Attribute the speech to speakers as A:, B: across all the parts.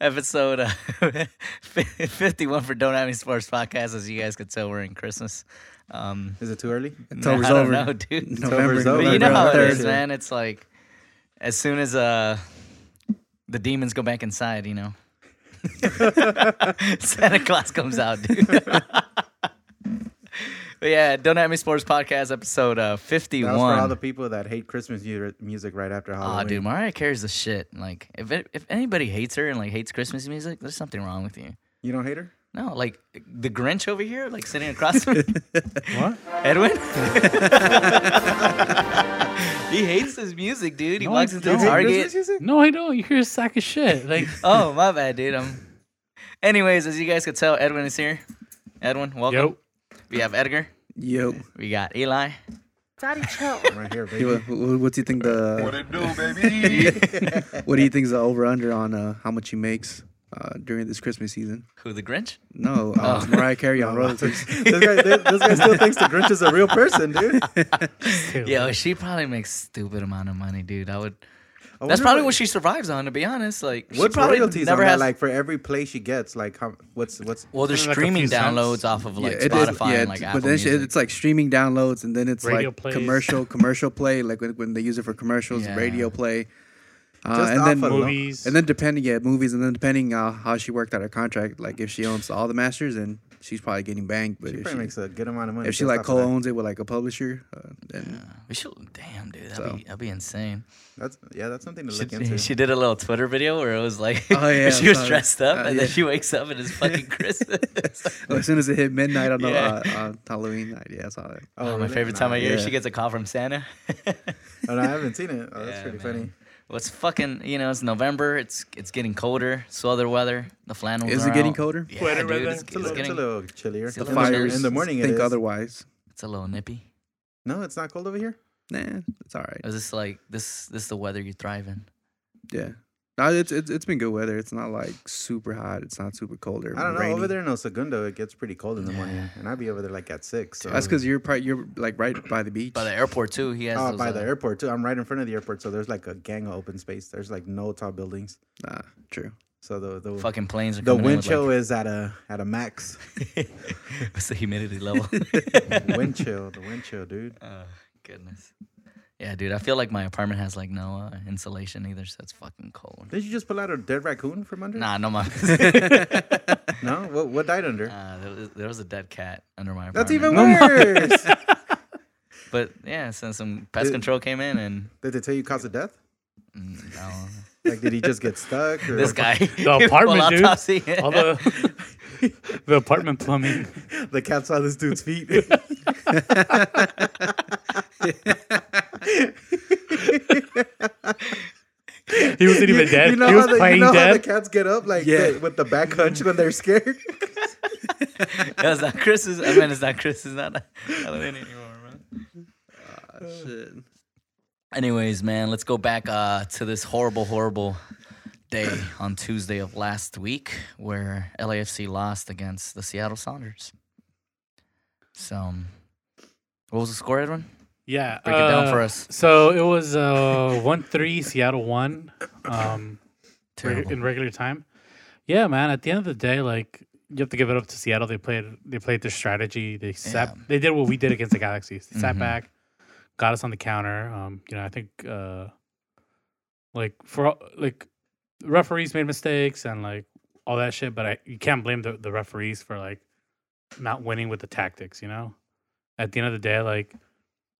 A: Episode uh, 51 for Don't Have Any Sports Podcast. As you guys could tell, we're in Christmas. Um,
B: Is it too early?
A: I
C: October's
A: don't
C: over.
A: know, dude.
B: November's
C: November's
B: over,
A: But you know
C: bro.
A: how it
C: Thursday.
A: is, man. It's like as soon as uh the demons go back inside, you know. Santa Claus comes out, dude. but yeah, Don't At Me Sports Podcast episode uh fifty
B: That was for all
A: one.
B: the people that hate Christmas mu- music right after
A: Aw,
B: Halloween.
A: dude, Mariah Carey's the shit. Like, if it, if anybody hates her and like hates Christmas music, there's something wrong with you.
B: You don't hate her?
A: No, like the Grinch over here, like sitting across from me.
C: What?
A: Edwin? he hates his music, dude. He
C: No, I
A: walks into
C: don't.
A: Target.
C: No, I don't. You're a sack of shit. Like,
A: Oh, my bad, dude. I'm... Anyways, as you guys could tell, Edwin is here. Edwin, welcome.
C: yo,
A: We have Edgar.
D: Yo,
A: We got Eli.
E: Daddy chill.
B: Right here, baby.
D: Hey, what, what, what do you think the
F: it do, baby?
D: what do you think is the over under on uh, how much he makes uh, during this Christmas season?
A: Who, the Grinch?
D: No,
A: Oh.
D: uh, Mariah Carey on royalties.
B: this, guy, this, this guy still thinks the Grinch is a real person, dude.
A: Yo, she probably makes stupid amount of money, dude. I would.
B: I
A: That's
B: wonder
A: probably what she survives on, to be honest. Like, she
B: What's
A: probably
B: royalties
A: never
B: on that?
A: has.
B: Like for every play she gets, like how, what's what's
A: well, there's
C: Like a few
A: streaming
C: cents.
A: downloads off of like
D: it is-
A: Spotify and like
D: it's-
A: Apple
D: but then she-
A: Music.
D: it's like streaming downloads, and then it's
C: Radio
D: like
C: plays.
D: commercial commercial play, like when, when they use it for commercials,
A: Yeah.
D: radio play, uh,
B: Just
D: and
B: off
D: then
B: of-
C: movies.
D: and then depending yeah movies, and then depending uh, how she worked out her contract, like if she owns all the masters, then she's probably getting banged. But
B: she
D: if she,
B: probably makes a good amount of money.
D: if she
B: just
D: like
B: off of that.
D: co-owns it with like a publisher, uh, then
A: we should, damn, dude, that'd,
D: So.
A: be, that'd be insane.
B: that's yeah, that's something to
A: She,
B: look into.
A: she did a little Twitter video where it was like,
D: Oh, yeah,
A: she was
D: sorry.
A: dressed up
D: Uh,
A: and then
D: yeah. Oh,
A: she wakes up and it's fucking Christmas.
D: as soon as it hit midnight on,
A: Yeah.
D: the, uh, on Halloween night, yeah, I saw that.
A: Oh, my
B: really?
A: favorite time
B: Nah.
A: of year,
D: yeah.
A: she gets a call from Santa.
B: Oh, no, I haven't seen it. Oh, that's
A: Yeah,
B: pretty
A: man.
B: funny.
A: Well, it's fucking, you know, it's November. It's it's getting colder. Swelter weather. The flannels.
D: Is
A: are
D: it getting
A: out.
D: colder?
A: Yeah,
C: Sweater
A: dude,
C: weather.
A: It's, it's
B: It's a little, it's a
A: getting.
B: little chillier.
A: it's a
B: In
A: little
B: the-
A: chillier.
D: Fires
B: in the morning, it
D: think
B: is.
D: otherwise.
A: It's a little nippy.
B: No, it's not cold over here.
D: Nah, it's all right.
A: Is this like this? This the weather you thrive in?
D: Yeah. No, it's, it's it's been good weather. It's not like super hot. It's not super cold or
B: I don't know.
D: rainy.
B: Over there in El Segundo, it gets pretty cold in the morning, and I'd be over there like at six. So.
D: That's because you're part. You're like right by the beach.
A: Oh. By the airport too. He has.
B: Oh,
A: those,
B: by the
A: uh,
B: airport too. I'm right in front of the airport, so there's like a gang of open space. There's like no tall buildings,
D: Nah, true.
B: so the the
A: Fucking planes are
B: the
A: coming in
B: wind
A: with,
B: chill
A: like-
B: is at a at a max.
A: What's the humidity level?
B: wind chill, the wind chill, dude.
C: Uh.
A: oh, goodness. Yeah, dude. I feel like my apartment has like no uh, insulation either, so it's fucking cold.
B: Did you just pull out a dead raccoon from under?
A: Nah, no my.
B: No, what what died under?
A: Uh, there, was, there was a dead cat under my apartment.
B: That's even worse.
A: But yeah, since some pest
B: Did-
A: control came in and
B: did they tell you cause of death?
A: mm, no,
B: Like, did he just get stuck? Or
A: this guy,
C: the apartment, dude. All
A: dude.
C: the the apartment plumbing.
B: the cat saw this dude's feet.
C: He wasn't even dead. he was
B: how the,
C: playing
B: you know how the
C: dead.
B: cats get up like
D: Yeah.
B: the- with the back hunch when they're scared.
A: That was not Chris's. I mean, it's not Chris's. Not Halloween anymore, man. Uh,
D: Shit.
A: Anyways, man, let's go back uh, to this horrible, horrible day on Tuesday of last week where LAFC lost against the Seattle Sounders. So, um, what was the score, Edwin?
C: yeah.
A: Break it down
C: uh,
A: for us.
C: So it was uh, one three Seattle one. Um, reg-
A: Terrible.
C: in regular time. Yeah, man. At the end of the day, like you have to give it up to Seattle. They played. They played their strategy. They sat.
A: Yeah.
C: They did what we did against the Galaxy. They sat
A: Mhm.
C: back, got us on the counter. Um, you know, I think uh, like for all- like referees made mistakes and like all that shit, but I you can't blame the, the referees for like not winning with the tactics. You know, at the end of the day, like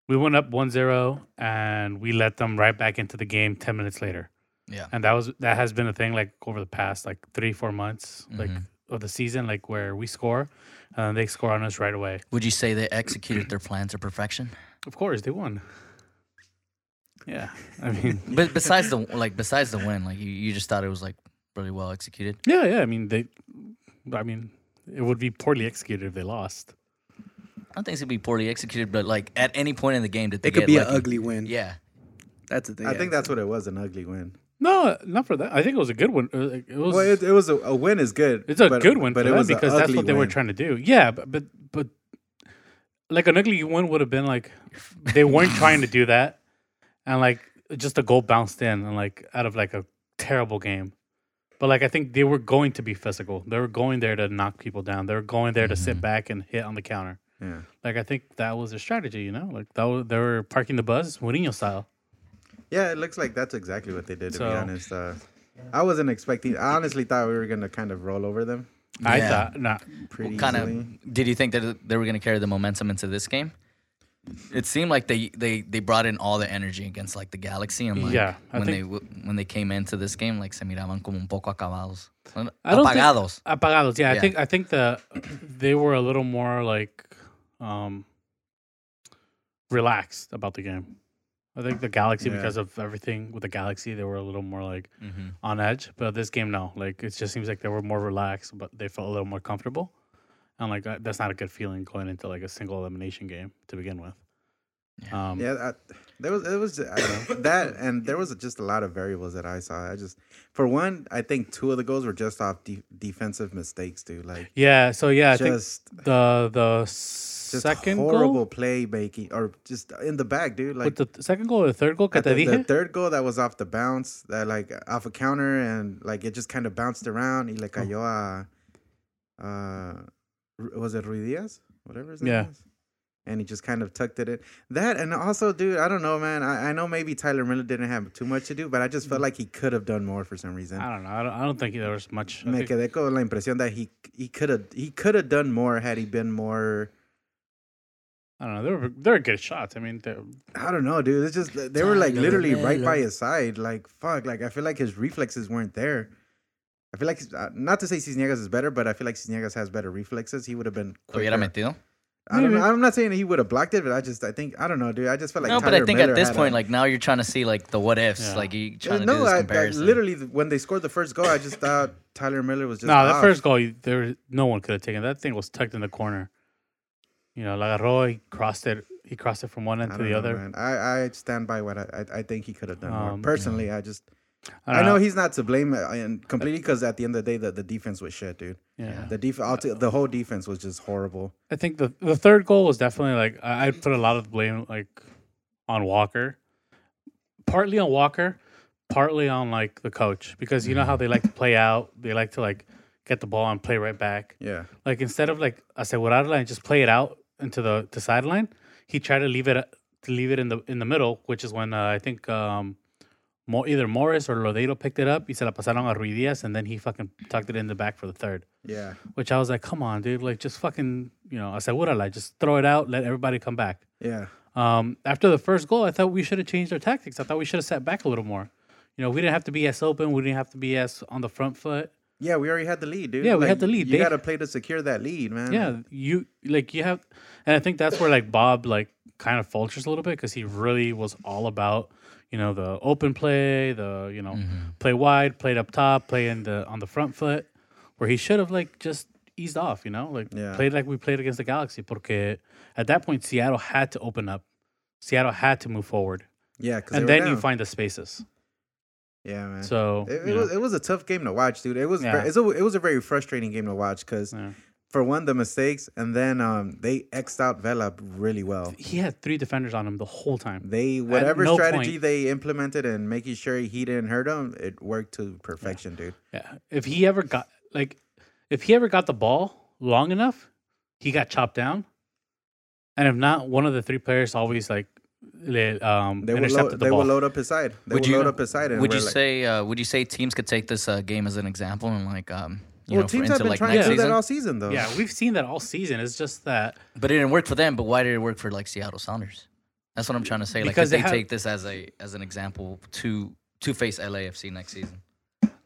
C: we went up 1-0 and we let them right back into the game ten minutes later
A: Yeah.
C: and that was that has been a thing like over the past like three four months like
A: Mhm.
C: of the season like where we score and they score on us right away
A: Would you say they executed their plan to perfection?
C: of course they won yeah i mean
A: But besides the like, besides the win, like you, you just thought it was like really well executed.
C: yeah yeah i mean they i mean it would be poorly executed if they lost
A: I don't think it's gonna be poorly executed, but like at any point in the game, did they
D: It could
A: get
D: be an
A: lucky?
D: ugly win.
A: Yeah,
D: that's the thing.
B: I
D: yeah.
B: think that's what it was, an ugly win.
C: no not for that i think it was a good one Uh, like, it was
B: Well, it, it was a, a win is good.
C: it's a
B: but-
C: good one
B: but
C: for
B: it
C: them
B: was a
C: because that's
B: ugly
C: what they were
B: win.
C: trying to do yeah but but, but like an ugly one would have been like they weren't trying to do that and like just a goal bounced in and like out of like a terrible game. But like I think they were going to be physical. They were going there to knock people down. They were going there to sit
B: Mm-hmm.
A: Mhm.
C: back and hit on the counter.
B: Yeah.
C: Like I think that was their strategy, you know? Like that was, they were parking the bus Mourinho style.
B: Yeah, it looks like that's exactly what they did. To
C: So-
B: be honest, uh, I wasn't expecting. I honestly thought we were gonna kind of roll over them
C: I
A: Yeah.
C: thought not
B: pretty
A: kind
B: easily.
A: of did you think that they were going to carry the momentum into this game? It seemed like they, they, they brought in all the energy against like the Galaxy and like
C: Yeah, I
A: when
C: think-
A: they w- when they came into this game like se miraban como un poco acabados.
C: I don't think-
A: Apagados.
C: apagados. Yeah, I
A: Yeah.
C: think I think the they were a little more like um relaxed about the game. I think the Galaxy
B: Yeah.
C: because of everything with the Galaxy, they were a little more like
A: hmm
B: Mm-hmm.
C: on edge. But this game, no, like it just seems like they were more relaxed, but they felt a little more comfortable. And like uh, that's not a good feeling going into like a single elimination game to begin with. Um,
B: Yeah, I, there was it was I don't know, that, and there was just a lot of variables that I saw. I just, for one, I think two of the goals were just off de- defensive mistakes, dude. Like
C: yeah, So yeah, I
B: just
C: think the the
B: just
C: second
B: horrible
C: goal
B: play making, or just in the back, dude. Like
C: with the th- second goal or the third goal, que
B: I
C: te
B: think the
C: dije.
B: third goal that was off the bounce, that like off a counter, and like it just kind of bounced around. He
C: Oh.
B: like cayó a, uh, Ru- was it Ruiz Diaz? Whatever his name
C: Yeah.
B: was. And he just kind of tucked it in. That and also, dude, I don't know, man. I, I know maybe Tyler Miller didn't have too much to do, but I just felt like he could have done more for some reason.
C: Mm. I don't know. I don't, I don't think there was much. uh, I
B: Me
C: think-
B: quedé con la impresión that he he could have he could have done more had he been more.
C: I don't know. They were they were good shots. I mean, they,
B: I don't know, dude. It's just that they were like
A: Tyler
B: literally right by
A: Melo.
B: his side. Like fuck. Like I feel like his reflexes weren't there. I feel like he's- uh, not to say Cisnegas is better, but I feel like Cisnegas has better reflexes. He would have been.
A: Hubiera
B: quicker.
A: metido.
B: I don't know.
C: Maybe.
B: I'm not saying he would have blocked it, but I just I think I don't know, dude. I just felt like
A: no, but I
B: Tyler
A: think
B: Miller
A: at this
B: had
A: point,
B: a-
A: like now you're trying to see like the what ifs,
C: Yeah.
A: like you
B: Uh,
A: trying to do
B: no,
A: this
B: I, I
A: comparison.
B: literally when they scored the first goal, I just thought Tyler Miller was just
C: no, that
B: off.
C: first goal, you- there was- no one could have taken. it. That thing was tucked in the corner. You know, Lagarro, he crossed it. He crossed it from one end
B: I
C: to
B: don't
C: the
B: know,
C: other.
B: man. I, I stand by what I I, I think he could have done. more.
C: Um,
B: Personally, I just
C: I,
B: I
C: don't
B: know he's not to blame uh, and completely because at the end of the day, the, the defense was shit, dude.
C: Yeah.
B: The def- I'll t- the whole defense was just horrible.
C: I think the the third goal was definitely like I, I put a lot of blame like on Walker, partly on Walker, partly on like the coach because you know how they like to play out. They like to like get the ball and play right back.
B: Yeah.
C: Like instead of like asegurarla and just play it out into the, the sideline, he tried to leave it to leave it in the in the middle, which is when uh, I think um, Mo- either Morris or Lodeiro picked it up. He se la pasaron a Ruiz Diaz, and then he fucking tucked it in the back for the third.
B: Yeah.
C: Which I was like, come on, dude, like just fucking you know asegurarla, just throw it out, let everybody come back.
B: Yeah.
C: Um, after the first goal, I thought we should have changed our tactics. I thought we should have sat back a little more. You know, we didn't have to be as open. We didn't have to be as on the front foot.
B: Yeah, we already had the lead, dude.
C: Yeah, we had the lead.
B: You
C: They-
B: got to play to secure that lead, man.
C: Yeah, you like you have, and I think that's where like Bob like kind of falters a little bit because he really was all about you know the open play, the you know
B: Mm-hmm.
C: play wide, played up top, play in the on the front foot, where he should have like just eased off, you know, like
B: Yeah.
C: played like we played against the Galaxy. Porque at that point Seattle had to open up, Seattle had to move forward,
B: Yeah. 'cause
C: and
B: they were
C: then you
B: down.
C: find the spaces.
B: Yeah, man.
C: So
B: it,
C: you
B: it
C: know,
B: was it was a tough game to watch, dude. It was
C: Yeah.
B: ver- it's a, it was a very frustrating game to watch because
C: Yeah.
B: for one the mistakes and then um they xed out Vela really well.
C: he had three defenders on him the whole time.
B: They whatever
C: no
B: strategy
C: point-
B: they implemented and making sure he didn't hurt him, it worked to perfection, dude.
C: Yeah. If he ever got like if he ever got the ball long enough, he got chopped down. And if not, one of the three players always like le- um
B: They would load,
C: intercepted the
B: they
C: ball.
B: would load up his side. They
A: Would
B: would
A: you-
B: load up his side. And
A: would
B: we're
A: you
B: like-
A: say uh, would you say teams could take this uh, game as an example and like um you
B: Well,
A: know
B: teams
A: for
B: have
A: into
B: been
A: like
B: trying
A: next
B: to do
A: season?
B: that all season, though.
C: yeah, we've seen that all season. It's just that
A: But it didn't work for them. But why did it work for like Seattle Sounders? That's what I'm trying to say. Like,
C: Because
A: could they,
C: they have-
A: take this as a as an example to to face LAFC next season.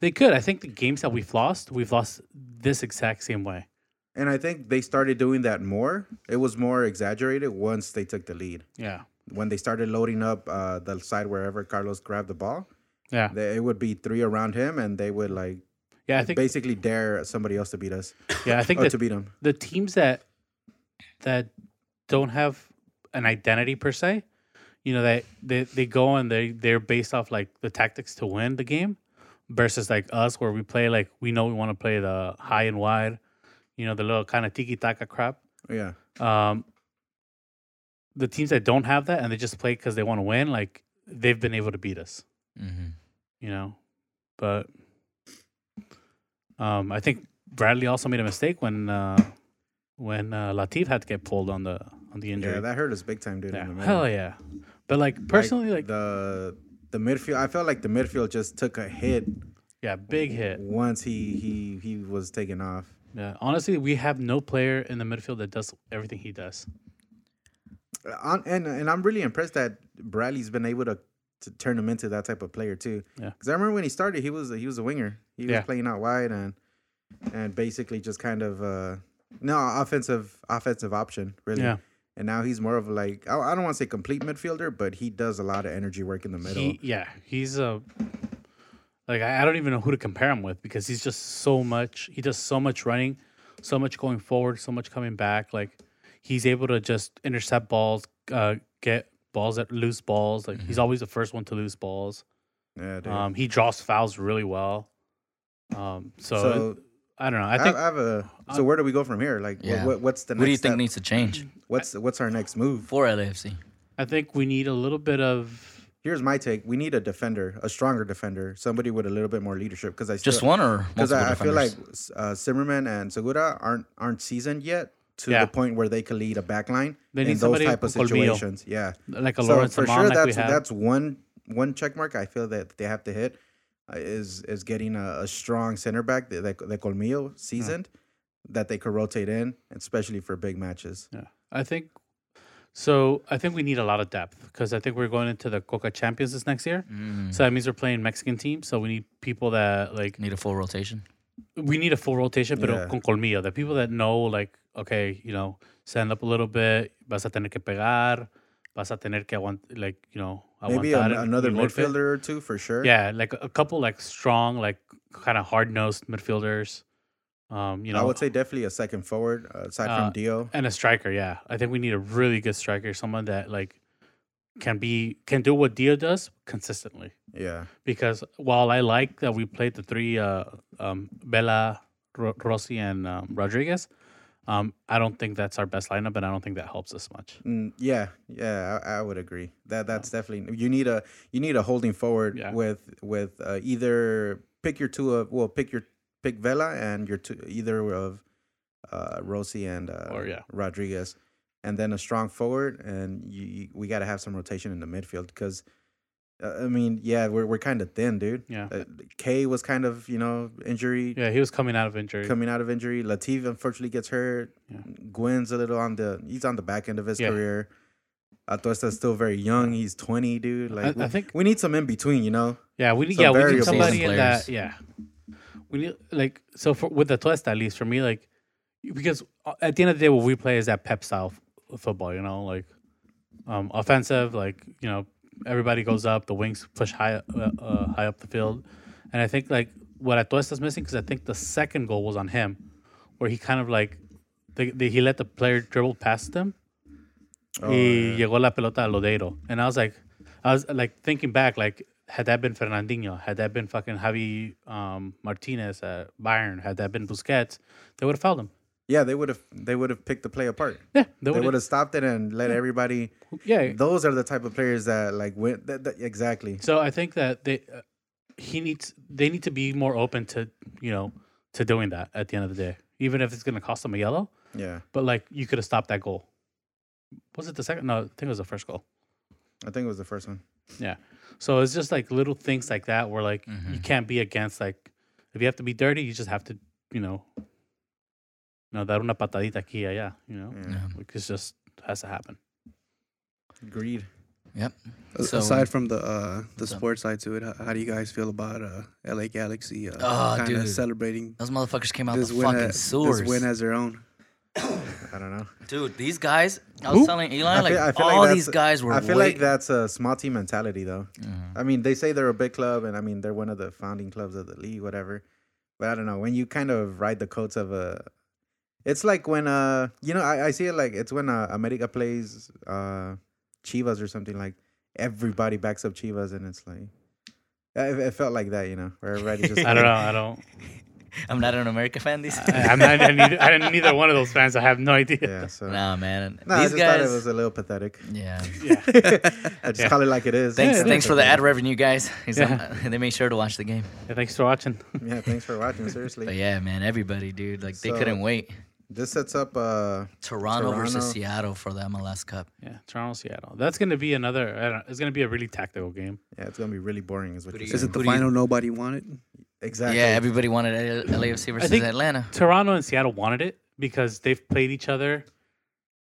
C: they could. I think the games that we've lost, we've lost this exact same way.
B: And I think they started doing that more. It was more exaggerated once they took the lead.
C: Yeah.
B: When they started loading up uh, the side wherever Carlos grabbed the ball,
C: Yeah.
B: they, it would be three around him, and they would like
C: Yeah, I think
B: basically dare somebody else to beat us
C: yeah, I think
B: or
C: that
B: to beat him.
C: the teams that that don't have an identity per se, you know, that they, they go and they they're based off like the tactics to win the game versus like us where we play like we know we want to play the high and wide, you know, the little kind of tiki taka crap.
B: Yeah,
C: Um the teams that don't have that and they just play because they want to win, like they've been able to beat us.
A: Mm-hmm.
C: you know. But um, I think Bradley also made a mistake when uh, when uh, Latif had to get pulled on the on the injury.
B: Yeah, that hurt us big time, dude.
C: Yeah.
B: in the middle.
C: Hell yeah! But like personally, like,
B: the the midfield, I felt like the midfield just took a hit
C: yeah, big hit.
B: once he he he was taken off.
C: Yeah, honestly, we have no player in the midfield that does everything he does.
B: On, and and I'm really impressed that Bradley's been able to, to turn him into that type of player too.
C: Yeah.
B: Because I remember when he started, he was he was a winger. He was
C: Yeah.
B: playing out wide and and basically just kind of uh no offensive offensive option really.
C: Yeah,
B: And now he's more of like I, I don't want to say complete midfielder, but he does a lot of energy work in the middle.
C: he, yeah, he's a like I, I don't even know who to compare him with because he's just so much. He does so much running, so much going forward, so much coming back. Like he's able to just intercept balls, uh, get balls at loose balls. Like he's always the first one to lose balls.
B: yeah, Mm-hmm. dude.
C: Um, he draws fouls really well. Um, so,
B: so
C: I don't know.
B: I,
C: I think Uh,
B: I have a. So where do we go from here? Like, wha-
A: Yeah.
B: wha- what's the next?
A: What do you think
B: step?
A: needs to change
C: Mm-hmm.
B: What's what's our next move?
A: for LAFC?
C: I think we need a little bit of
B: Here's my take. We need a defender, a stronger defender, somebody with a little bit more leadership. Because I still,
A: Just one or
B: Because
A: multiple
B: I, I feel like
A: defenders?
B: uh, Zimmerman and Segura aren't aren't seasoned yet to
C: Yeah.
B: the point where they could lead a back line
C: They
B: in
C: need
B: those
C: somebody
B: type of
C: con colmillo.
B: situations. Yeah.
C: like a
B: So
C: Lawrence
B: for
C: Amon
B: sure,
C: like we
B: that's
C: have.
B: that's one one check mark. I feel that they have to hit uh, is is getting a, a strong center back that that, that Colmillo seasoned that they could rotate in, especially for big matches.
C: Yeah, I think so. I think we need a lot of depth because I think we're going into the Coca Champions this next year.
A: Mm,
C: So that means we're playing Mexican teams. So we need people that like
A: need a full rotation.
C: we need a full rotation, but
B: Yeah.
C: con colmillo. The people that know like okay, you know, stand up a little bit. Vas a tener que pegar. Vas a tener que aguant like you know
B: Maybe
C: aguantar
B: an-
C: el-
B: another
C: el golpe.
B: midfielder or two for sure.
C: Yeah, like a couple like strong like kind of hard nosed midfielders. Um, you know,
B: I would say definitely a second forward uh, aside
C: Uh,
B: from Dio.
C: and a striker. Yeah, I think we need a really good striker, someone that like can be can do what Dio does consistently.
B: Yeah,
C: Because while I like that we played the three uh, um, Bella, Ro- Rossi, and um, Rodriguez, um, I don't think that's our best lineup, and I don't think that helps us much.
B: Mm, yeah, yeah. I, I would agree. That that's definitely you need a you need a holding forward
C: Yeah.
B: with with uh, either pick your two of well pick your pick Vela and your two either of uh, Rossi and uh,
C: Or, yeah.
B: Rodriguez, and then a strong forward, and you, you, we got to have some rotation in the midfield because. Uh, I mean, yeah, we're we're kind of thin, dude.
C: Yeah.
B: Uh, K was kind of, you know, injury
C: Yeah, he was coming out of injury.
B: coming out of injury. Latif unfortunately gets hurt.
C: Yeah.
B: Gwen's a little on the he's on the back end of his
C: Yeah.
B: career. Atuesta's still very young. He's twenty, dude.
C: I,
B: Like
C: I
B: we,
C: think.
B: we need some in between, you know.
C: Yeah, we need.
B: some
C: Yeah, we need
B: variables.
C: somebody
A: Seasoned
C: in that.
A: players.
C: Yeah, we need like so for with the twist at least for me like because uh, at the end of the day what we play is that pep style f- football. You know, like um, offensive, like you know everybody goes up, the wings push high uh, uh, high up the field, and I think like what Atuesta's missing because I think the second goal was on him, where he kind of like they, they, he let the player dribble past him,
B: Oh,
C: y llegó la pelota a Lodeiro. And I was like, I was like thinking back, like, had that been Fernandinho, had that been fucking Javi um, Martinez at Bayern, had that been Busquets, they would have fouled him.
B: Yeah, they would have they would have picked the play apart.
C: Yeah,
B: They would
C: would've-
B: have stopped it and let everybody.
C: Yeah.
B: Those are the type of players that like went that, that- exactly.
C: so I think that they, uh, he needs, they need to be more open to, you know, to doing that at the end of the day, even if it's going to cost them a yellow.
B: Yeah,
C: But like, you could have stopped that goal. Was it the second? No, I think it was the first goal.
B: I think it was the first one.
C: Yeah. So it's just like little things like that where like you can't be against like if you have to be dirty, you just have to, you know, you know, dar una patadita aquí y allá, you know?
B: Yeah.
A: Yeah.
C: Like it's just has to happen.
B: Greed.
A: Yep.
D: A-
A: So-
D: Aside from the uh, the
A: So-
D: sports side to it, how, how do you guys feel about uh, LA Galaxy uh,
A: Ah,
D: kind of
A: dude.
D: celebrating
A: Those motherfuckers came out
D: this
A: the
D: win,
A: fucking
D: as, this
A: sewers.
D: win as their own?
B: I don't know.
A: Dude, these guys, I was
C: Who?
A: telling Eli, like,
B: I feel like
A: all
B: that's-
A: these guys were
B: I feel
A: way-
B: like that's a small team mentality, though. I mean, they say they're a big club, and I mean, they're one of the founding clubs of the league, whatever. But I don't know. When you kind of ride the coats of a, it's like when uh, you know, I, I see it like it's when uh, America plays uh, Chivas or something like everybody backs up Chivas, and it's like. It, it felt like that, you know, where everybody just
C: I don't know. I don't
A: I'm not an America fan. These
C: I- I'm not, I'm neither, I'm neither one of those fans. I have no idea.
B: Yeah, so no,
A: Nah, man.
B: I
A: These
B: just
A: guys.
B: thought it was a little pathetic.
A: yeah.
B: I just
C: Yeah.
B: call it like it is.
A: Thanks,
C: Yeah,
A: thanks for the ad revenue, guys. 'Cause, um,
C: Yeah.
A: they made sure to watch the game.
C: Yeah, thanks for watching.
B: Yeah, thanks for watching.
A: But
B: Seriously,
A: yeah, man, everybody, dude, like they
B: So-
A: couldn't wait.
B: this sets up. Uh,
A: Toronto, versus
B: Toronto.
A: Seattle for the MLS Cup.
C: Yeah, Toronto, Seattle. That's gonna be another. I don't know, it's gonna be a really tactical game.
B: yeah, it's gonna be really boring. Is what
A: Who
B: you're
A: do you-
D: Is
B: saying.
D: it the
A: Who do you-
D: final nobody wanted?
B: Exactly.
A: Yeah, everybody wanted L- LAFC versus
C: think-
A: Atlanta.
C: Toronto and Seattle wanted it because they've played each other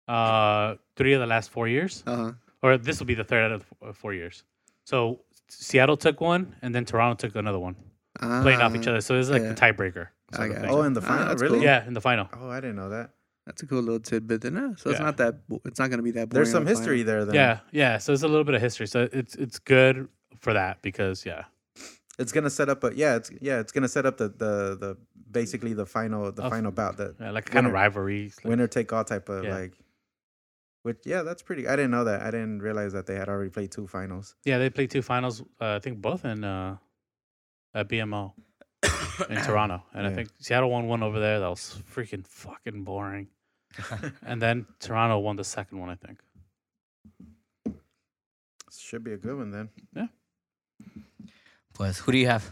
C: uh, three of the last four years,
D: Uh huh.
C: or this will be the third out of the f- uh, four years. So Seattle took one, and then Toronto took another one, playing off each other. So it's like
D: Ah, yeah.
C: a tiebreaker.
D: I
C: sort of
D: got
C: thing.
B: oh, in the
D: Ah,
B: final,
D: that's
B: really?
D: cool.
C: Yeah, in the final.
B: Oh, I didn't know that.
D: That's a cool little tidbit. Then, uh, so it's
C: Yeah.
D: not that. bo- It's not going to be that. Boring
B: There's
D: of
B: some
D: a
B: history there. Then.
C: Yeah, yeah. So it's a little bit of history. So it's it's good for that because yeah,
B: It's gonna set up a yeah. It's yeah. It's gonna set up the the the basically the final the
C: Of-
B: final bout the
C: yeah, like kind of
B: Winner.
C: rivalry. Like,
B: winner take all type of
C: Yeah.
B: like. Which yeah, that's pretty. I didn't know that. I didn't realize that they had already played two finals.
C: yeah, they played two finals. Uh, I think both in uh, at BMO in Toronto, and I
B: Yeah.
C: think Seattle won one over there. That was freaking fucking boring. and then Toronto won the second one, I think.
B: Should be a good one then.
A: Pues, who do you have?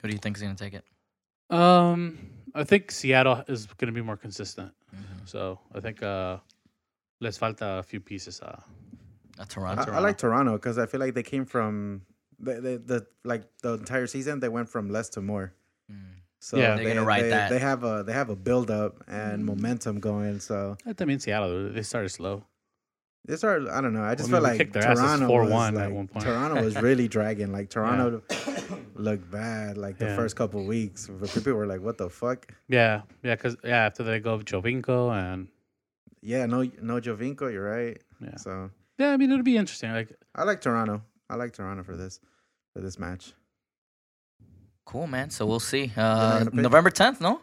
A: Who do you think is gonna take it?
C: Um, I think Seattle is going to be more consistent.
B: Mm-hmm.
C: So I think uh, les falta a few pieces. Uh,
A: A
B: I,
A: Toronto.
B: I like Toronto because I feel like they came from the, the the like the entire season they went from less to more.
A: Mm.
B: So
C: Yeah. Mm-hmm.
A: They're gonna ride
B: they,
A: that.
B: they have a they have a build up and momentum going. So
C: I mean, Seattle they started slow.
B: this are I don't know. I just
C: I
B: feel
C: mean, we
B: like
C: kicked their asses
B: Toronto
C: 4-1
B: was
C: at
B: like,
C: one point.
B: Toronto was really dragging. Like Toronto looked bad like the
C: Yeah.
B: first couple weeks. But people were like, "What the fuck."
C: Yeah, yeah, because yeah, after they go with Jovinko and
B: Yeah, no, no Jovinko. You're right.
C: Yeah.
B: So
C: yeah, I mean it'll be interesting. Like
B: I like Toronto. I like Toronto for this for this match.
A: Cool, man. So we'll see.
B: not
A: Uh,
B: gonna pick?
A: November 10th, no?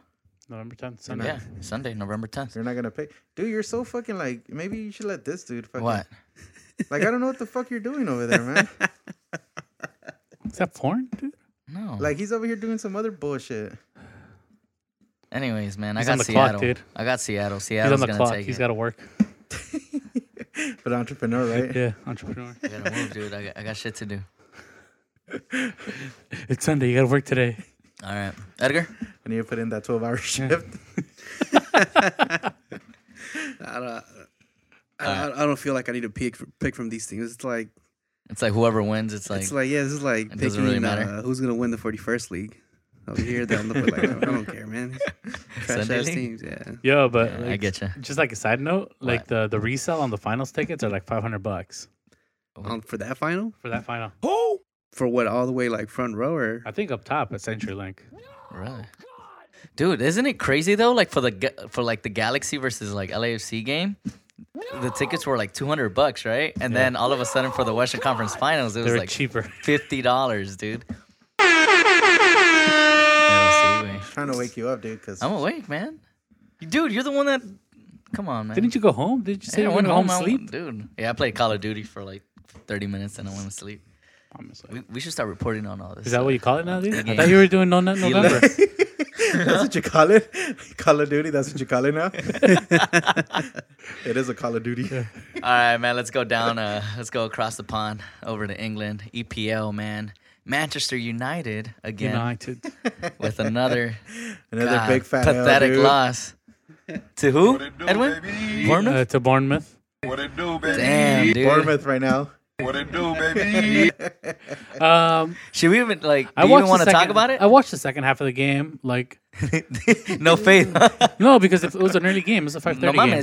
C: November tenth,
B: They're not-
C: Sunday.
A: Yeah, Sunday, November 10th.
B: You're not gonna pick, dude. You're so fucking like. Maybe you should let this dude fucking
A: What?
B: Like I don't know what the fuck you're doing over there, man.
C: Is that foreign? Dude?
A: No.
B: Like he's over here doing some other bullshit.
A: Anyways, man, I
C: He's on
A: got
C: the clock,
A: Seattle.
C: dude.
A: I got Seattle.
C: He's
A: Seattle's
C: on the
A: gonna
C: clock.
A: take
C: He's
A: it.
C: got to work.
B: But entrepreneur, right?
C: Yeah, entrepreneur.
A: I gotta move, dude. I got, I got shit to do.
C: it's Sunday. You got to work today.
A: All right, Edgar.
B: I need to put in that twelve hour shift.
D: I don't. I, I- I don't feel like I need to pick pick from these things. It's like,
A: It's like whoever wins, it's like,
D: it's like yeah, this is like
A: It doesn't
D: picking
A: really matter.
D: uh, who's gonna win the forty first league. Over here, that I'm looking like I don't care, man. Trash
A: Sunday
D: ass
A: league?
D: teams, yeah.
C: Yo, but
A: Yeah, I
C: like,
A: getcha.
C: Just like a side note, like the the resale on the finals tickets are like five hundred bucks
D: Um, for that final,
C: for that final.
D: for what all the way like front row or
C: I think up top at CenturyLink.
A: Really? Dude, isn't it crazy though? Like for the ga- for like the Galaxy versus like LAFC game, the tickets were like two hundred bucks, right? And then all of a sudden for the Western Conference Finals, it was
C: They're
A: like
C: cheaper.
A: fifty dollars, dude. LAFC, wait.
B: Trying to wake you up, dude. Cause
A: I'm awake, man. Dude, you're the one that. Come on, man.
C: Didn't you go home? Did you say
A: Yeah,
C: you
A: I
C: went home,
A: I
C: home
A: went-
C: sleep?
A: dude. Yeah, I played Call of Duty for like thirty minutes and I went to sleep.
C: Honestly.
A: We, we should start reporting on all this.
C: Is that
A: stuff.
C: what you call it now, dude? I
A: Again.
C: thought you were doing no nut November.
B: that's what you call it. Call of Duty. That's what you call it now. it is a Call of Duty.
A: All right, man. Let's go down. Uh, let's go across the pond over to England. EPL, man. Manchester United again
C: United.
A: with another
B: Another
A: God,
B: big fat L,
A: pathetic
B: dude.
A: loss to who?
E: What it do,
A: Edwin
E: baby?
A: Bournemouth.
C: Uh, to Bournemouth.
E: What it do, baby?
A: Damn, dude.
B: Uh, Bournemouth right now.
E: What it do, baby?
C: Um,
A: Should we even like? Do
C: I
A: you
C: watched
A: even
C: the
A: want to talk
C: second-
A: about
C: I
A: it?
C: watched the second half of the game. Like
B: Oh.
A: no faith.
C: no, because if it was an early game. It was a five
A: no
C: thirty game.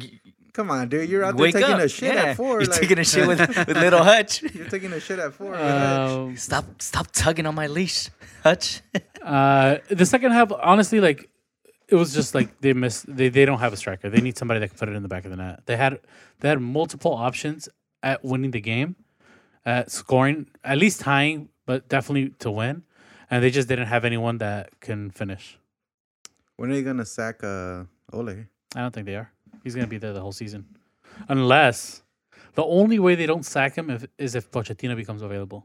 A: mames.
B: Come on, dude. You're out there
A: Wake
B: taking
A: up.
B: a shit
A: yeah.
B: at four.
A: You're
B: like,
A: taking a shit with, Oh. with little Hutch.
B: you're taking a shit at four. relax.
C: Um,
A: Stop! Stop tugging on my leash, Hutch.
C: Uh, the second half, honestly, like it was just like they miss. They, they don't have a striker. They need somebody that can put it in the back of the net. They had they had multiple options at winning the game, at scoring, at least tying, but definitely to win. And they just didn't have anyone that can finish.
B: when are you gonna sack uh, Ole?
C: I don't think they are. He's gonna be there the whole season, unless the only way they don't sack him if, is if Pochettino becomes available.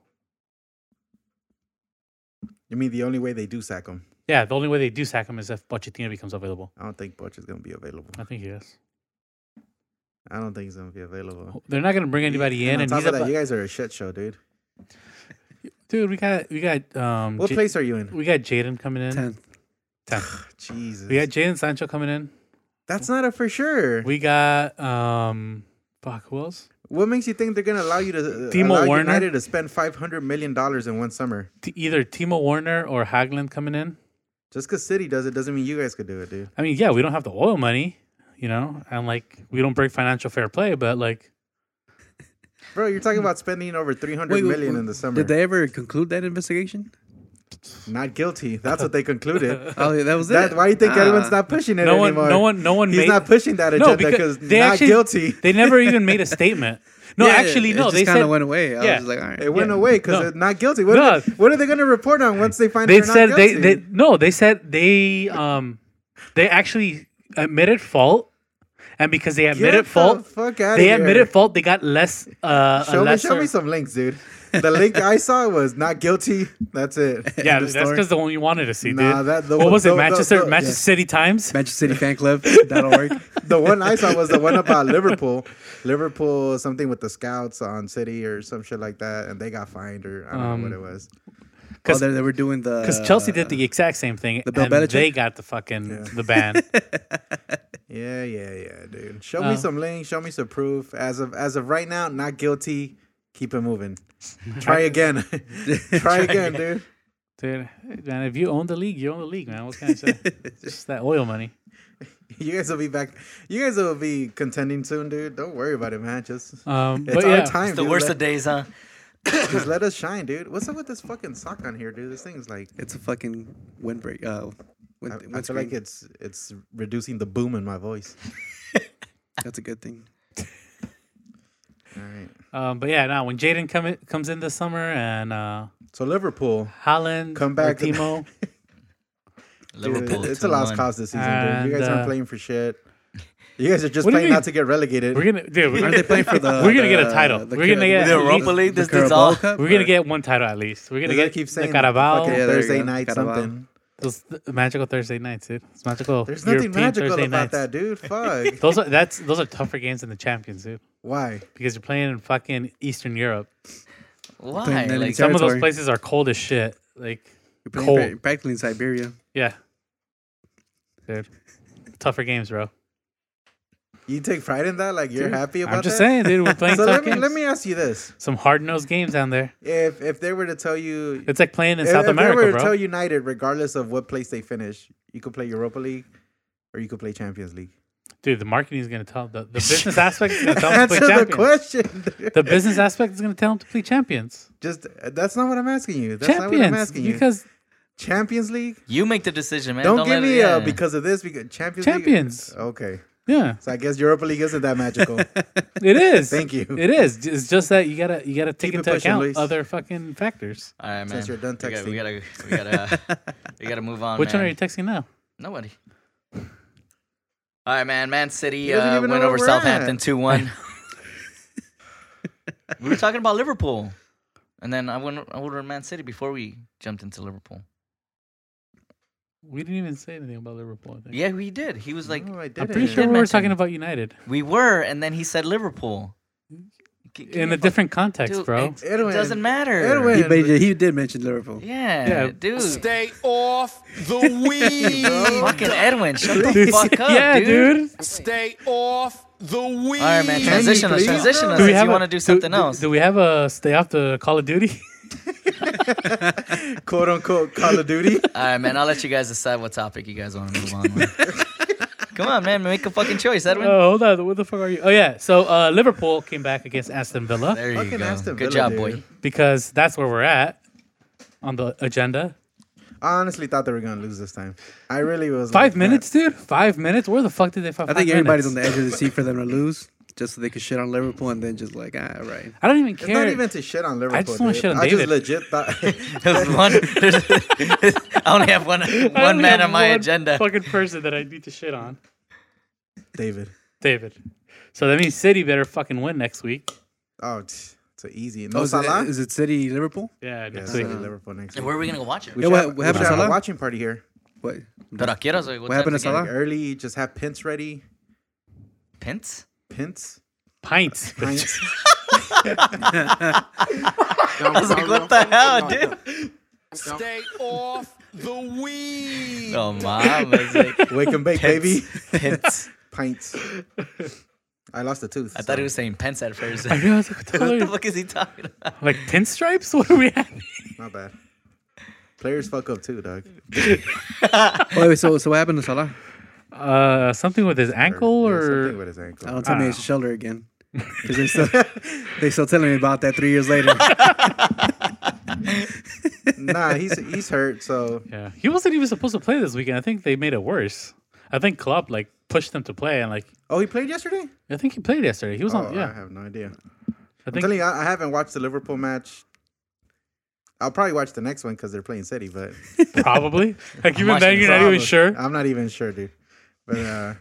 B: You mean the only way they do sack him?
C: Yeah, the only way they do sack him is if Pochettino becomes available.
B: I don't think Butch is gonna be available.
C: I think he is.
B: I don't think he's gonna be available.
C: They're not gonna bring anybody
B: And on
C: in, and
B: top
C: he's
B: of that,
C: about-
B: you guys are a shit show, dude.
C: dude. We got we got um.
B: What
C: J-
B: place are you in?
C: We got Jaden coming in.
D: Ten.
C: Ten.
B: Jesus,
C: We got Jaden Sancho coming in.
B: that's not a for sure.
C: We got um. Fuck, who else?
B: What makes you think they're gonna allow you to uh,
C: Timo
B: allow
C: Werner?
B: United to spend five hundred million dollars in one summer?
C: T- either Timo Warner or Hagland coming in.
B: Just because City does it doesn't mean you guys could do it, dude.
C: I mean, yeah, we don't have the oil money, you know, and like we don't break financial fair play, but like
B: Bro, you're talking about spending over three hundred
D: Wait,
B: million
D: wait,
B: in the summer.
D: Did they ever conclude that investigation?
B: Not guilty. That's what they concluded.
D: Oh, yeah, that was
B: that,
D: it.
B: why you think
D: Ah.
B: everyone's not pushing it
C: no one,
B: anymore?
C: no one, no one
B: He's
C: made
B: not pushing that agenda because not guilty.
C: They never even made a statement. No,
D: Yeah,
C: actually,
D: it
C: no.
D: just
C: They
D: kinda
C: said
D: went away. I
C: yeah.
D: was just like, all right.
B: It went
C: Yeah.
B: away because
C: No.
B: they're not guilty. What, are
C: No.
B: they, what are they going to report on once they find
C: they
B: they're
C: said
B: not
C: they,
B: guilty?
C: they no. They said they um they actually admitted fault, and because they
B: Get
C: admitted
B: the
C: fault,
B: Fuck out
C: they
B: here.
C: admitted fault. They got less. Uh, a
B: Show me, show
C: lesser-
B: me some links, dude. The link I saw was not guilty. That's it.
C: Yeah,
D: End of
C: that's
D: story.
C: because the one you wanted to see, dude.
B: Nah, that- the
C: what
B: one-
C: was
B: the- the-
C: it, Manchester,
B: the- yeah.
C: Manchester City Times?
D: Manchester City fan club. That'll work.
B: The one I saw was the one about Liverpool. Liverpool, something with the scouts on City or some shit like that, and they got fined or I don't
C: Um,
B: know what it was.
D: Oh,
C: 'Cause-
D: they, they were doing the
C: Because Chelsea did the exact same thing,
D: Bill
C: and
D: Belichick?
C: they got the fucking the ban.
B: Yeah, yeah, yeah, dude. Show
C: Uh.
B: me some links. Show me some proof. As of as of right now, not guilty. Keep it moving. Try again. Try again, dude.
C: Dude, man, if you own the league, you own the league, man. What can I say? Just that oil money.
B: You guys will be back. You guys will be contending soon, dude. Don't worry about it, man. Just
C: Um,
B: it's
C: but
B: our
C: yeah,
B: time.
A: It's the
B: dude.
A: worst
B: Let-
A: of days, huh?
B: Just let us shine, dude. What's up with this fucking sock on here, dude? This thing's like
D: It's a fucking windbreak. Uh, wind,
B: I, I feel
D: windscreen.
B: like it's it's reducing the boom in my voice.
D: That's a good thing.
B: All right.
C: um, but yeah, now when Jaden come in, comes in this summer and uh,
B: So Liverpool,
C: Holland,
B: Come back.
C: or Timo,
B: dude,
A: Liverpool.
B: it's a lost
A: 2-1.
B: cause this season, dude. You
C: And,
B: guys aren't
C: uh,
B: playing for shit. You guys are just
C: What do you
B: playing
C: mean?
B: not to get relegated.
C: we're gonna dude, we're
D: Aren't they
C: gonna,
D: playing for the?
C: We're gonna get a
D: the-
C: title. We're gonna
D: Carab-
C: get-
A: The Europa League,
D: the
A: this is
D: Carabao
A: all-
D: Cup,
C: we're gonna
D: or-
C: get one title at least. We're gonna
B: They
C: get
B: keep
C: the
B: saying
C: Carabao.
B: fucking
D: Yeah, there you
B: Thursday
D: go.
B: night
D: Carabao.
B: something.
C: Those th- magical Thursday nights, dude. It's magical.
B: There's nothing
C: European
B: magical
C: Thursday
B: about
C: nights.
B: that, dude. Fuck.
C: Those are that's those are tougher games than the Champions, dude.
B: Why?
C: Because you're playing in fucking Eastern Europe.
A: Why?
D: Playing them
A: Like,
D: in
C: Some of those
D: Territory.
C: places are cold as shit. Like
D: You're playing
C: Cold.
D: pra- practically in Siberia.
C: Yeah. Dude. Tougher games, bro.
B: You take pride in that? Like you're happy about
C: I'm just
B: that?
C: saying, dude. We're playing
B: So
C: tough
B: let me
C: games.
B: let me ask you this:
C: Some hard nosed games down there.
B: if if they were to tell you
C: It's like playing in
B: if, if
C: South
B: they
C: America,
B: were to
C: bro.
B: tell United, regardless of what place they finish, you could play Europa League or you could play Champions League.
C: dude, the marketing is going to tell the, the business aspect is going to tell them to
B: Answer
C: play
B: the
C: champions.
B: question. dude.
C: The business aspect is going to tell them to play champions.
B: Just that's not what I'm asking you. That's not what I'm
C: champions.
B: asking you.
C: Because
B: Champions League.
A: you make the decision, man.
B: Don't,
A: let
B: give
A: it-
B: me
A: yeah.
B: uh, because of this. Because Champions
C: Champions.
B: League. Okay,
C: yeah,
B: so I guess Europa League isn't that magical.
C: it is.
B: Thank you.
C: It is. It's just that you gotta you gotta take
B: Keep it
C: into
B: pushing,
C: account
B: Luis.
C: other fucking factors.
A: All right, man.
B: Since you're done
A: We gotta, we gotta, we gotta, we gotta move on.
C: Which
A: Oh, man.
C: one are you texting now?
A: Nobody. All right, man. Man City
B: doesn't
A: uh,
B: even know
A: went
B: where
A: over
B: we're
A: Southampton
B: at.
A: 2 1. we were talking about Liverpool. And then I went I ordered Man City before we jumped into Liverpool.
C: We didn't even say anything about Liverpool. I think.
A: Yeah, he did. He was like,
B: No, Oh, I
C: I'm
B: didn't.
C: pretty sure
A: did
C: we were
A: mention-
C: talking about United
A: we were. And then he said Liverpool. G- give
C: in
A: me
C: a different context,
A: dude,
C: bro.
A: It, it
B: Edwin.
A: doesn't matter.
B: Edwin.
D: He, made, he did mention Liverpool.
A: Yeah,
C: Yeah.
A: dude.
F: Stay off the weed.
A: Fucking Edwin, shut the fuck up,
C: yeah,
A: dude.
C: dude.
F: Stay off the weed.
A: All right, man.
B: Can you
A: Transition us.
B: please,
A: Transition
B: bro?
A: us.
B: Do
A: if you
C: a-
A: want to do something else?
C: Do we have a stay off the Call of Duty?
B: quote unquote Call of Duty.
A: All right, man. I'll let you guys decide what topic you guys want to move on with. Come on, man. Make a fucking choice, Edwin.
C: oh, hold on. What the fuck are you? Oh yeah. So uh, Liverpool came back against Aston Villa
A: There you
B: Fucking
A: go.
B: Aston
A: Good
B: Villa,
A: job, boy.
B: dude.
C: because that's where we're at on the agenda.
B: I honestly thought they were gonna lose this time. I really was. like,
C: Five
B: man,
C: minutes, dude. Five minutes. Where the fuck did they find?
D: I think everybody's on the edge of the seat for them to lose, just so they could shit on Liverpool and then just like, ah, right.
C: I don't even
B: It's not
C: care.
B: even to shit on Liverpool.
C: wanna
B: dude.
C: shit on
B: I
C: David.
B: just legit thought.
A: There's one. there's- I only have one
C: I
A: one
C: only
A: man
C: have
A: on my
C: one
A: agenda.
C: Fucking person that I need to shit on,
B: David.
C: David. So that means City better fucking win next week.
B: Oh, tch, it's so easy.
D: Oh,
B: No
D: is, it,
B: Salah.
D: is it City Liverpool?
C: Yeah, next
B: yeah,
C: week.
B: Salah, Liverpool next
A: And
B: week.
A: Where are we gonna go watch it?
B: We
D: Yeah,
B: should
D: what-
B: have-
D: what
B: we should
D: happened to
B: have a
D: Salah?
B: watching party here.
D: What?
A: Pero aquí eras, güey.
D: What happened to
B: Like,
D: Salah?
B: early, just have pints ready.
A: Pints?
B: Pints?
C: Pints.
B: Pints?
A: I was like, what the hell, dude?
F: Stay off the weed.
A: No mames, like,
B: Wake and bake, baby.
A: Pints.
B: Pints. I lost a tooth.
A: I thought he was saying pence at first.
C: I
A: what
C: realized, what the hell are
A: the
C: you-
A: fuck is he talking about?
C: like pinstripes? What are we at?
B: Not bad. Players fuck up too, dog.
D: Oh, wait, so so what happened to Salah?
C: Uh, something with his ankle
B: Yeah,
C: or
B: something with his ankle.
D: I don't tell me
C: Ah.
D: it's a shoulder again. 'Cause they still they still telling me about that three years later.
B: nah, he's he's hurt, so
C: yeah, he wasn't even supposed to play this weekend. I think they made it worse. I think Klopp like pushed him to play and like
B: Oh, he played yesterday?
C: I think he played yesterday. He was
B: Oh,
C: on.
B: I
C: Yeah,
B: have no idea.
C: I
B: I'm
C: think.
B: telling you, I I haven't watched the Liverpool match. I'll probably watch the next one because they're playing City, but
C: Probably. Like even
A: watching
C: then, you're not
A: Bravo.
C: even sure.
B: I'm not even sure, dude. But uh,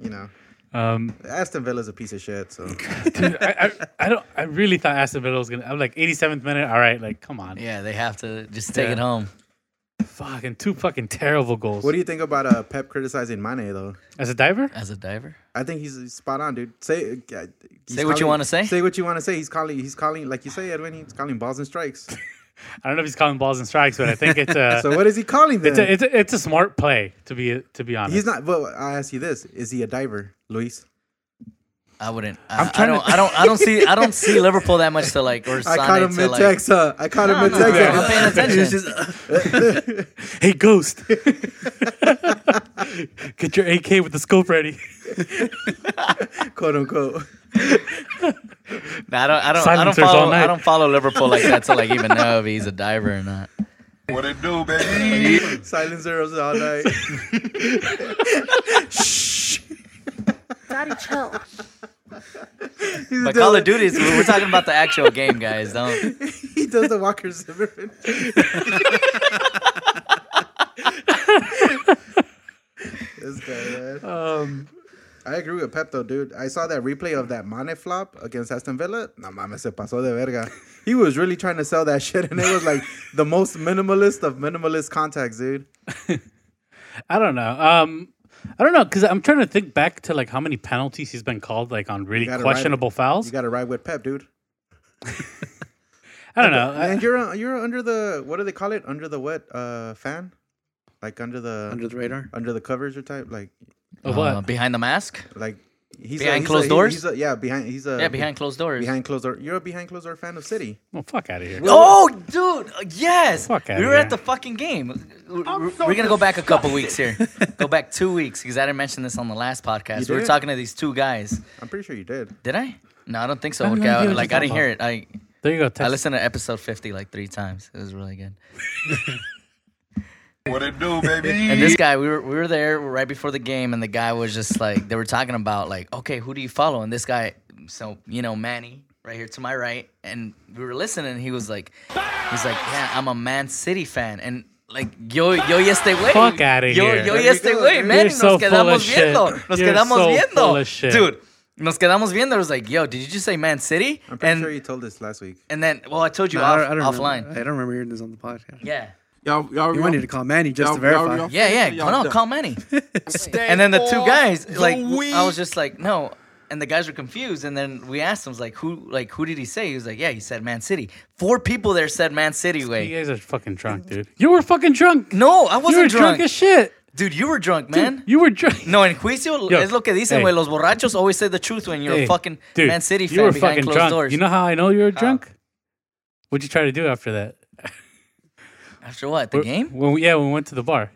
B: you know,
C: Um,
B: Aston Villa's a piece of shit, so
C: dude, I, I, I don't. I really thought Aston Villa was gonna. I'm like 87th minute. All right, like come on.
A: Yeah, they have to just take
C: Yeah.
A: it home.
C: Fucking two fucking terrible goals.
B: What do you think about uh, Pep criticizing Mane though?
C: As a diver,
A: As a diver?
B: I think he's he's spot on, dude. Say uh, he's
A: Say what you
B: calling-
A: wanna say?
B: Say what you want to say. He's calling. He's calling like you say, Edwin. He's calling balls and strikes.
C: I don't know if he's calling balls and strikes, but I think it's a.
B: So what is he calling them?
C: it's a, it's, a, it's a smart play to be to be honest.
B: he's not. But I ask you this: Is he a diver, Luis?
A: I wouldn't. I, I
C: trying
A: don't. I don't. I don't see. I don't see Liverpool that much to like. Or
B: I caught
A: Sonnet
B: him
A: to
B: mid
A: like.
B: text. Huh? I caught him mid
A: no, no, I'm paying
B: text.
A: attention.
D: It's just, uh,
C: hey Ghost, get your AK with the scope ready.
B: Quote unquote.
A: Nah, I don't. I don't. I don't
C: Silencers all
A: follow. I
C: night.
A: don't follow Liverpool like that to like even know if he's a diver or not.
E: What it do, baby?
B: Silent zeros all night.
G: Daddy, chill.
B: He's
A: But
B: doing-
A: Call of Duty, is- we're talking about the actual game, guys. Don't.
B: He does the Walker Zimmerman. this guy, man.
C: Um,
B: I agree with Pep though, dude. I saw that replay of that Mane flop against Aston Villa. No mames, se pasó de verga. He was really trying to sell that shit, and it was like the most minimalist of minimalist contacts, dude.
C: I don't know. Um, I don't know because I'm trying to think back to like how many penalties he's been called like on really
B: gotta
C: questionable
B: You
C: fouls.
B: got to ride with Pep, dude.
C: I don't know. I,
B: And you're uh, you're under the what do they call it? Under the wet uh, fan, like under the under,
D: under the radar.
B: the covers or type, like
A: Uh,
C: of what?
A: behind the mask?
B: like he's
A: Behind
B: he's
A: closed
B: he's
A: doors?
B: he's a- yeah, behind. He's a
A: Yeah, behind closed doors.
B: behind closed door. You're a behind closed door fan of City.
C: Well, fuck out of here.
A: Oh, dude, uh, yes.
C: Fuck outta
A: we were at
C: here.
A: the fucking game. We're, we're gonna go back a couple weeks here. Go back two weeks because I didn't mention this on the last podcast.
B: You
A: We were
B: did?
A: talking to these two guys.
B: I'm pretty sure you did.
A: Did I? No, I don't think so.
C: I don't
A: okay,
C: know
A: I-
C: what you're
A: like I
C: talking
A: didn't hear it. I
C: There you go.
A: I
C: Text.
A: listened to episode fifty like three times. It was really good.
E: What it do, baby?
A: And this guy, we were we were there right before the game, and the guy was just like they were talking about like, okay, who do you follow? And this guy, so you know Manny right here to my right, and we were listening. and He was like, he's like, yeah, I'm a Man City fan, and like yo yo y este güey,
C: Fuck outta
A: yo,
C: here.
A: yo
B: There
A: y
B: we
A: este
B: go.
A: güey, Manny,
C: so
A: nos
C: full
A: quedamos
C: of shit.
A: viendo, nos
C: You're
A: quedamos
C: so
A: viendo,
C: full of shit.
A: dude. Nos quedamos viendo. I was like, yo, did you just say Man City?
B: I'm pretty
A: And
B: sure you told this last week.
A: and then, well, I told you
D: No,
A: off,
D: I don't
A: offline.
D: Remember, I don't remember hearing this on the podcast.
A: Yeah,
E: Y'all, y'all,
D: You wanted to call Manny just to
E: Y'all- y'all-
D: verify.
E: y'all-
A: yeah, yeah.
E: Y'all
A: no,
E: done.
A: call Manny.
F: Stay
A: and then the two
F: off
A: guys
F: the
A: like
F: weed.
A: i was just like no and the guys were confused and then we asked him like who like who did he say he was like yeah he said man city four people there said man city
C: You
A: way
C: guys are fucking drunk, dude. You were fucking drunk.
A: no i
C: you were
A: wasn't drunk,
C: as shit.
A: dude you were drunk man
C: You were drunk.
A: no en juicio
C: Yo,
A: es lo que dicen
C: hey.
A: güey los borrachos always say the truth when you're
C: Hey,
A: a fucking
C: dude,
A: man city fan
C: you were
A: behind
C: fucking
A: closed
C: drunk.
A: doors
C: You know how I know you were drunk? What'd you try to do after that?
A: after what the
C: Wh-
A: game
C: When we, yeah, when we went to the bar.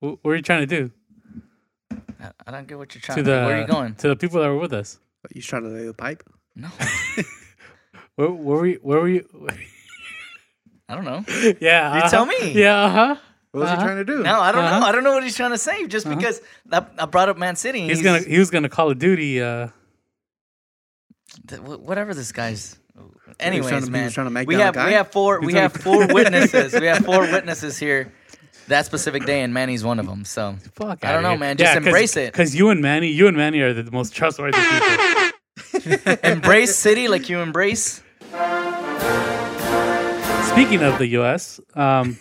C: Wh- What were you trying to do
A: I- i don't get what you're trying
C: to
A: to
C: the
A: Uh, where are you going
C: to the people that were with us?
D: You trying to lay a pipe?
A: no
C: Where, where were you? Where were you?
A: i don't know
C: yeah,
A: You
C: uh-huh.
A: tell me.
C: Yeah, uh huh.
B: What was he trying to do?
A: no i don't
C: Uh-huh.
A: know i don't know what he's trying to say just
D: Uh-huh.
A: because I, I brought up man city and
C: He's gonna he was gonna Call of Duty. Uh,
A: Th- wh- whatever this guy's.
D: he was
A: Anyways,
D: trying to- he was
A: man,
D: trying to make
A: we
D: down a
A: have
D: guy?
A: we have four we
C: trying
A: have
C: to-
A: four witnesses. we have four witnesses here. That specific day, and Manny's one of them. So
C: fuck,
A: I don't know, man. Just embrace it.
C: Because you and Manny, you and Manny are the most trustworthy people.
A: embrace city like you embrace.
C: Speaking of the U.S., um,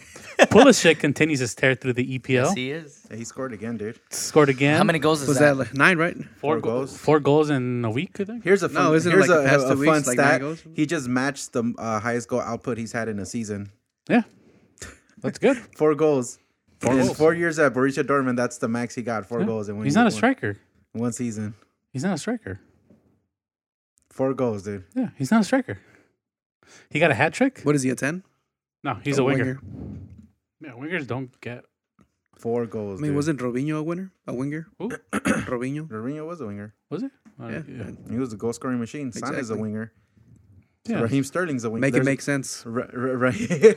C: Pulisic continues his tear through the EPL.
A: Yes, he is.
B: He scored again, dude.
C: Scored again.
A: How many goals is
D: Was
A: that?
D: that like nine, right?
C: Four,
B: Four
C: go-
B: goals.
C: Four goals in a week, I think.
B: Here's a fun,
D: No, isn't it
B: here's
D: like the
B: a,
D: past
B: a
D: two
B: fun
D: weeks, like nine
B: stat.
D: goals?
B: he just matched the uh, highest goal output he's had in a season.
C: Yeah, that's good.
B: Four goals.
C: Four
B: in
C: goals.
B: four years at Borussia Dortmund, that's the max he got. Four goals in one.
C: He's
B: year-
C: not a
B: one-
C: striker.
B: One season.
C: He's not a striker.
B: Four goals, dude.
C: Yeah, he's not a striker. He got a hat trick.
D: What is he a ten?
C: No, he's a winger. Yeah, wingers don't get.
B: Four goals.
D: I mean,
B: dude.
D: wasn't Robinho a winner? A winger?
C: Who?
D: Robinho.
B: Mourinho was a winger.
C: Was it? I
D: Yeah.
C: don't- yeah.
B: He was a goal scoring machine. Son is a
D: Exactly.
B: winger.
C: Yeah.
B: Raheem Sterling's a winger.
D: Make it
B: There's-
D: make sense.
B: Ra- ra- ra-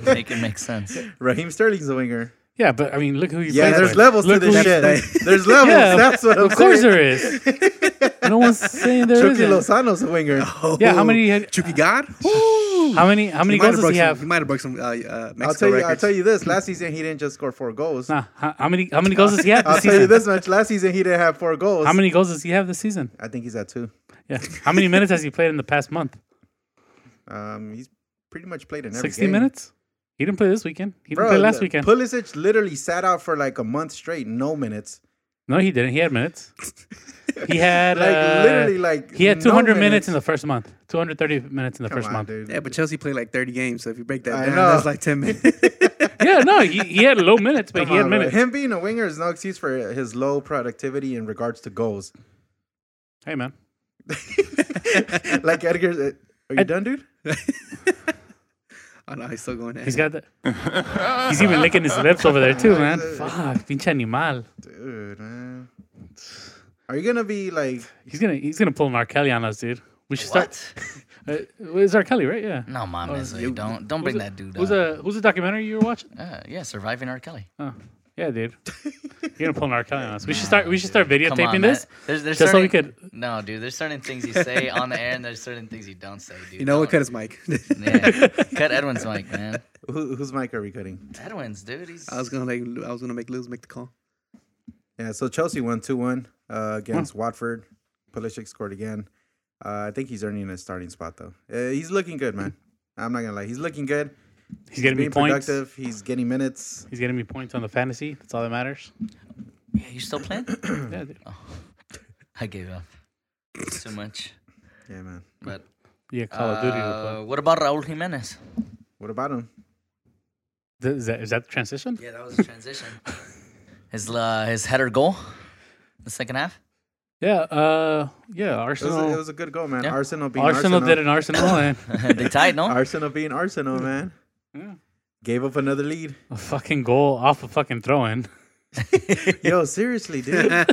A: Make it make sense.
B: Raheem Sterling's a winger.
C: Yeah, but I mean, look who you.
B: Yeah, there's levels to this shit. There's levels.
C: Yeah,
B: That's what I'm
C: Of course
B: saying.
C: there is. no one's saying there Oh,
B: Chucky
C: not
B: Lozano's a winger.
A: Oh.
C: Yeah, how many had-
D: Chucky God?
C: How many? How many
D: might
C: goals
D: have
C: does
D: broke
C: he
D: some-
C: have?
D: He might have broke some uh, uh, Mexico
B: I'll tell you. I'll
D: records.
B: tell you this. Last season he didn't just score four goals.
C: Nah, how, how many? How many goals does he have
B: I'll
C: this
B: tell you
C: season?
B: this much. Last season he didn't have four goals.
C: How many goals does he have this season?
B: I think he's at two.
C: Yeah. How many minutes has he played in the past month?
B: Um, he's pretty much played in every
C: Sixty
B: game.
C: minutes. He didn't play this weekend. He didn't play last
B: look,
C: weekend.
B: Pulisic literally sat out for like a month straight, no minutes.
C: no, he didn't. He had minutes. He had
B: Like
C: uh,
B: literally, like
C: He had
B: no
C: 200 minutes in the first month. 230 minutes in the
B: Come
C: first
B: on,
C: month.
B: dude.
D: Yeah, but Chelsea played like 30 games, so if you break that
B: I
D: down,
B: know.
D: that's like 10 minutes.
C: Yeah, no, he, he had low minutes, but
B: Come
C: he had
B: on, bro.
C: minutes.
B: Him being a winger is no excuse for his low productivity in regards to goals.
C: Hey man,
B: like Edgar, uh, are you done, dude?
D: oh no, he's still going.
C: he's got the. he's even licking his lips over there too, man.
B: Dude.
C: Fuck, pinche animal.
B: Dude, man. Are you gonna be like?
C: He's gonna he's gonna pull an R. Kelly on us, dude. We should start.
A: What? Mm.
C: Uh, it's R. Kelly, right? Yeah.
A: No, mom,
D: Oh, you-
A: don't don't bring that dude
C: Who's
A: up.
C: a who's a documentary you were watching?
A: Uh, yeah, surviving R. Kelly.
C: Oh, yeah, dude. You're gonna pull an R. Kelly on us. We should start. We should start
A: man.
C: videotaping this.
A: There's, there's
C: just so we
A: certain,
C: could-
A: No, dude. There's certain things you say on the air, and there's certain things you don't say, dude.
D: you know what?
A: Don't-
D: Cut his mic.
A: Yeah. Cut Edwin's mic, man.
B: Who, whose mic are we cutting?
A: Edwin's, dude. He's.
D: I was gonna like, Lu- I was gonna make Luz make the call.
B: Yeah, so Chelsea won two one uh, against
C: Hmm.
B: Watford. Pulisic scored again. Uh, I think he's earning a starting spot though. Uh, he's looking good, man. I'm not gonna lie, he's looking good.
C: He's getting me
B: being
C: points.
B: productive. He's getting minutes.
C: He's getting me points on the fantasy. That's all that matters.
A: Yeah, you still playing?
C: Yeah, dude.
A: I gave up. It's Too much.
B: Yeah, man.
A: But
C: yeah Call of Duty. to play.
A: uh, what about Raúl Jiménez?
B: What about him?
C: Th- Is that is that the transition?
A: Yeah, that was a transition. his uh, his header goal, the second half.
C: Yeah. Uh, yeah.
B: It was,
C: Arsenal.
B: a, it was a good goal, man.
A: Yeah.
B: Arsenal being
C: Arsenal,
B: Arsenal.
C: did an Arsenal, and
A: they tied, no?
B: Arsenal being Arsenal, man.
C: Yeah.
B: Gave up another lead.
C: a fucking goal off a fucking throw in.
B: Yo, seriously, dude.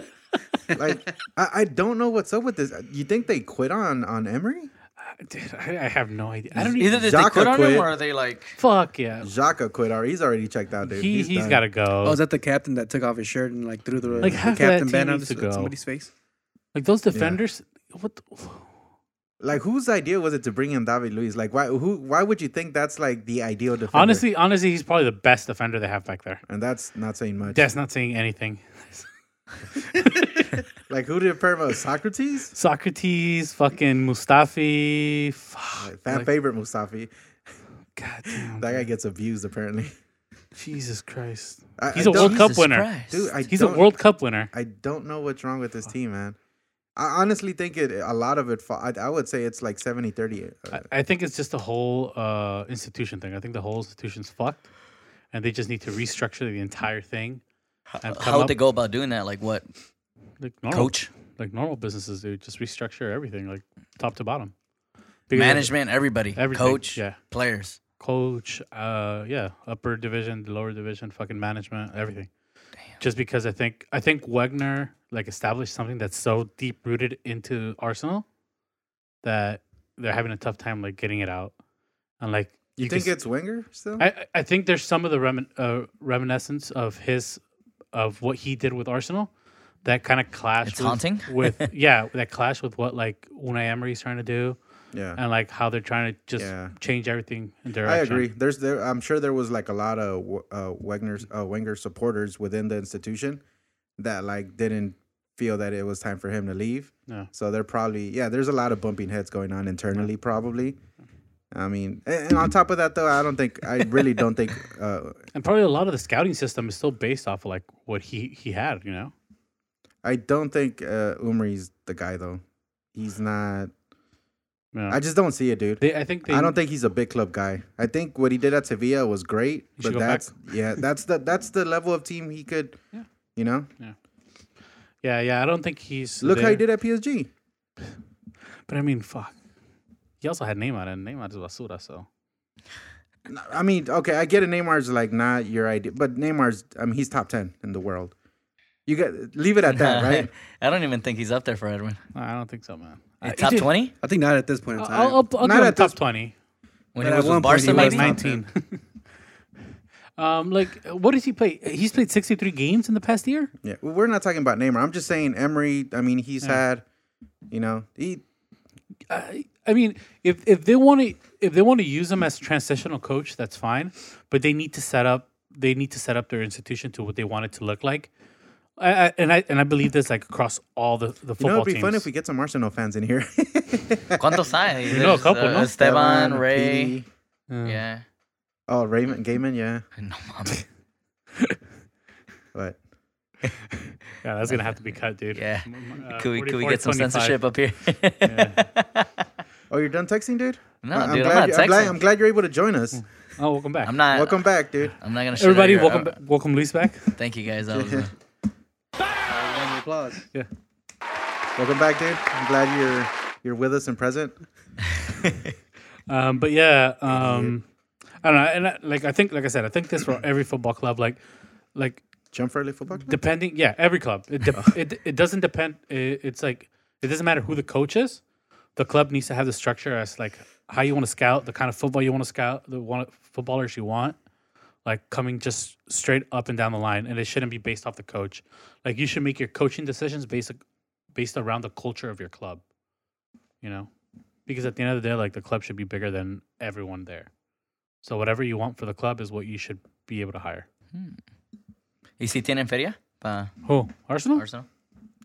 B: like, I, I don't know what's up with this. You think they quit on on Emery?
C: Dude, I, I have no idea. I don't
A: Either
C: even.
A: did they
B: Xhaka
A: quit on him,
B: quit.
A: or are they like?
C: Fuck yeah.
B: Xhaka quit already. He's already checked out, dude.
C: He he's
B: done.
C: got to go.
D: Oh, is that the captain that took off his shirt and like threw the,
C: Like,
D: the
C: half of that
D: captain
C: team
D: banner
C: needs to
D: at
C: go.
D: somebody's face?
C: like those defenders. What? The,
B: Like, whose idea was it to bring in David Luiz? Like, why? Who? Why would you think that's like the ideal defender?
C: honestly, honestly, he's probably the best defender they have back there.
B: and that's not saying much.
C: That's not saying anything.
B: Like, who did pair him with? Socrates?
C: Socrates, fucking Mustafi.
B: Like,
C: Fuck.
B: fan
C: Like,
B: favorite Mustafi.
C: God damn,
B: That guy gets abused apparently.
C: Jesus Christ.
B: I-
C: He's
B: I
C: a World
B: don't-
C: Cup
A: Jesus
C: winner.
A: Christ.
B: dude. I
C: He's a
B: don't-
C: World Cup winner.
B: I don't know what's wrong with this team, man. I honestly think it a lot of it. fa- I, I would say it's like 70 30.
C: I, I think it's just the whole uh, institution thing. I think the whole institution's fucked, and they just need to restructure the entire thing. And
A: How
C: come
A: would
C: up,
A: they go about doing that? Like what?
C: like normal,
A: Coach,
C: like normal businesses do, just restructure everything, like top to bottom. Because-
A: management, everybody,
C: everything,
A: coach,
C: yeah.
A: players.
C: coach, uh, yeah, upper division, lower division, fucking management, everything. Just because I think I think Wegner like established something that's so deep rooted into Arsenal that they're having a tough time like getting it out. And like
B: You,
C: can
B: think
C: s-
B: it's Wenger still?
C: I, I- I think there's some of the remin- uh, reminiscence of his of what he did with Arsenal that kind of clashed
A: It's
C: with,
A: haunting?
C: with yeah that clashed with what like Unai Emery's trying to do
B: yeah.
C: and like how they're trying to just
B: Yeah.
C: change everything in
B: I
C: direction.
B: agree. There's there. I'm sure there was like a lot of W- uh, Wegner's uh, Wenger supporters within the institution that like didn't feel that it was time for him to leave.
C: Yeah.
B: So they're probably yeah. There's a lot of bumping heads going on internally probably, I mean, and, and on top of that, though, I don't think I really don't think uh,
C: And probably a lot of the scouting system is still based off of like what he he had, you know.
B: I don't think uh, Umri's the guy though. He's not.
C: Yeah.
B: I just don't see it, dude.
C: they, I think they,
B: I don't think he's a big club guy. I think what he did at Sevilla was great,
C: He
B: but
C: should go back.
B: that's yeah, that's the that's the level of team he could.
C: Yeah.
B: You know,
C: Yeah, yeah. I don't think he's.
B: look how
C: there.
B: he did at PSG.
C: But I mean, fuck. He also had Neymar, and Neymar is basura. So
B: I mean, okay, I get it. Neymar's like not your idea, but Neymar's. I mean, he's top ten in the world. You got leave it at that, right?
A: I don't even think he's up there for Edwin.
C: No, I don't think so, man.
A: Uh, top twenty?
D: I think not at this point in time.
C: Uh, I'll, I'll, I'll
B: Not
C: give him
B: at
C: top
B: this-
C: twenty.
A: When
D: But
A: he
D: at
A: was
D: one
A: with
D: point he
A: Barca, maybe.
D: was top
C: Nineteen. um, like, what does he play? He's played sixty-three games in the past year.
B: Yeah, well, we're not talking about Neymar. I'm just saying Emery. I mean, he's had, you know, he
C: I, I mean, if if they want to if they want to use him as a transitional coach, that's fine. But they need to set up they need to set up their institution to what they want it to look like. I, I, and I and I believe this like across all the the
B: You know,
C: football
B: it'd be
C: teams.
B: fun if we get some Arsenal fans in here.
A: ¿Cuántos hay?
C: You know a
A: There's, uh,
C: couple, no?
A: Esteban,
B: Esteban,
A: Ray.
B: Petty.
C: Yeah.
A: Yeah.
B: Oh, Raymond Gaiman, yeah.
A: No mames.
B: But
C: Yeah, that's gonna have to be cut, dude.
A: Yeah.
C: Uh,
A: Could we, could we
C: 44,
A: get some
C: 25.
A: censorship up here?
B: oh, you're done texting, dude.
A: No,
B: I-
A: dude, I'm not
B: glad you- I'm glad,
A: texting.
B: I'm glad you're able to join us.
C: Oh, welcome back.
A: I'm not.
B: Welcome back, dude.
A: I'm not gonna. shit on
C: Everybody,
A: your-
C: welcome
A: uh,
C: ba- welcome Luis back.
A: Thank you guys. That was uh, a,
D: Round of applause.
B: Welcome back, dude. I'm glad you're you're with us and present.
C: Um, but yeah, um, I don't know. And I, like I think, like I said, I think this for every football club. Like, like
B: Jump for early football. Club?
C: depending yeah every club it, de- it, it doesn't depend it, it's like it doesn't matter who the coach is the club needs to have the structure as like how you want to scout the kind of football you want to scout the one footballers you want like coming just straight up and down the line and it shouldn't be based off the coach like you should make your coaching decisions based based around the culture of your club you know because at the end of the day like the club should be bigger than everyone there so whatever you want for the club is what you should be able to hire
A: ¿Y si tienen feria? Pa
C: who arsenal
A: Arsenal.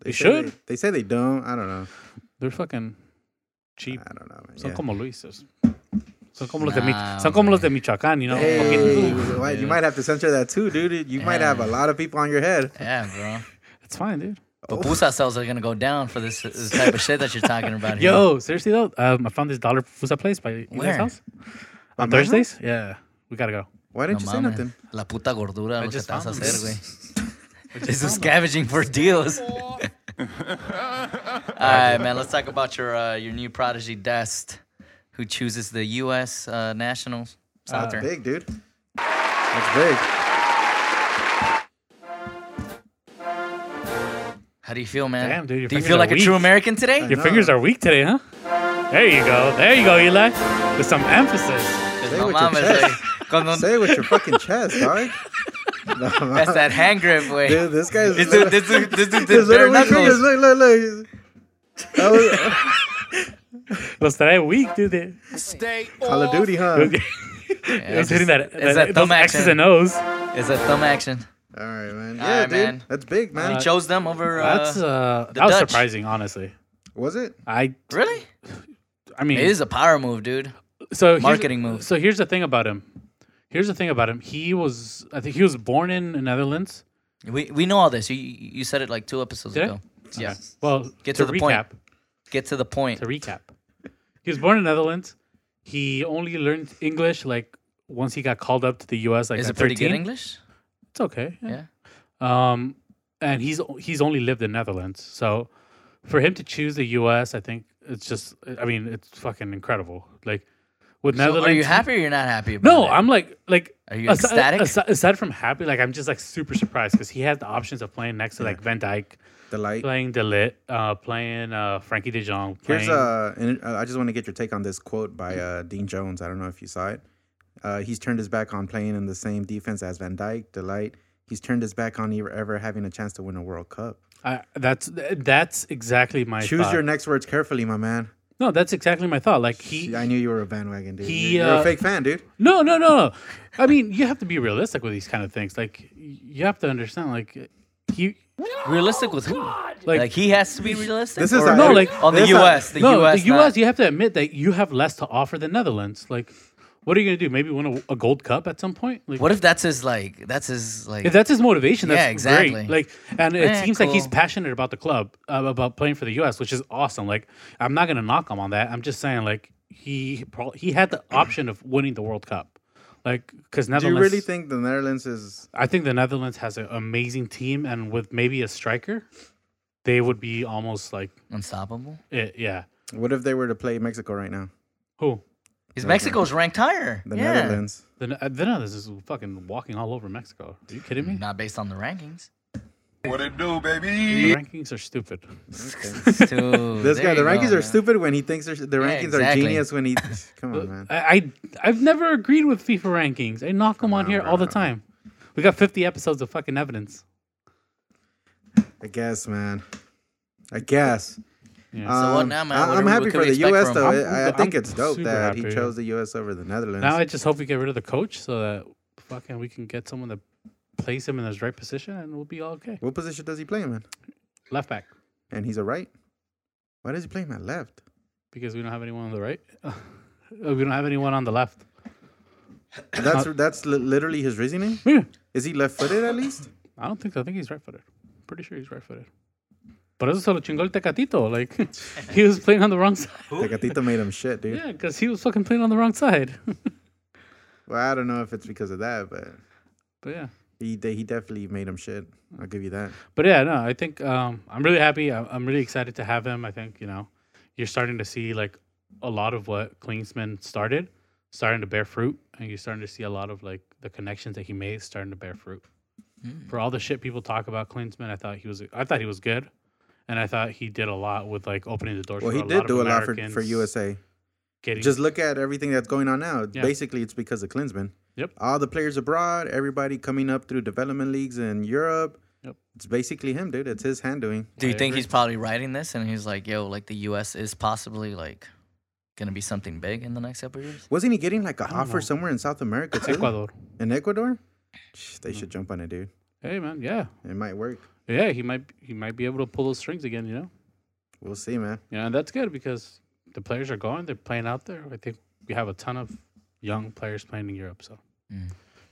B: They
C: you
B: say
C: should.
B: They, they say they don't. I don't know.
C: They're fucking cheap.
B: I don't know. Man.
C: Son
B: Yeah.
C: como Luises. Son como los de Mi-
A: Nah,
C: son como los de Michoacán, you know.
B: Hey,
C: Fucking-
B: why- you might have to censor that too, dude. You might have a lot of people on your head.
A: Yeah, bro.
C: It's fine, dude.
B: Oh.
A: Pupusa sales are gonna go down for this, this type of shit that you're talking about. Here.
C: Yo, seriously though, um, I found this dollar pupusa place by you
A: Where?
C: guys' house
B: By
C: on
B: my
C: Thursdays. Yeah, we gotta go.
B: Why
A: no
B: didn't you say
A: mames.
B: nothing?
A: La puta gordura, lo que
C: just
A: te vas a
C: found
A: hacer,
C: them.
A: güey. This is scavenging for deals. All right, man. Let's talk about your uh, your new prodigy Dest, who chooses the U.S. Uh, national
B: That's
A: soccer.
B: big, dude. That's big.
A: How do you feel, man?
C: Damn, dude, your
A: do you
C: fingers
A: feel
C: are
A: like a
C: weak.
A: true American today?
C: Your
B: know.
C: fingers are weak today, huh? There you go. There you go, Eli. With some emphasis.
A: Because
B: Say
A: no
B: with your
A: mames,
B: chest.
A: güey. Cuando-
B: Say it with your fucking chest, dog. No,
A: That's that hand grip, güey.
B: Dude, this guy's
A: This dude, this dude, this dude, did
B: His
A: bare
B: little weak fingers.
A: knuckles.
B: Look, look, look. That was-
C: Los trae weak, dude. They-
F: Stay
B: Call of
F: off
B: Duty, huh?
C: It
A: Yeah,
C: was hitting that,
A: It's
C: that,
A: that
C: those
A: thumb
C: X's
A: action.
C: and O's.
A: It's that thumb action.
B: All right, man. Yeah,
A: All right,
B: dude.
A: man.
B: That's big, man.
A: He chose them over. Uh,
C: That's uh,
A: the
C: that was
A: Dutch.
C: surprising, honestly.
B: was it?
C: I,
A: really?
C: I mean,
A: It is a power move, dude.
C: so here's-
A: Marketing move.
C: So here's the thing about him. Here's the thing about him. He was, I think, he was born in the Netherlands.
A: We we know all this. You you said it like two episodes
C: Did I?
A: ago. Yeah.
C: Well,
A: Get
C: to,
A: to the point.
C: recap,
A: Get to the point.
C: to recap, he was born in the Netherlands. He only learned English like once he got called up to the U.S. Like
A: Is
C: at
A: it pretty good
C: 13.
A: English?
C: It's okay.
A: Yeah.
C: Um, and he's he's only lived in Netherlands, so for him to choose the U.S., I think it's just. I mean, it's fucking incredible. Like with
A: So
C: Netherlands,
A: are you happy or you're not happy about
C: No,
A: it?
C: I'm like like
A: Are you ecstatic?
C: asi- aside from happy, like I'm just like super surprised because he had the options of playing next to like Van Dyke,
B: The light.
C: playing Delit, uh, playing uh, Frankie De Jong. Playing,
B: Here's uh, and uh, I just want to get your take on this quote by uh, Dean Jones. I don't know if you saw it. Uh, he's turned his back on playing in the same defense as Van Dyke, Delight. He's turned his back on ever, ever having a chance to win a World Cup.
C: I, that's that's exactly my
B: Choose
C: thought.
B: your next words carefully, my man.
C: no. That's exactly my thought. Like he
B: I knew you were a bandwagon, dude.
C: He,
B: you're, you're
C: uh,
B: a fake fan, dude.
C: No, no, no, no. I mean, you have to be realistic with these kind of things. Like, you have to understand. Like, he
A: realistic with who? Like,
C: Like,
A: he has to be realistic.
B: This is
A: or-
B: a-
C: No, like-
A: on the
B: this is a-
A: U.S. The
C: no,
A: U.S.
C: the U.S.
A: Not,
C: You have to admit that you have less to offer than Netherlands. Like, what are you gonna do? Maybe win a, a gold cup at some point. Like,
A: what if that's his like? That's his like.
C: if that's his motivation? That's
A: Yeah, exactly.
C: Great. Like, and it
A: Eh,
C: seems like he's
A: cool.
C: passionate about the club, uh, about playing for the U.S., which is awesome. Like, I'm not gonna knock him on that. I'm just saying, like, he pro- he had the option of winning the World Cup, like, because
B: Do you
C: Netherlands.
B: really think the Netherlands is?
C: I think the Netherlands has an amazing team, and with maybe a striker, they would be almost like
A: unstoppable.
C: it. Yeah.
B: What if they were to play Mexico right now?
C: Who?
A: Is Mexico's ranked higher?
B: The
A: yeah.
B: Netherlands.
C: The, Ne- the Netherlands is fucking walking all over Mexico. Are you kidding me?
A: Not based on the rankings.
E: What it do, baby?
C: The rankings are stupid.
A: Dude,
B: This
A: there you
B: guy, the
A: go,
B: rankings
A: man.
B: are stupid when he thinks they're, the
A: Yeah,
B: rankings
A: exactly.
B: are genius when he. Come on, man.
C: I, I I've never agreed with FIFA rankings. I knock them on here all the time. We got 50 episodes of fucking evidence.
B: I guess, man. I guess.
C: Yeah.
B: Uh,
A: So what now, man?
B: Um, I-
A: What
B: I'm
A: are-
B: happy
A: what can
B: for
A: we
B: the
A: expect
B: U.S.
A: from
B: though.
C: him?
B: I, I
C: I'm
B: think it's dope
C: super
B: that he
C: happy.
B: chose the U.S. over the Netherlands.
C: Now I just hope we get rid of the coach so that fucking we can get someone that plays him in his right position and we'll be all okay.
B: what position does he play him in?
C: Left back
B: And he's a right. Why does he play him at left?
C: because we don't have anyone on the right. we don't have anyone on the left.
B: That's that's li- literally his reasoning.
C: Yeah.
B: Is he left-footed at least?
C: I don't think so. I think he's right footed. Pretty sure he's right footed. But eso se lo chingó el Tecatito. Like, he was playing on the wrong side.
B: Tecatito made him shit, dude.
C: Yeah, because he was fucking playing on the wrong side.
B: Well, I don't know if it's because of that, but
C: but yeah.
B: he de- he definitely made him shit. I'll give you that.
C: But yeah, no, I think um, I'm really happy. I- I'm really excited to have him. I think, you know, you're starting to see like a lot of what Klinsman started starting to bear fruit. And you're starting to see a lot of like the connections that he made starting to bear fruit.
B: Hmm.
C: For all the shit people talk about Klinsman, I thought he was I thought he was good. And I thought he did a lot with like opening the doors
B: Well,
C: for
B: he
C: a lot
B: did
C: of
B: do a lot for,
C: Americans
B: for USA.
C: getting
B: Just look at everything that's going on now.
C: Yeah.
B: Basically, it's because of Klinsman.
C: Yep.
B: All the players abroad, everybody coming up through development leagues in Europe.
C: Yep.
B: It's basically him, dude. It's his hand doing.
A: Do you
C: I
A: think
C: agree.
A: he's probably writing this and he's like, yo, like the U.S. is possibly like gonna be something big in the next couple of years?
B: Wasn't he getting like an
C: don't
B: offer
C: know.
B: somewhere in South America too?
C: Ecuador. Mm.
B: In Ecuador? Shh, They should jump on it, dude.
C: Hey man, yeah.
B: It might work.
C: Yeah, he might he might be able to pull those strings again, you know?
B: We'll see, man.
C: Yeah, and that's good because the players are going. They're playing out there. I think we have a ton of young players playing in Europe. So
A: Mm.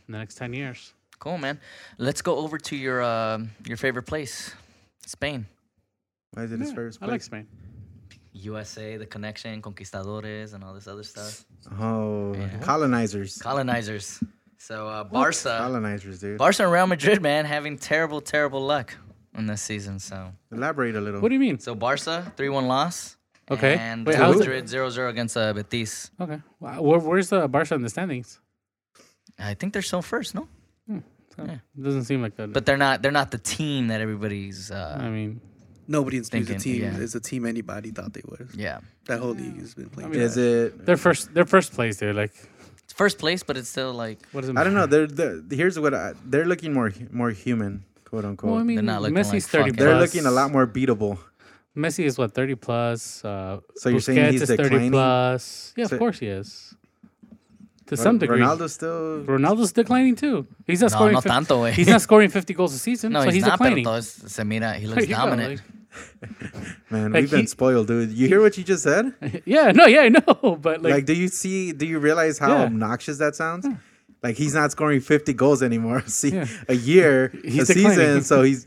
C: in the next ten years,
A: Cool, man. Let's go over to your um your favorite place, Spain.
B: Why is it his
C: Yeah,
B: first
C: I
B: place?
C: like Spain.
A: USA, the connection, conquistadores, and all this other stuff.
B: Oh,
A: Yeah.
B: colonizers.
A: Colonizers. So uh, Barca,
B: Colonizers, dude.
A: Barca and Real Madrid, man, having terrible, terrible luck in this season. So,
B: Elaborate a little.
C: What do you mean?
A: so Barca three one loss.
C: Okay.
A: And
C: Wait,
A: Real
C: how's it-
A: Madrid 0-0 against uh, Betis.
C: Okay, Wow, where, where's the Barca in the standings?
A: I think they're still first, no?
C: So,
A: Yeah.
C: It doesn't seem like that.
A: But they're not. They're not the team that everybody's. Uh,
C: I mean,
D: Nobody in Spain's a
A: Thinking,
D: team.
A: yeah.
D: It's a team anybody thought they was.
A: yeah,
D: That whole league has been playing.
C: I mean,
B: is it?
C: they're first. They're first place. They're like,
A: it's first place, but it's still like
C: what is it?
B: I don't know. They're, they're here's what I, they're looking more more human, quote unquote.
C: Well, I mean,
A: They're not looking like
C: Messi's thirty.
A: fucking-
B: they're
C: plus.
B: looking a lot more beatable.
C: Messi is what thirty plus. Uh,
B: So you're saying
C: Busquets
B: he's
C: is thirty
B: declining?
C: plus? Yeah,
B: So-
C: of course he is. To some degree,
B: Ronaldo's still.
C: Ronaldo's declining too. He's not
A: No,
C: scoring.
A: no
C: fif-
A: tanto, güey.
C: He's not scoring 50 goals a season.
A: no,
C: so
A: he's,
C: he's,
A: not. Pero
C: declining.
A: todo es- se mira, he looks
C: Yeah,
A: dominant.
B: Man,
C: Like
B: we've been
C: he-
B: spoiled, dude. You hear what you just said? Like,
A: eh.
C: like- yeah, no, yeah, I know, but like,
B: do you see? Do you realize how
C: Yeah.
B: obnoxious that sounds? Like he's not scoring 50 goals anymore. See,
C: Yeah.
B: a year,
C: He's
B: a season.
C: declining.
B: So he's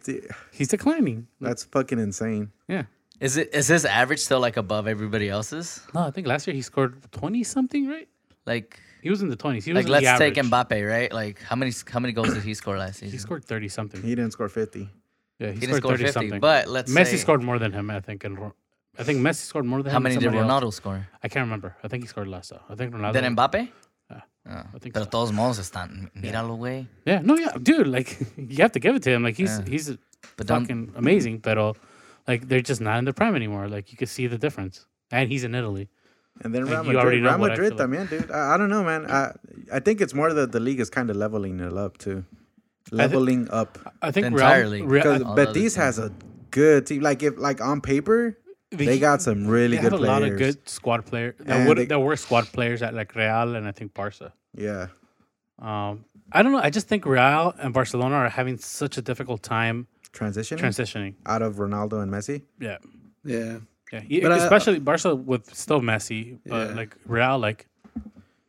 C: he's declining.
B: that's fucking insane.
C: Yeah.
A: Is it? Is his average still like above everybody else's?
C: No, I think last year he scored 20 something, right?
A: Like,
C: He was in the 20s. He was
A: like
C: in
A: let's
C: the average.
A: take Mbappe, right? Like, how many how many goals did he score last season?
C: He scored 30 something.
B: He didn't score 50.
C: Yeah, he,
A: He didn't
C: scored
A: score 50,
C: 30 something.
A: but let's
C: Messi
A: say-
C: scored more than him, I think. And Ro- I think Messi scored more than
A: How
C: him. and
A: many did
C: somebody else.
A: Ronaldo score?
C: I can't remember. I think he scored less, though. I think Ronaldo.
A: Then Mbappe? Oh.
C: I think
A: Pero
C: so.
A: todos modos están. Míralo, güey.
C: Yeah, no, yeah, dude. Like, you have to give it to him. Like, he's
A: Yeah.
C: he's
A: But don't-
C: fucking amazing, but uh, like, they're just not in the prime anymore. Like, you could see the difference. And he's in Italy.
B: And then
C: Like,
B: Real
C: you
B: Madrid,
C: already know
B: Real
C: what I
B: Madrid,
C: feel
B: I mean, dude, I, I don't know, man. I I think it's more that the league is kind of leveling it up too, leveling up.
C: I think
A: Entirely.
C: Real, Real,
B: Because
A: all the other
B: Betis has a good team. Like if like on paper, they got some really
C: they
B: good
C: have a
B: players.
C: lot of good squad players.
B: And
C: That, would,
B: they-
C: that were squad players at like Real and I think Barca.
B: Yeah,
C: Um, I don't know. I just think Real and Barcelona are having such a difficult time
B: transitioning
C: transitioning.
B: out of Ronaldo and Messi.
C: Yeah,
D: Yeah.
C: yeah. He-
D: But I-
C: especially Barca with still Messi, but
D: Yeah.
C: like Real, like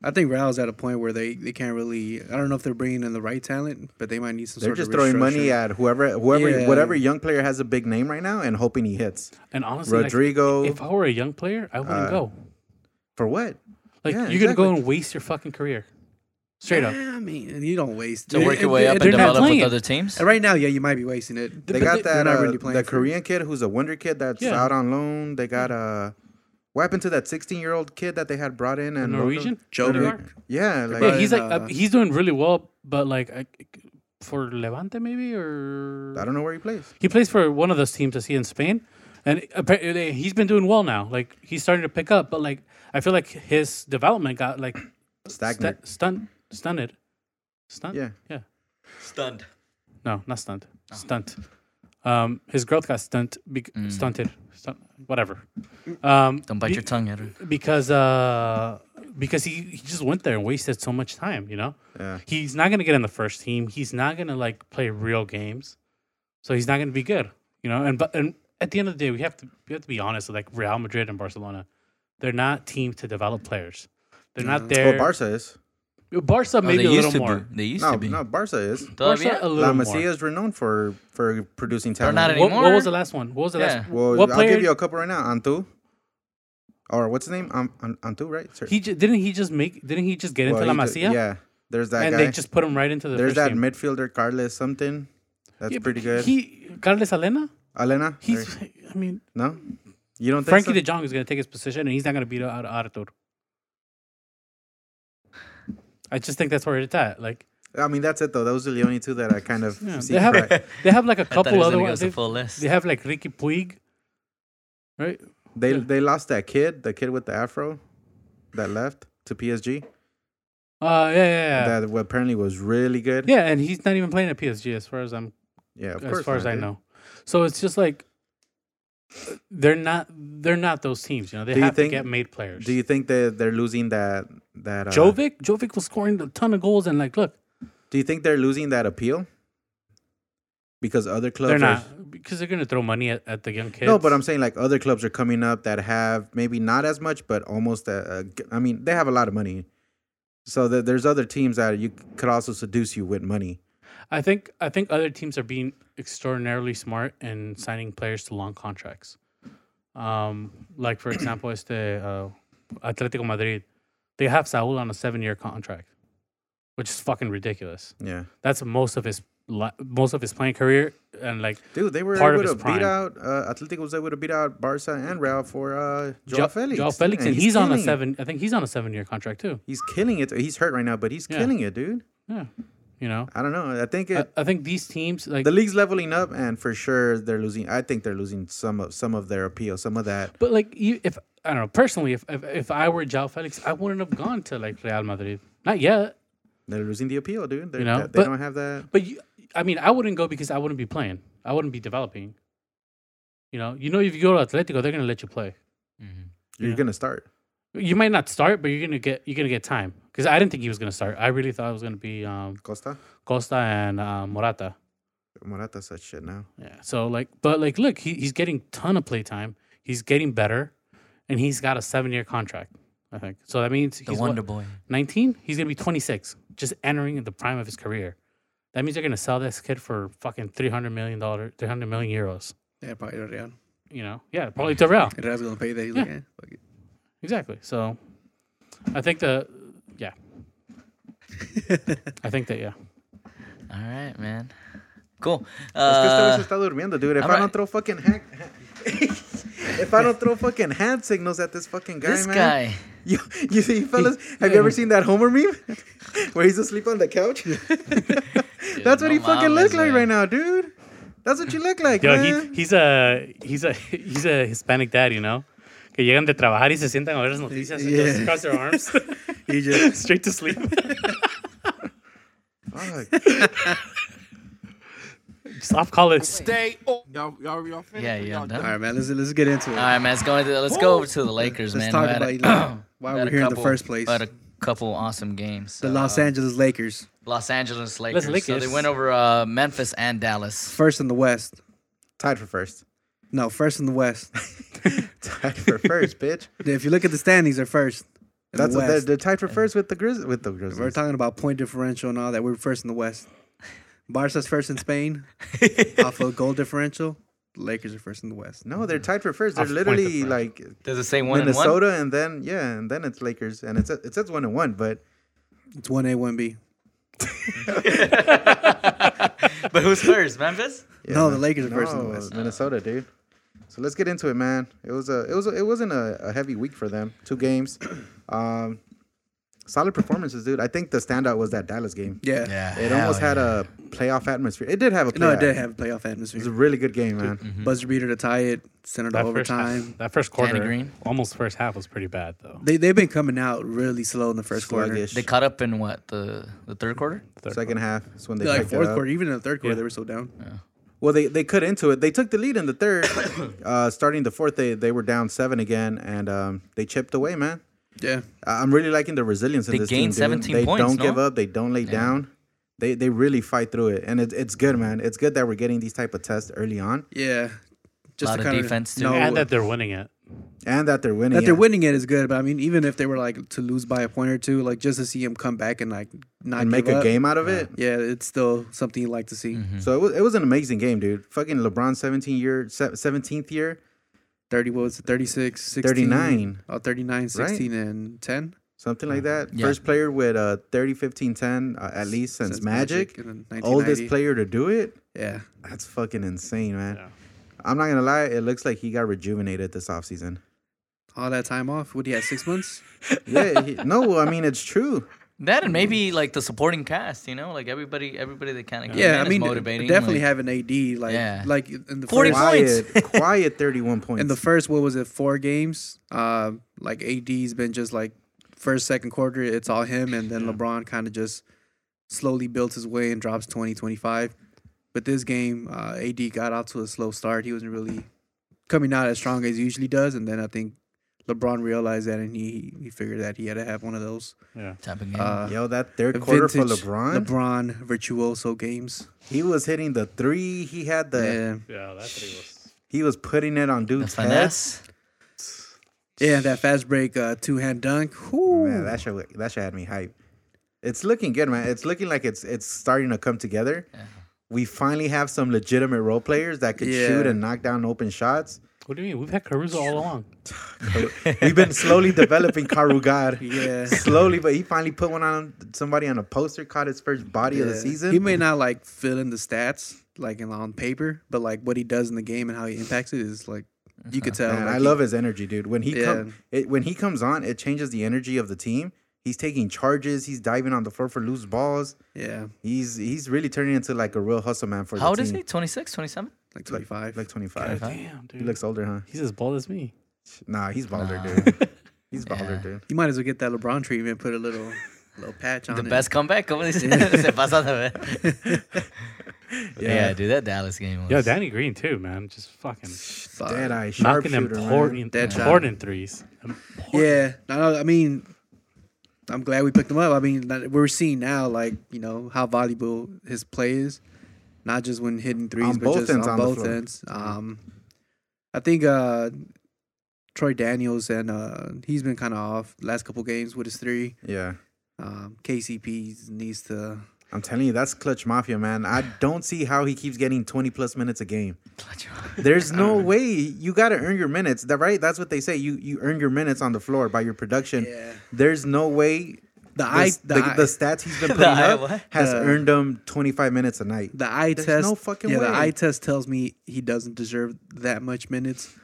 D: I think Real's at a point where they, they can't really. I don't know if they're bringing in the right talent, but they might need some.
B: They're
D: sort
B: just
D: of
B: throwing
D: restructure.
B: money at whoever, whoever,
D: Yeah.
B: whatever young player has a big name right now, and hoping he hits.
C: and honestly, like,
B: Rodrigo.
C: if I were a young player, I wouldn't
B: Uh,
C: go.
B: For what?
C: Like
B: yeah,
C: you're gonna go
B: exactly.
C: and waste your fucking career, straight up.
D: Yeah, I mean, you don't waste.
A: to work your
D: it-
A: way
D: it-
A: up
D: they're
A: and
D: not
A: develop with
C: playing.
A: other teams.
D: And Right now, yeah, you might be wasting it.
B: They
D: But
B: got
D: they're
B: that
D: not
B: uh,
D: really playing
B: the
D: for it.
B: Korean kid who's a wonder kid that's
C: Yeah.
B: out on loan. They got uh, what happened to that 16 year old kid that they had brought in
C: The
B: and
C: Norwegian,
D: Joe
C: Denmark?
D: Vick.
B: Yeah, like
C: Yeah, he's like
D: uh,
C: uh, he's doing really well, but like I, for Levante maybe or
B: I don't know where he plays.
C: He plays for one of those teams I see in Spain, and apparently he's been doing well now. Like he's starting to pick up, but like I feel like his development got like
B: Stagnant.
C: stu- stunned, stunted, stunned.
B: Yeah.
C: yeah.
A: Stunned.
C: No, not stunned. Stunt. Um, his growth got stunt, be- stunted, stunt, whatever. Um,
A: Mm. Don't bite
C: be-
A: your tongue, Edwin.
C: because uh because he, he just went there and wasted so much time you know
B: Yeah.
C: he's not gonna get in the first team he's not gonna like play real games so he's not gonna be good you know and but and at the end of the day we have to we have to be honest like real madrid and barcelona they're not team to develop players they're not there
B: Well, Barca is.
C: barca
A: Oh,
C: maybe
A: they
C: a
A: used
C: little
A: to
C: more
A: be. They used
B: No,
A: to be.
B: no, Barca is.
C: barca uh,
A: Todavía?
C: a
B: La
C: little more
B: Masia is renowned for for producing talent.
A: not
C: what, what
A: anymore.
C: was the last one what was the last
A: Yeah.
B: well,
C: what
B: I'll
C: player
B: give you a couple right now. Antu, or what's his name? Um, An- Antu, right? Sir.
C: he j- didn't he just make didn't he just get into
B: Well,
C: la
B: he took-
C: masia
B: Yeah, there's that
C: and
B: guy.
C: they just put him right into the
B: there's
C: first
B: that
C: team.
B: midfielder Carlos something. That's
C: Yeah, but
B: pretty good.
C: he carles alena
B: Elena,
C: he's i mean
B: no, you don't think
C: Frankie
B: so?
C: De Jong is going to take his position, and he's not going to beat out Arthur. I just think that's where it's at. Like
B: I mean, that's it though. Those are the only two that I kind of
C: Yeah,
B: see.
C: they have-
B: crack.
C: they have like a
A: I thought he
C: couple
A: was
C: other
A: gonna give us
C: ones.
A: a
C: They,
A: full list.
C: they have like Ricky Puig, right?
B: They
C: Yeah.
B: they lost that kid, the kid with the afro, that left to PSG.
C: Uh, yeah, yeah, yeah.
B: That apparently was really good.
C: yeah, and he's not even playing at PSG as far as I'm
B: yeah. Of
C: as
B: course,
C: far as
B: not,
C: I
B: dude.
C: know. So it's just like they're not they're not those teams. You know, they
B: Do you
C: have
B: think-
C: to get made players.
B: Do you think that they're losing that that? Uh,
C: Jovic, Jovic was scoring a ton of goals, and like, look,
B: Do you think they're losing that appeal? Because other clubs
C: they're
B: are-
C: not because they're going to throw money at, at the young kids.
B: No, but I'm saying like other clubs are coming up that have maybe not as much, but almost. uh, Uh, g- I mean, they have a lot of money, so that there's other teams that you could also seduce you with money.
C: I think I think other teams are being extraordinarily smart in signing players to long contracts. Um, like for example, este uh, Atletico Madrid, they have Saul on a seven-year contract, which is fucking ridiculous.
B: Yeah,
C: That's most of his li- most of his playing career, and like
B: dude, they were
C: Part of
B: able to
C: his prime.
B: beat out uh, Atletico was able to beat out Barca and Real for uh, Joao
C: Jo-
B: Felix.
C: Joao Felix, and he's, on a
B: killing it.
C: seven. I think he's on a seven-year contract too.
B: He's killing it. He's hurt right now, but he's
C: Yeah. Uh,
B: killing it, dude.
C: Yeah, you know,
B: I don't know. I think it,
C: I, I think these teams like
B: the league's leveling up, and for sure they're losing. I think they're losing some of some of their appeal, some of that.
C: But like you, if I don't know personally, if if, if I were Jao Felix, I wouldn't have gone to like Real Madrid. Not yet,
B: They're losing the appeal, dude. They're,
C: You know,
B: they they
C: but-
B: don't have that.
C: but you, I mean, I wouldn't go because I wouldn't be playing. I wouldn't be developing. You know, you know, if you go to Atletico, they're gonna let you play.
A: Mm-hmm.
B: You're
C: Yeah.
B: gonna start.
C: You might not start, but you're gonna get you're gonna get time. Because I didn't think he was gonna start. I really thought it was gonna be um,
B: Costa
C: Costa and uh, Morata.
B: Morata said shit now.
C: Yeah. So like, but like, look, he, he's getting ton of play time. He's getting better, and he's got a seven year contract. I think so. That means
A: The
C: he's what-
A: Wonder Boy.
C: 19, he's going to be 26, just entering the prime of his career. That means they're going to sell this kid for fucking 300 million dollars, 300 million euros,
D: Yeah, probably Real.
C: you know. Yeah, probably to Real.
D: Real's gonna pay that. He's like, eh, fuck it.
C: Exactly. So I think the yeah. I think that yeah.
A: All right, man. Cool.
B: Es que este güey se
A: Uh,
B: está durmiendo, dude. If
A: I'm
B: I
A: not-
B: don't throw fucking hand, if I don't throw fucking hand signals at this fucking guy,
A: this
B: man.
A: guy.
B: You, you see, fellas, have you ever seen that Homer meme where he's asleep on the couch? That's what
A: no
B: he fucking
A: mames,
B: looks like
A: man.
B: right now, dude. That's what you look like,
C: Yo,
B: man.
C: he, he's a he's a he's a Hispanic dad, you know. Que llegan de trabajar y se sientan a ver las noticias and
D: Yeah.
C: just cross their arms
D: He just
C: straight to sleep.
B: Fuck.
C: just off college.
F: Stay off.
G: Y'all, y'all, y'all finished?
A: Yeah,
G: Or
A: yeah.
G: y'all
A: I'm
D: all
A: done.
D: right, man. Let's let's get into it.
A: All right, man. Let's go. Into, let's go over to the Lakers, man.
D: let's talk
A: Who had
D: about
A: a-
D: Elon, why
A: who had
D: we're
A: a
D: here in the
A: couple-
D: first place.
A: who Had a couple awesome games.
D: The
A: Uh,
D: Los Angeles Lakers,
A: Los Angeles Lakers. So they
C: Lakers.
A: went over uh, Memphis and Dallas.
D: first in the West.
B: Tied for first.
D: No, first in the West.
B: Tied for first, bitch.
D: if you look at the standings, they're first. In
B: That's
D: the
B: what they're,
D: West.
B: they're tied for first with the Grizz with the Grizzlies.
D: We're talking about point differential and all that. We're first in the West. Barca's first in Spain off of goal differential. The Lakers are first in the West.
B: no, they're tied for first. They're
C: Off point
B: literally
C: difference.
B: like
A: Does it say one and one?
B: Minnesota, and, then yeah, and then it's Lakers, and it's it says one and one, but
D: It's one A, one B.
A: but who's first? Memphis?
B: yeah,
D: No, the
B: man.
D: Lakers are first in the
B: No,
D: West.
B: Minnesota, dude. So let's get into it, man. It was a it was a, it wasn't a, a heavy week for them. Two games, um, solid performances, dude. I think the standout was that Dallas game.
D: Yeah.
B: It almost had a playoff atmosphere. It did have a playoff.
D: No, it did Mm-hmm. have a playoff
B: It was a
D: atmosphere.
B: really good game, man.
D: Buzzer beater to tie it, sent it to
C: That first,
D: overtime.
C: half, that first quarter,
A: Green.
C: almost first half was pretty bad though.
D: They they've been coming out really slow in the first quarter.
B: Sluggish.
A: They caught up in what the the third quarter?
C: Third
B: Second half. That's when they
D: Like
B: picked it
D: fourth
B: up.
D: quarter, even in the third quarter,
C: Yeah.
D: they were so down.
B: Well, they they cut into it. They took the lead in the third. uh, starting the fourth, they they were down seven again, and um, they chipped away, man.
D: Yeah,
B: I- I'm really liking the resilience in
A: They
B: this team.
A: gained
B: dude.
A: 17
B: They
A: points,
B: don't give
A: no?
B: up. They don't lay down. They they really fight through it, and it's it's good, man. It's good that we're getting these type of tests early on,
D: yeah. Just
A: Lot
D: to
A: of
D: kinda
A: defense, too.
D: know
B: Oh.
D: that,
C: and that they're winning it.
B: and that they're winning.
D: they're
B: yeah.
D: winning it is good. But I mean, even if they were like to lose by a point or two, like just to see him come back and like not
B: and make
D: give
B: a
D: up,
B: game Mm. out of it.
D: Yeah, it's still something you like to see.
B: So it was it was an amazing game, dude. Fucking LeBron 17 year se- 17th year.
D: Thirty what was it? 36, 16,
B: 39.
D: Oh, 39, 16, and ten.
B: Something like that.
A: Yeah.
B: First player with uh 30, 15, 10 uh, at least since, Magic.
D: and then
B: Oldest
D: 1990.
B: player to do it.
D: Yeah,
B: That's fucking insane, man.
C: Yeah.
B: I'm not gonna lie, it looks like he got rejuvenated this offseason.
D: all that time off. What do you have? Six months?
B: Yeah, he, no, I mean it's true.
A: That and maybe like the supporting cast, you know, like everybody, everybody that kind of
D: Yeah, I mean,
A: motivating.
D: definitely
A: like,
D: having AD. Like,
A: Yeah.
D: like in the
A: 40
D: first,
A: points.
B: Quiet, quiet 31 points.
D: in the first what was it? Four games. Uh, like AD's been just like first, second quarter, it's all him, and then LeBron kind of just slowly builds his way and drops 20, 25. But this game, uh, AD got out to a slow start. He wasn't really coming out as strong as he usually does, and then I think. LeBron realized that, and he he figured that he had to have one of those
C: Yeah.
A: type of game.
D: uh,
B: Yo, that third quarter for
D: vintage
B: LeBron,
D: LeBron virtuoso games.
B: he was hitting the three. He had the
D: yeah.
C: Yeah, that thing was.
B: he was putting it on
A: the
B: dude's head.
A: finesse.
D: Yeah, that fast break uh, two hand dunk. Whoo.
B: Man, that shit, wa- that shit had me hype. It's looking good, man. It's looking like it's it's starting to come together. We finally have some legitimate role players that could
D: Yeah.
B: shoot and knock down open shots.
C: What do you mean? We've had Caruso all along.
B: We've been slowly developing Karugar.
D: Yeah.
B: Slowly, but he finally put one on somebody on a poster, caught his first body of the
D: Yeah.
B: season.
D: He may not like fill in the stats like in, on paper, but like what he does in the game and how he impacts it is like you could tell.
B: Uh-huh. Man,
D: like,
B: I
D: he-
B: love his energy, dude. When he come, it, when he comes on, it changes the energy of the team. He's taking charges. He's diving on the floor for loose balls.
D: Yeah,
B: He's he's really turning into like a real hustle man for
A: How
B: the
A: old
B: team.
A: is he? 26, 27?
D: like twenty five.
B: Like twenty five.
C: Damn, dude.
B: He looks older, huh?
C: He's as bald as me.
B: Nah, he's balder, dude. He's balder, dude.
D: you might as well get that LeBron treatment. Put a little little patch on
A: The
D: it.
A: best comeback. Como dice? Se pasa de ver. yeah. dude, that Dallas game was.
C: Yeah, Danny Green too, man. Just fucking
D: Fuck.
B: Dead eye
C: knocking
B: sharpshooter, man.
C: important,
D: Dead shot.
C: important threes.
D: Yeah, no, no, I mean, I'm glad we picked him up. I mean, that- we're seeing now like you know how valuable his play is, not just when hitting threes,
B: On
D: but
B: both
D: just
B: ends,
D: on
B: on the
D: both
B: floor.
D: ends. Um, I think uh, Troy Daniels and uh, he's been kind of off last couple games with his three.
B: Yeah,
D: Um, KCP needs to.
B: I'm telling you, that's clutch mafia, man. I don't see how he keeps getting 20 plus minutes a game. There's no way you got to earn your minutes. That right? That's what they say. You you earn your minutes on the floor by your production.
D: Yeah.
B: There's no way the,
D: The eye,
B: the,
D: the,
B: the
D: eye, the,
B: stats he's been putting
A: The eye what?
B: up has
D: The-
B: earned him 25 minutes a night.
D: eye
B: There's
D: test.
B: no fucking
D: yeah, the
B: way.
D: eye test tells me he doesn't deserve that much minutes.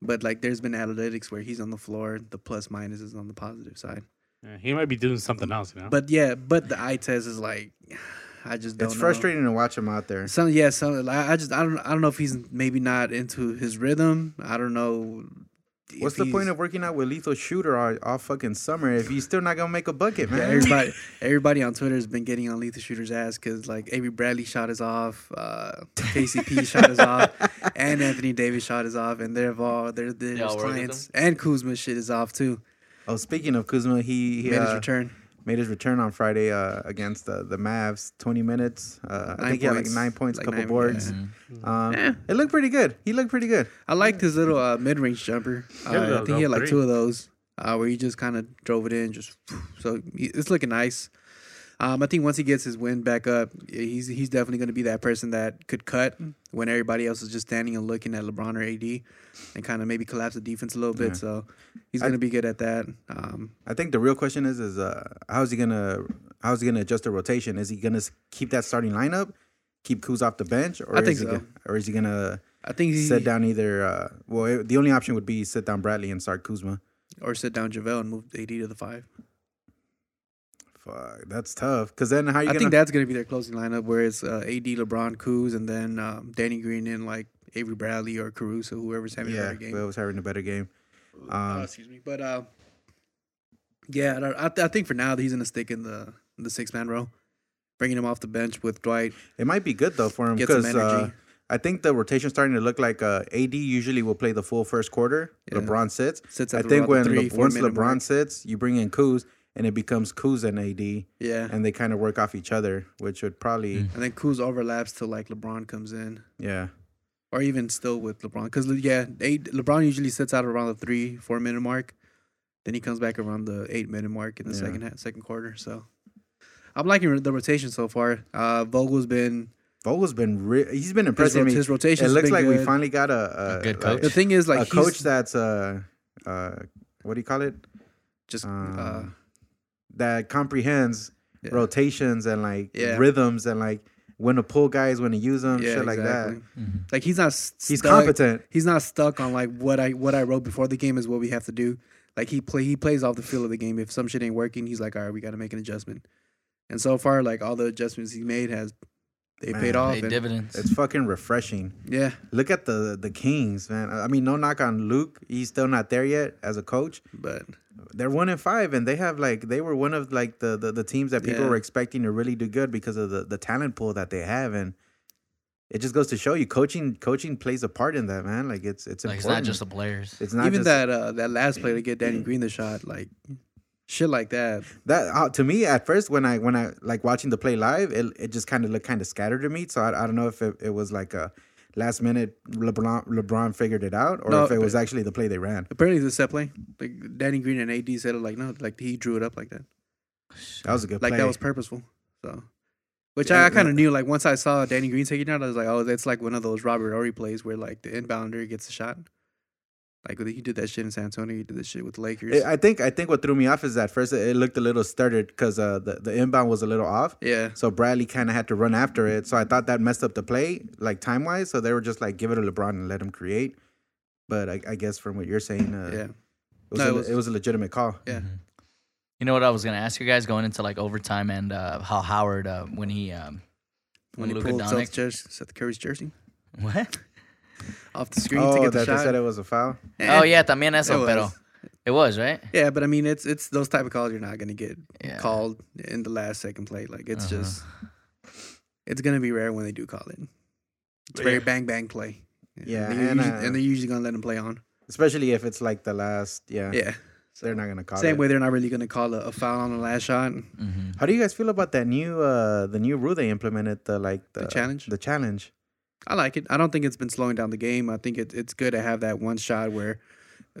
D: But like, there's been analytics where he's on the floor. The plus minus is on the positive side.
C: Yeah, he might be doing something else, you know.
D: But yeah, but the eye test is like, I just don't.
B: It's
D: know.
B: frustrating to watch him out there.
D: Some yeah, some I I just I don't I don't know if he's maybe not into his rhythm. I don't know. if
B: What's the point
D: he's-
B: of working out with Lethal Shooter all, all fucking summer if you're still not gonna make a bucket,
D: Yeah,
B: man?
D: everybody everybody on Twitter has been getting on Lethal Shooter's ass because like Avery Bradley shot is off, uh, KCP shot is off, and Anthony Davis shot is off, and they're all their their
A: all worked with
D: clients and Kuzma shit is off too.
B: oh, speaking of Kuzma, he, he
D: Made his
B: uh,
D: return.
B: made his return on Friday uh, against the, the Mavs. Twenty minutes. Uh, I
D: Nine
B: think he had like
D: points.
B: nine points, a
D: Like
B: couple
D: nine-
B: boards.
D: yeah.
B: Um,
D: Eh.
B: It looked pretty good. He looked pretty good.
D: I liked his little uh, mid-range jumper. Uh,
C: Yeah,
D: I think he had like
C: three.
D: two of those uh, where he just kind of drove it in. Just so he- it's looking nice. Um, I think once he gets his wind back up, he's he's definitely going to be that person that could cut
B: Mm.
D: when everybody else is just standing and looking at LeBron or AD, and kind of maybe collapse the defense a little bit.
B: Yeah.
D: So he's
B: I-
D: going to be good at that. Um,
B: I think the real question is is uh, how's he gonna how's he gonna adjust the rotation? Is he gonna s- keep that starting lineup, keep Kuz off the bench, or
D: I
B: is
D: think
B: he
D: so.
B: gonna, or is he gonna
D: I think he
B: sit down either? Uh, well, it, the only option would be sit down Bradley and start Kuzma.
D: or sit down Javale and move AD to the five.
B: Fuck, that's tough. Cause then how you
D: I
B: gonna?
D: think that's going to be their closing lineup, where it's uh, AD, LeBron, Kuz, and then um, Danny Green and like Avery Bradley or Caruso, whoever's having a
B: yeah,
D: better game.
B: Will was having a better game.
D: Uh,
B: Um,
D: excuse me, but uh, yeah, I don't- I, th- I think for now that he's going to stick in the the six man row, bringing him off the bench with Dwight.
B: It might be good though for him
D: Get some
B: because uh,
D: energy.
B: I think the rotation's starting to look like uh, AD usually will play the full first quarter.
D: Yeah.
B: LeBron sits.
D: Sits
B: I
D: at the-
B: think
D: around the
B: when
D: three,
B: Le-
D: four
B: once
D: minute
B: LeBron
D: mark.
B: sits, you bring in Kuz and it becomes Kuz and AD,
D: Yeah,
B: and they kind of work off each other, which would probably
D: and then Kuz overlaps till like LeBron comes in,
B: yeah.
D: or even still with LeBron, because yeah, eight, LeBron usually sits out around the three four minute mark, then he comes back around the eight minute mark in the
B: Yeah.
D: second ha- second quarter. So I'm liking the rotation so far. Uh, Vogel's been
B: Vogel's been re- he's been
D: his,
B: impressing
D: rot-
B: me.
D: his rotation.
B: it looks like we
D: good.
B: finally got a,
A: A good
B: like,
D: the thing is like
B: a
D: he's
B: coach that's uh uh what do you call it
D: just
B: um,
D: uh,
B: that comprehends
D: Yeah.
B: rotations and like
D: Yeah.
B: rhythms and like when to pull guys, when to use them,
D: yeah
B: shit like that. Mm-hmm.
D: exactly. Like he's not s-
B: He's
D: stuck-
B: competent.
D: He's not stuck on like what I what I wrote before the game is what we have to do. Like he play he plays off the feel of the game. If some shit ain't working, he's like, all right, we got to make an adjustment. And so far, like all the adjustments he made has they
B: Man,
D: paid off.
A: Pay
D: and-
A: dividends.
B: Oh, It's fucking refreshing.
D: yeah,
B: Look at the the Kings, man. I I mean, no knock on Luke. He's still not there yet as a coach.
D: but
B: They're one in five, and they have like they were one of like the the, the teams that people
D: Yeah.
B: were expecting to really do good because of the the talent pool that they have, and it just goes to show you coaching coaching plays a part in that, man. Like it's it's
A: like
B: important.
A: it's not just the players.
B: It's not
D: even
B: just-
D: that uh, that last play to get Danny Green the shot, like shit like that.
B: that uh, to me at first when I when I like watching the play live, it, it just kind of looked kind of scattered to me. So I, I don't know if it, it was like a last minute LeBron LeBron figured it out, or
D: No,
B: if it
D: but-
B: was actually the play they ran.
D: Apparently, the set play, like Danny Green and AD said it like no, like he drew it up like that.
B: That was a good
D: like
B: play.
D: that was purposeful. So, which
B: Yeah,
D: I, I kind
B: yeah.
D: of knew. Like once I saw Danny Green taking out, I was like, oh, that's like one of those Robert Ory plays where like the inbounder gets a shot. Like he did that shit in San Antonio. He did this shit with the Lakers.
B: It- I think I think what threw me off is that first it, it looked a little stuttered because uh, the the inbound was a little off.
D: yeah,
B: So Bradley kind of had to run after it. So I thought that messed up the play, like time wise. So they were just like, give it to LeBron and let him create. But I, I guess from what you're saying, uh,
D: yeah,
B: it, was
D: No,
B: a,
D: it was-
B: it was a legitimate call.
D: yeah.
A: You know what I was gonna ask you guys going into like overtime and uh, how Howard uh, when he um, when,
D: When he
A: Luka
D: pulled Seth,
A: Doncic
D: jersey, Seth Curry's jersey
A: what?
D: off the screen to
B: Oh,
D: get the
B: that they
D: shot.
B: said it was a foul.
D: Eh,
A: oh yeah, también eso,
D: was.
A: pero it was right.
D: Yeah, but I mean, it's it's those type of calls you're not gonna get
A: Yeah.
D: called in the last second play. Like it's
A: Uh-huh.
D: just, it's gonna be rare when they do call it. It's very bang bang play.
B: Yeah,
D: and, they're
B: and,
D: usually,
B: uh,
D: and they're usually gonna let him play on.
B: Especially if it's like the last, yeah,
D: Yeah,
B: they're not gonna call
D: same
B: it.
D: way they're not really gonna call a, a foul on the last shot.
A: Mm-hmm.
B: How do you guys feel about that new, uh the new rule they implemented? The like the,
D: challenge?
B: the challenge.
D: I like it. I don't think it's been slowing down the game. I think it, it's good to have that one shot where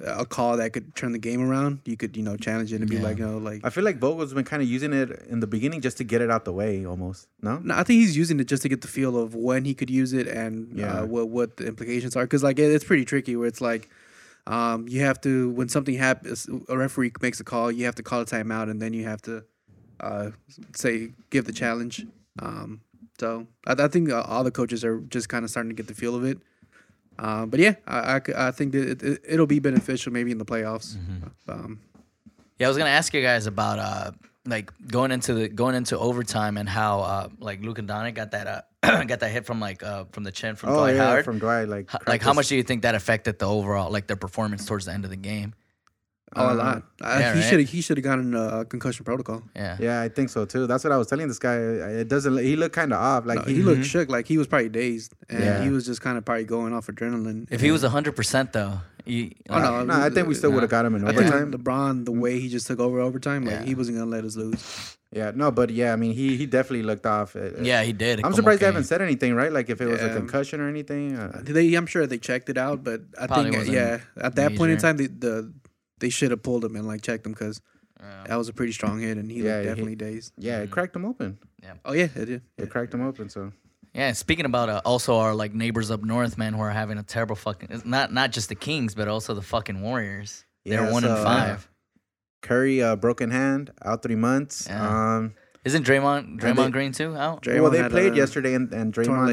D: uh, a call that could turn the game around. You could you know challenge it and be
A: Yeah.
D: like, you know, like
B: I feel like Vogel's been kind of using it in the beginning just to get it out the way, almost. No,
D: No, I think he's using it just to get the feel of when he could use it and
B: Yeah.
D: uh, what what the implications are. Because like it, it's pretty tricky where it's like um, you have to when something happens, a referee makes a call, you have to call a timeout, and then you have to uh, say give the challenge. Um, so I, I think uh, all the coaches are just kind of starting to get the feel of it. Uh, but yeah, I, I c- I think that it, it, it'll be beneficial maybe in the playoffs. Um,
A: Yeah, I was gonna ask you guys about uh like going into the going into overtime and how uh like Luke and Donic got that uh got that hit from like uh from the chin from
B: oh
A: Dwight
B: yeah,
A: Howard.
B: from Dwight. Like,
A: H- like how
B: Krampus.
A: much do you think that affected the overall like their performance towards the end of the game?
D: oh,
B: Uh,
D: a lot. I,
A: yeah,
D: he
A: right.
D: should he should have gotten a concussion protocol.
A: Yeah.
B: Yeah, I think so too. That's what I was telling this guy. It doesn't. He looked kind of off. Like
D: No, he, looked shook, like he was probably dazed, and
B: Mm-hmm. Yeah.
D: he was just kind of probably going off adrenaline.
A: If he was hundred percent though, You,
D: Oh, no,
B: No, I think we still would have got him in
D: I think
B: overtime.
D: LeBron, the way he just took over overtime, like
A: Yeah.
D: he wasn't gonna let us lose.
B: Yeah, no, but yeah, I mean, he he definitely looked off. It- it-
A: yeah, he did.
B: I'm
A: Como
B: surprised they
A: que-
B: haven't said anything, right? Like if it was a
D: Yeah.
B: concussion or anything. Uh,
D: They, I'm sure they checked it out, but I
A: Probably
D: think uh,
A: wasn't
D: yeah, at that point in
A: major.
D: time, the, the they should have pulled him and like checked him because
A: Yeah.
D: that was a pretty strong hit, and he
B: Yeah,
D: looked
B: he-
D: definitely dazed.
B: yeah, it cracked him open.
D: Oh Mm. yeah, it did.
B: It cracked him open. So
A: Yeah, speaking about uh, also our like neighbors up north, man, who are having a terrible fucking it's not not just the Kings, but also the fucking Warriors. They're
B: Yeah,
A: one and
B: so, uh,
A: five.
B: Curry, uh, broken hand, out three months.
A: Yeah.
B: Um,
A: Isn't Draymond
B: they-
A: Draymond Green too out?
B: well, they
D: had
B: played
D: a-
B: yesterday, and, and Draymond and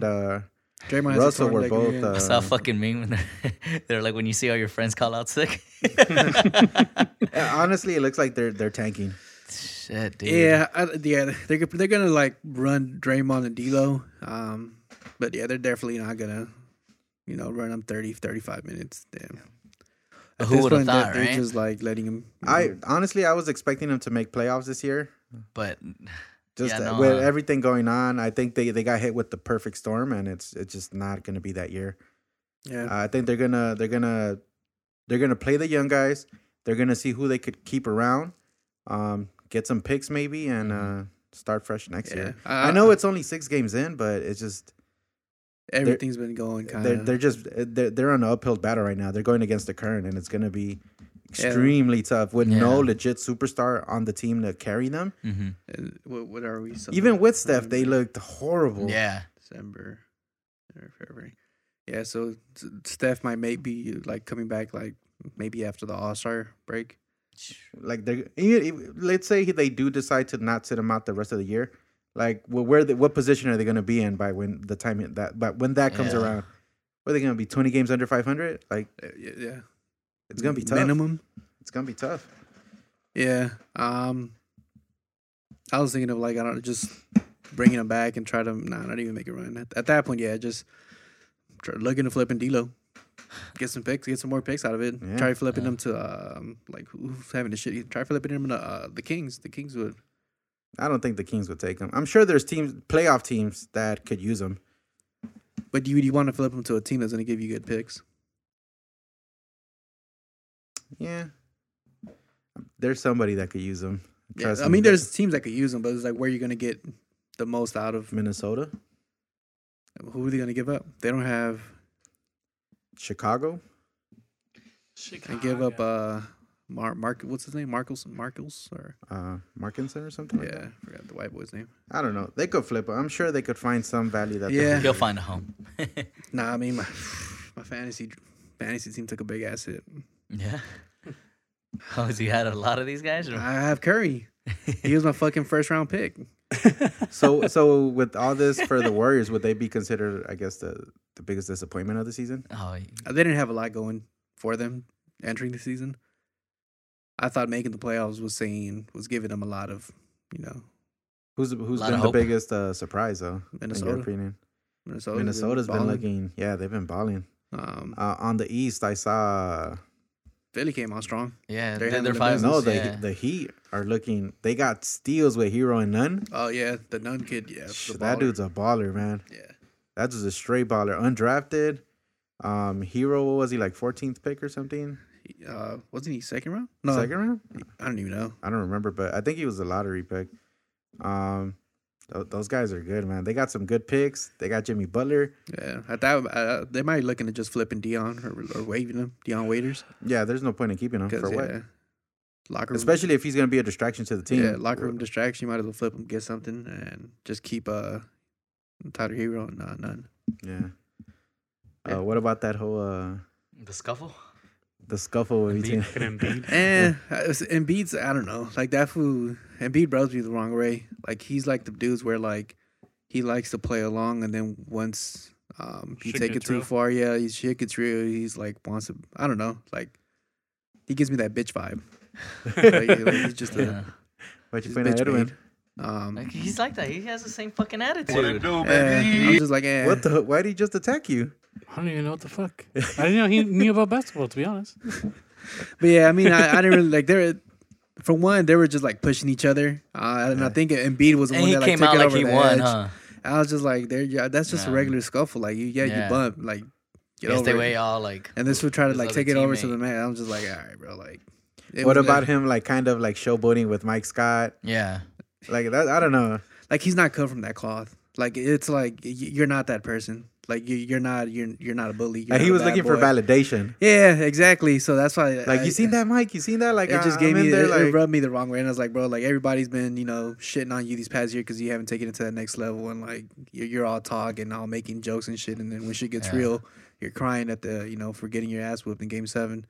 D: ligament.
B: uh,
D: Draymond has a
B: Russell
D: torn
B: were
D: leg
B: both.
D: again.
A: I
B: Uh,
A: saw a fucking meme when they're, they're like when you see all your friends call out sick.
B: uh, honestly, it looks like they're they're tanking.
A: Shit, dude.
D: yeah, I, yeah, they're they're gonna like run Draymond and D'Lo, um, but yeah, they're definitely not gonna, you know, run them 30, 35 minutes. Damn. At
A: Who
D: this
A: would have
D: point, they're-
A: thought,
D: They're
A: right?
D: just like letting him. you
B: I
D: know,
B: honestly, I was expecting them to make playoffs this year.
A: But mm-hmm.
B: Just
A: Yeah, no,
B: with
A: uh,
B: everything going on, I think they, they got hit with the perfect storm, and it's it's just not going to be that year.
D: yeah.
B: I think they're gonna they're gonna they're gonna play the young guys. They're gonna see who they could keep around, um, get some picks maybe, and
A: Mm-hmm.
B: uh, start fresh next
D: Yeah.
B: year.
D: I-
A: Uh,
B: I know it's only six games in, but it's just
D: Everything's been going kind
B: they're they're just eh, they're they're on an uphill battle right now. They're going against the current, and it's gonna be extremely tough with no
A: Yeah.
B: legit superstar on the team to carry them.
A: hmm
D: What, what are we? Some-
B: Even with Steph, they
D: November,
B: looked horrible.
A: Mm-hmm. yeah,
D: December, or February. Yeah, so S- Steph might maybe like coming back like maybe after the All Star break.
B: like they let's say they do decide to not sit him out the rest of the year like wh- where the, what position are they going to be in by when the time it- that but when that comes
A: Yeah.
B: around are they going to be 20 games under 500 like
D: Uh, Yeah, yeah.
B: it's going to be tough
D: minimum.
B: it's going to be tough
D: Yeah. Um, I was thinking of like I don't know, just bringing him back and try to nah, not even make a run at, at that point. Yeah, just try looking to flip and D'Lo, get some picks, get some more picks out of it.
B: Yeah.
D: Try flipping them to um like who- who's having the shit. Try flipping them to uh, the Kings. The Kings would.
B: i don't think the kings would take him i'm sure there's teams playoff teams that could use him
D: But do you, do you want to flip them to a team that's going to give you good picks?
B: yeah there's somebody that could use him
D: Yeah,
B: Trust
D: I
B: me.
D: mean, there's teams that could use them, but it's like where you're going to get the most out of.
B: minnesota
D: Who are they going to give up? They don't have.
B: chicago
D: They give up uh, Mar- Mark. What's his name? Markles. Markles or
B: uh markinson or something like that.
D: yeah, I forgot the white boy's name.
B: i don't know they could flip him i'm sure they could find some value that they
D: Yeah.
B: could-
A: he'll find a home.
D: Nah, I mean my my fantasy fantasy team took a big ass hit.
A: yeah. Oh, has he had a lot of these guys? Or?
D: I have Curry. He was my fucking first round pick.
B: So so with all this for the Warriors, would they be considered, I guess, the the biggest disappointment of the season?
A: Oh,
D: Uh, They didn't have a lot going for them entering the season. I thought making the playoffs was saying was giving them a lot of you know
B: Who's who's
A: Lot of
B: been the
A: hope.
B: biggest uh, surprise though? In
D: Minnesota.
B: your opinion,
D: Minnesota.
B: Minnesota's been looking. Yeah, they've been balling.
D: Um,
B: Uh, on the East, I saw
D: Philly came out strong.
A: yeah.
D: They're
A: They're,
D: having
A: they're
D: the
A: five.
D: best.
B: no, the
A: yeah.
B: the Heat are looking. They got steals with Hero and Nunn.
D: Oh yeah, the nun kid. Yeah,
B: Sh-
D: the
B: that
D: baller.
B: dude's a baller, man.
D: Yeah,
B: That dude's a straight baller, undrafted. Um, Hero, what was he like, 14th pick or something?
D: He- uh, wasn't he second round? No,
B: Second round?
D: I don't even know.
B: I don't remember, but I think he was a lottery pick. Um, tho- those guys are good, man. They got some good picks. They got Jimmy Butler.
D: Yeah, at that uh, they might looking to just flipping Dion or, or waving him Dion Waiters
B: Yeah, there's no point in keeping him
D: 'cause,
B: for what,
D: yeah, locker room,
B: especially if he's gonna be a distraction to the team.
D: yeah locker room distraction. You might as well flip him, get something, and just keep uh Tyler Hero and uh, none.
B: Yeah. Uh, what about that whole uh,
A: the scuffle.
B: the scuffle between?
C: Fucking Embiid.
D: And Eh, uh, Embiid's I don't know like that fool Embiid rubs me the wrong way. Like he's like the dudes where like he likes to play along, and then once um you
C: Shit
D: take it
C: gets
D: too
C: real.
D: far, yeah, he's shit gets real. He's like wants to I don't know like. He gives me that bitch vibe. Like, like, he's just a,
A: Yeah.
B: What you
D: Just
B: playing,
D: bitch
B: Edwin?
D: made. Um,
A: Like, he's like that. He has the same fucking
E: What it
A: attitude.
E: do,
D: eh,
E: baby?
D: I'm just like, eh.
B: What the? Why did he just attack you?
C: I don't even know what the fuck. I didn't know he knew about basketball. To be honest,
D: But yeah, I mean, I, I didn't really like. There, for one, they were just like pushing each other, uh, and I think Embiid was the
A: And
D: one
A: he
D: that like,
A: came
D: took
A: out
D: it
A: like
D: over
A: he
D: the
A: won,
D: edge.
A: huh?
D: I was just like, there, yeah, that's just
A: Nah.
D: a regular scuffle. Like, you, yeah,
A: Yeah.
D: you bump, like Get
A: Yes,
D: over
A: they
D: it.
A: were all like,
D: And this would try to
A: his
D: like
A: other
D: take it over to
A: teammate.
D: the man. I'm just like, all right, bro. Like, it
B: what
D: was
B: about
D: like-
B: him? Like kind of like showboating with Mike Scott.
A: yeah,
B: Like that. I don't know.
D: Like he's not cut from that cloth. Like it's like y- you're not that person. Like you- you're not you're you're not a bully. You're
B: Like, he
D: not a
B: was
D: bad
B: looking for
D: boy.
B: validation.
D: Yeah, exactly. So that's why.
B: Like
D: I-
B: you seen that, Mike? You seen that? Like
D: it just
B: I-
D: gave
B: I'm in
D: me
B: there,
D: it, it
B: like,
D: rubbed me the wrong way, and I was like, bro, like everybody's been you know shitting on you these past year because you haven't taken it to that next level, and like you're, you're all talk and all making jokes and shit, and then when shit gets
A: Yeah.
D: real, you're crying at the you know for getting your ass whooped in game seven,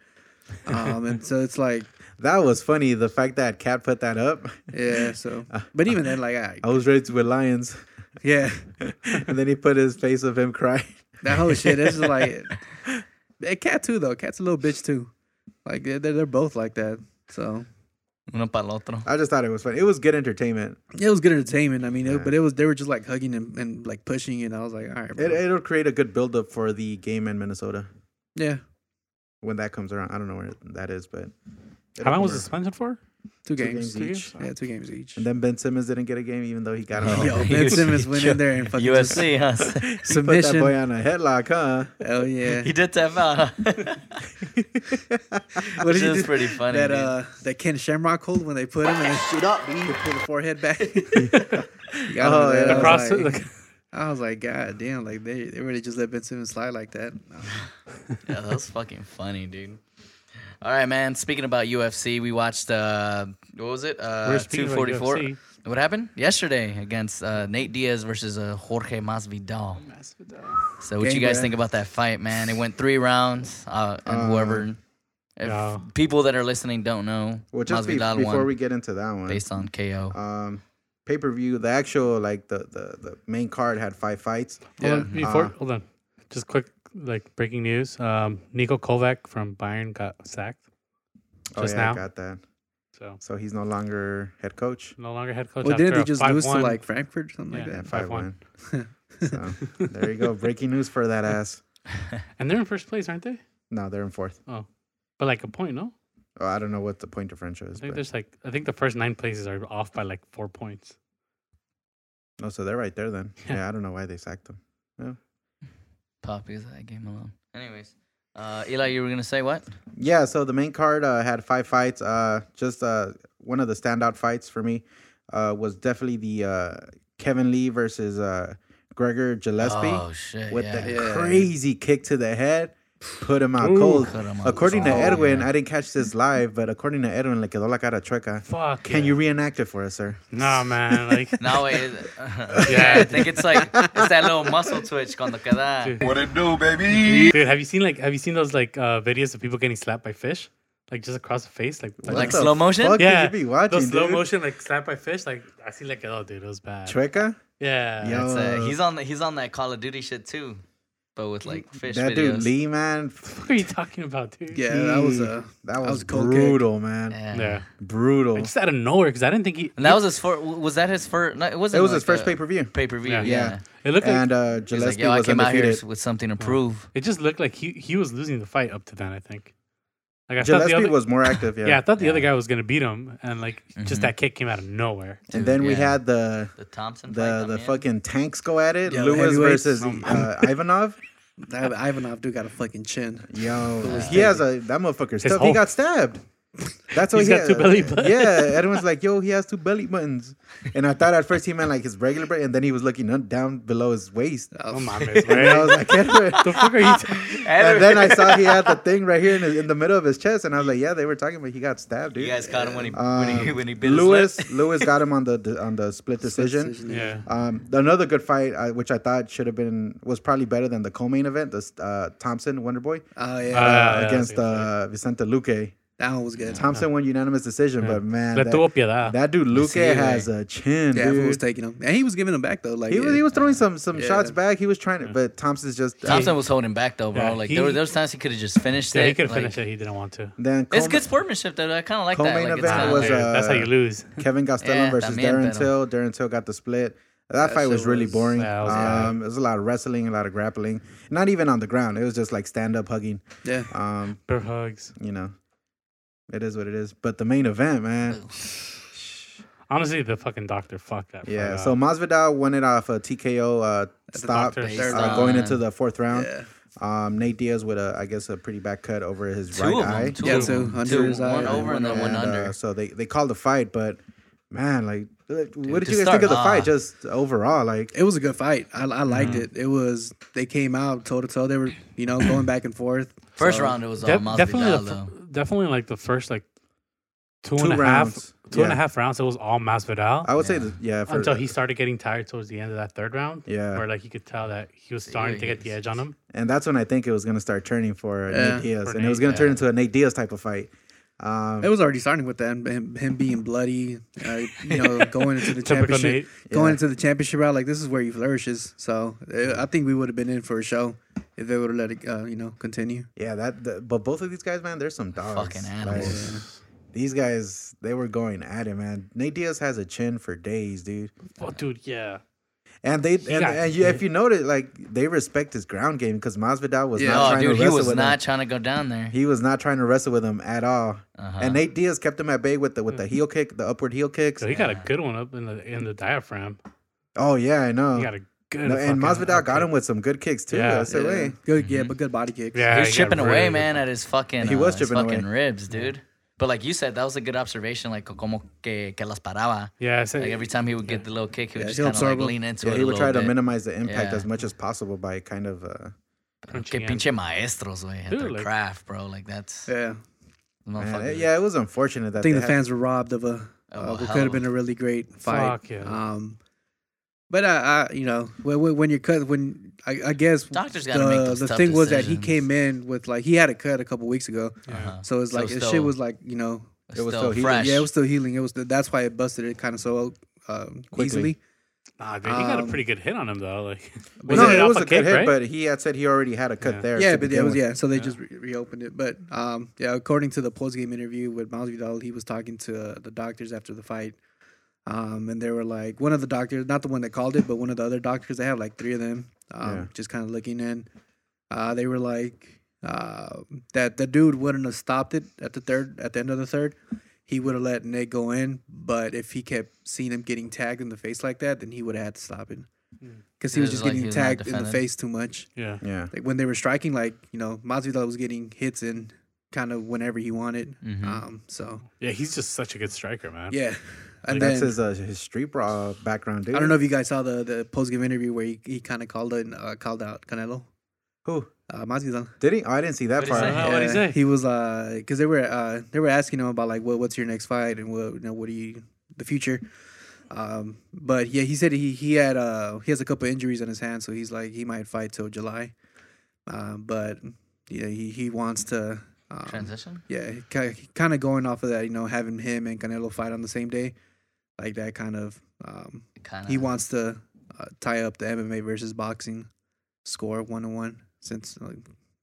D: um, and so it's like
B: that was funny. The fact that Cat put that up.
D: yeah, so but even then like I,
B: I was raised with lions,
D: yeah
B: and then he put his face of him crying.
D: that whole shit it's just like and cat too though cat's a little bitch too, like they're, they're both like that, so
A: uno para otro.
B: I just thought it was funny. It was good entertainment.
D: it was good entertainment. I mean,
B: Yeah.
D: it, but it was they were just like hugging and, and like pushing, and I was like all right, bro.
B: It, it'll create a good buildup for the game in Minnesota
D: yeah.
B: when that comes around. I don't know where that is, but it'll
C: How long was
B: come
C: the suspension for?
D: Two
B: Two
D: games.
B: games each.
D: Yeah, two games each.
B: And then Ben Simmons didn't get a game, even though he got him.
A: Oh,
D: Yo,
A: he
D: Ben
A: was-
D: Simmons went in there and fucking just-
A: UFC, huh?
B: He put that
D: submission.
B: boy on a headlock, huh?
D: Hell yeah!
A: he did tap out. Huh?
D: What
A: Which
D: did he
A: is
D: do?
A: pretty funny.
D: that
A: dude.
D: uh, that Ken Shamrock hold when they put him and shoot up, he pull the forehead back.
B: Oh,
D: oh
B: yeah.
D: yeah.
B: The
D: I,
C: Across
D: was
C: the,
D: like,
C: like,
D: I was like, God damn! Like they they really just let Ben Simmons slide like that. No.
A: yeah, that was fucking funny, dude. All right, man. Speaking about UFC, we watched uh, what was it? Uh,
C: We're speaking
A: two
C: about
A: forty four.
C: UFC.
A: What happened yesterday against uh, Nate Diaz versus uh, Jorge Masvidal? So, what
D: Game
A: you guys
D: breath.
A: think about that fight, man? It went three rounds, uh, and
D: Um,
A: whoever. If
C: yeah.
A: people that are listening don't know,
B: Well, just be-
A: Masvidal
B: before
A: won
B: we get into that one,
A: based on KO.
B: um, pay per view, the actual like the, the the main card had five fights.
D: Yeah. Uh-huh.
C: Hold on, before,
B: Uh,
C: hold on. Just quick, like breaking news. Um, Nico Kovac from Bayern got sacked.
B: Oh
C: Just
B: yeah,
C: now?
B: I got that.
C: So
B: So he's no longer head coach.
C: no longer head coach.
D: Well,
C: after
D: didn't they
C: a
D: just lose to
C: 5-1.
D: like Frankfurt or something
C: Yeah.
D: like that?
B: Five
C: 5-1.
B: one. so there you go. Breaking news for that ass.
D: Uh,
C: And they're in first place, aren't they?
B: No, they're in fourth.
C: But like a point, no?
B: Oh, I don't know what the point differential
C: I
B: is.
C: think
B: But,
C: there's like I think the first nine places are off by like four points.
B: no, oh, so they're right there then.
C: Yeah.
B: Yeah, I don't know why they sacked him.
A: Pop is that game alone. Anyways, uh, Eli, you were gonna say what?
B: Yeah, so the main card uh, had five fights. Uh, just uh, one of the standout fights for me uh, was definitely the uh, Kevin Lee versus uh, Gregor Gillespie
A: Oh shit!
B: with
A: yeah.
B: the
D: Yeah.
B: crazy kick to the head, put him out
C: Ooh.
B: cold.
A: Cut him out
B: According to
C: Oh,
A: cold,
B: Edwin,
A: Oh, yeah.
B: I didn't catch this live, but according to Edwin, le quedó la cara chueca.
C: Fuck.
B: Can you reenact it for us, sir?
C: Nah, man. Like
A: No, wait. is- yeah, I think it's like it's that little muscle twitch cuando queda.
C: Dude.
E: What it do, baby?
C: dude, have you seen like have you seen those like uh, videos of people getting slapped by fish? Like just across the face, like
B: What
A: Like
B: the
A: slow motion?
B: Fuck yeah,
C: yeah,
B: you be watching,
C: those
B: dude.
C: slow motion like slapped by fish. Like I see like oh dude, it was bad.
B: Chueca?
C: yeah,
B: Yo.
A: It's, uh,
B: Uh,
A: he's on the, he's on that Call of Duty shit too, but with like fish
B: that
A: videos.
B: dude Lee, man.
C: What are you talking about, dude?
D: Yeah, that was uh,
B: he-
D: a
B: That was,
D: was a cold kick.
B: brutal, man.
A: Yeah.
C: yeah.
B: Brutal.
C: Just out of nowhere, because I didn't think he.
A: And that was his first. Was that his first? No, it wasn't.
B: It was
A: like
B: his first
A: a
B: pay per view.
A: pay-per-view. Yeah.
C: Yeah.
B: Yeah.
C: It looked like
B: And uh,
A: He's like,
B: Gillespie
A: yo, I
B: was
A: came out here s-
B: undefeated.
A: with something to prove.
C: It just looked like he he was losing the fight up to then. I think. Like I thought
B: Gillespie
C: the other
B: was more active, yeah. Mm-hmm.
C: yeah. I thought the other
A: Yeah.
C: guy was gonna beat him, and like
A: Mhm.
C: just that kick came out of nowhere.
B: and
A: Dude,
B: then we
A: yeah.
B: had the
A: the Thompson.
B: the
A: fight,
B: the
A: Damian.
B: fucking tanks go at it.
D: Yeah, the
B: Lewis
D: heavyweights.
B: versus
C: Oh, my.
B: uh, Ivanov.
D: That- Ivanov dude got a fucking chin.
B: Yo, he has a that motherfucker's
C: His
B: tough. He
C: whole-
B: got stabbed. That's what
C: He's
B: he uh,
C: got two belly buttons.
B: Yeah, everyone's like, "Yo, he has two belly buttons," and I thought at first he meant like his regular, butt, and then he was looking un- down below his waist.
C: Oh my
B: And I
C: man!
B: was like, "Edward."
C: the fuck are you? talking?
B: and then I saw he had the thing right here in, his, in the middle of his chest, and I was like, "Yeah, they were talking, but he got stabbed, dude."
A: You guys caught him when he when he
B: Um,
A: when he bit his lip.
B: Lewis Lewis got him on the- the on the split decision.
C: yeah,
B: Um, another good fight, uh, which I thought should have been was probably better than the co-main event, this uh, Thompson Wonderboy
D: Oh
C: Uh,
A: Ah,
D: yeah,
C: yeah,
B: uh,
C: that's a
B: against
C: good
B: uh, Vicente Luque.
D: that one was good.
B: Thompson won unanimous decision,
C: Yeah.
B: but Oh, man,
C: Le tuvo
B: that,
C: piedad.
B: that dude
A: Sí,
B: Luque
A: güey.
B: has a chin,
D: Yeah, everyone was
B: dude.
D: taking him, and he was giving him back though. Like
B: He was he was throwing some some
D: Yeah.
B: shots back. He was trying to, but Thompson's just.
A: Thompson was holding back though, bro.
C: Yeah,
A: like there
C: he-
A: were those times he could have just finished
C: yeah,
A: it.
C: he could have
A: like,
C: finished it. He didn't want to.
B: Then
A: It's
B: co-
A: good sportsmanship though. I kind of like that.
B: Co-main
A: Like, it's
B: event
A: not-
B: was,
C: Dude, that's how
B: uh,
C: you lose.
B: Kevin Gastelum
A: Yeah,
B: versus
A: Eh, también,
B: Darren
A: pero-
B: Till. Darren Till got the split. That,
D: That
B: fight
D: shit
B: was really
D: was-
B: boring.
C: that was bad.
B: um, it was a lot of wrestling, a lot of grappling. Not even on the ground. It was just like stand up hugging.
D: yeah.
B: Um,
C: Bear hugs.
B: you know, it is what it is. But the main event, man.
C: Honestly, the fucking doctor. Fuck that.
B: Yeah.
C: fuck
B: So
C: up.
B: Masvidal won it off a TKO uh,
D: the
B: stop,
C: doctor's
B: uh,
D: round.
B: going into the fourth round.
D: Yeah.
B: Um, Nate Diaz with a, I guess, a pretty bad cut over his
A: Two
B: right
A: of them.
B: eye.
A: Two
D: Yeah,
A: of
D: so
A: them.
D: under
A: Two,
D: his eye
A: One
D: and
A: over and then one
B: uh,
A: under.
B: so they they called the fight, but man, like, what did
A: to
B: you guys
A: start
B: think of the fight?
A: off-
B: Just overall, like,
D: It was a good fight. I, I liked it.
C: Mm-hmm.
D: It was they came out toe to toe. They were you know going back and forth.
A: First
D: So,
A: round, it was all
C: De-
A: Masvidal,
C: definitely, the,
A: though.
C: f- definitely like the first like two
B: Two
C: and a half,
B: rounds.
C: two and
B: Yeah.
C: a half rounds. It was all Masvidal
B: I would say,
A: Yeah.
B: that, yeah, for,
C: until he started getting tired towards the end of that third round.
B: Yeah.
C: where like you could tell that he was starting to get the edge on him.
B: and that's when I think it was gonna start turning for uh
D: Yeah.
B: Nate Diaz,
C: For
B: and it was
C: Nate,
B: gonna turn
A: yeah.
B: into a Nate Diaz type of fight. Um,
D: It was already starting with that him, him being bloody, uh, you know, going into the
C: Typical
D: championship,
C: Nate.
D: going
B: Yeah.
D: into the championship route. Like this is where he flourishes. So uh, I think we would have been in for a show if they would have let it, uh, you know, continue.
B: Yeah, that. The, but both of these guys, man, they're some dogs.
A: Fucking animals.
B: Like, these guys, they were going at it, man. Nate Diaz has a chin for days, dude.
C: Oh, dude, yeah.
B: And they, and,
C: got
B: and you, if
C: hit.
B: you notice, like they respect his ground game because Masvidal was
D: Yeah.
B: not
A: Oh,
B: trying
A: dude,
B: to
A: he
B: wrestle
A: was
B: with
A: not
B: him.
A: trying to go down there.
B: He was not trying to wrestle with him at all.
A: Uh-huh.
B: And Nate Diaz kept him at bay with the with the heel kick, the upward heel kicks.
C: Mm-hmm. So he got a good one up in the in the diaphragm.
B: Oh yeah, I know.
C: He got a good.
B: No, and
C: fucking
B: Masvidal got
C: upkick.
B: him with some good kicks too.
C: Yeah. Mm-hmm.
B: I said,
D: Yeah.
B: wait.
D: Good, yeah, but good body kicks.
C: Yeah,
A: he was
C: got
A: chipping
C: really
A: away,
C: good-
A: man, at his fucking
B: He
A: uh,
B: was
A: his
B: chipping away.
A: fucking ribs, dude. But like you said, that was a good observation. Like como que, que las paraba.
C: Yeah, I said,
A: Like every time he would get the little kick, he would
D: Yeah,
A: just
D: he'll
A: kind of like
D: absorb 'em.
A: lean into
B: Yeah,
A: it.
B: he
A: a
B: would try to
A: little bit.
B: minimize the impact
A: Yeah.
B: as much as possible by kind of uh,
C: Crunchy
A: Que
C: end.
A: pinche maestros, way, at
C: Dude,
A: their
C: like-
A: craft, bro. Like that's
D: Yeah,
B: man,
A: motherfuckers-
B: yeah, it was unfortunate that
D: I think
B: they
D: the
B: had-
D: fans were robbed of a
A: Oh,
D: uh, what
A: hell
D: could
A: of
D: have
A: a-
D: been a really great fight.
C: Fuck, yeah.
D: Um, but I, I you know, when, when when you're cut, when I, I guess
A: Doctors
D: the
A: gotta make those
D: the
A: tough
D: thing was that he
A: decisions.
D: came in with like he had a cut a couple weeks ago,
A: Uh-huh.
D: so it's
A: So
D: like his
A: still-
D: shit was like you know,
B: It was
A: still
B: still heated.
A: fresh.
D: yeah, it was still healing. It was that's why it busted it kind of so um,
B: Quickly.
D: easily.
C: Nah, dude, he got a
D: Um,
C: pretty good hit on him though. Like,
B: no,
C: it
B: it,
C: off
B: was
C: a
B: a good
C: kick,
B: hit,
C: right?
B: but he had said he already had a cut
C: Yeah.
B: there.
D: Yeah,
B: to
D: but it
B: begin
D: was
B: with.
D: yeah. So they
C: Yeah.
D: just re- reopened it, but um, yeah. According to the post game interview with Masvidal, he was talking to uh, the doctors after the fight, um, and they were like, one of the doctors, not the one that called it, but one of the other doctors. They have like three of them, um,
B: Yeah.
D: just kind of looking in. Uh, they were like uh, that the dude wouldn't have stopped it at the third, at the end of the third. He would have let Nate go in, but if he kept seeing him getting tagged in the face like that, then he would have had to stop it because
A: Hmm. It
D: he was
A: was
D: just
A: like
D: getting
A: he was not
D: tagged in the
A: defending.
D: face too much
C: yeah,
B: Yeah.
D: like when they were striking, like you know, Masvidal was getting hits in kind of whenever he wanted.
A: Mhm.
C: Mm-hmm.
D: Um, so
C: yeah, he's just such a good striker, man.
D: yeah, and
B: That's
D: then
B: his uh, his street brawl background, dude.
D: I don't know if you guys saw the the post game interview where he, he kind of called it, uh, called out Canelo.
B: who
D: Uh, Masvidal.
B: did he. Oh, I didn't see that
C: What'd he
B: part.
C: say? Oh, what'd he
D: Yeah,
C: say?
D: He was uh, because they were uh, they were asking him about like what what's your next fight and what you know what do you the future. Um, but yeah, he said he he had uh he has a couple injuries on his hand, so he's like he might fight till July. Um, but yeah, he he wants to um,
A: transition.
D: Yeah, kind of going off of that, you know, having him and Canelo fight on the same day, like that kind of. Um,
A: Kind of.
D: he wants to uh, tie up the MMA versus boxing score one on one since like,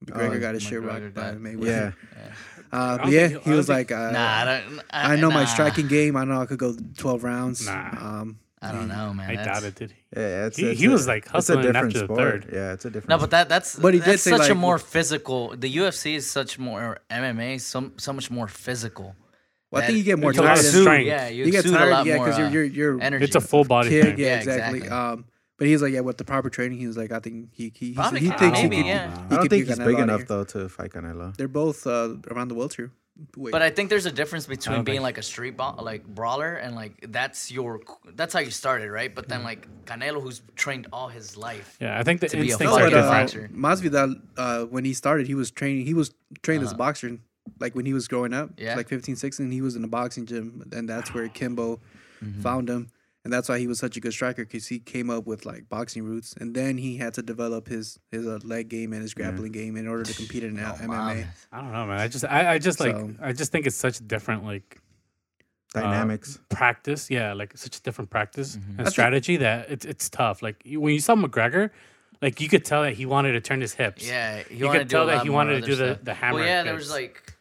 D: McGregor
B: Oh,
D: got his shit
A: McGregor
D: rocked by
A: got-
D: Mayweather.
B: Yeah,
D: uh,
C: don't
D: but yeah,
C: think he'll-
D: he
C: I
D: was
C: don't
D: like, uh,
A: Nah, I don't. I,
D: I know
A: nah.
D: my striking game. I know I could go twelve rounds.
C: Nah.
D: Um,
A: I don't know, man.
C: I
A: that's-
C: doubt it. Did he?
B: yeah. It's,
C: He-
B: it's
C: he
B: a-
C: was, like,
B: it's a
C: hustling after
B: different
C: the
B: sport.
C: third.
B: Yeah, it's a different.
A: No, but that that's
D: But he did
A: that's
D: say,
A: such a
D: like-
A: more physical. The UFC is such more MMA, so so much more physical.
D: well,
A: That-
D: I think you get more
C: It's a lot
D: tired.
C: of
D: as-
C: strength.
A: Yeah, you,
D: You get
A: exude a
D: tired,
A: lot
D: yeah,
A: more.
D: because
A: uh,
D: you're you're, you're
A: energy.
C: It's a full body
D: kid.
C: thing.
D: Yeah,
A: Yeah,
D: exactly.
A: exactly.
D: Um, but he's like, yeah, with the proper training, he was like, I think he he, he,
A: Probably
D: he
A: could-
D: thinks
A: maybe,
D: he could.
A: yeah.
D: he
B: I don't think
D: could beat
B: he's
D: Canelo
B: big
D: out of
B: enough
D: here.
B: though to fight Canelo.
D: They're both uh, around the welter. Wait,
A: But I think there's a difference between
C: don't
A: being
C: think-
A: like a street ball, like brawler and like that's your that's how you started, right? But then
C: Mm-hmm.
A: like Canelo, who's trained all his life.
C: Yeah, I think the
A: To be a
C: instincts
D: no,
A: fighter.
C: are
D: but uh,
C: different.
A: different.
D: Masvidal, uh, when he started, he was training. He was trained as a boxer, like when he was growing up,
A: Uh-huh. Yeah.
D: like 15, 16. He was in a boxing gym, and that's where Kimbo
A: Mm-hmm.
D: found him, and that's why he was such a good striker because he came up with like boxing roots, and then he had to develop his his uh, leg game and his grappling game in order to compete in uh, MMA.
A: Oh, Wow.
C: I don't know, man. I just, I, I just like,
D: So-
C: I just think it's such different, like
B: Dynamics.
C: practice. Yeah, like such a different practice
A: Mm-hmm.
C: and
D: think-
C: strategy that it's it's tough. Like you- when you saw McGregor, like you could tell that he wanted to turn his hips.
A: Yeah, he
C: You
A: wanted
C: could
A: to do a
C: tell that
A: lot
C: he
A: more
C: wanted to
A: other
C: do the-
A: stuff.
C: the hammer
A: Well, yeah, there
C: kicks.
A: was like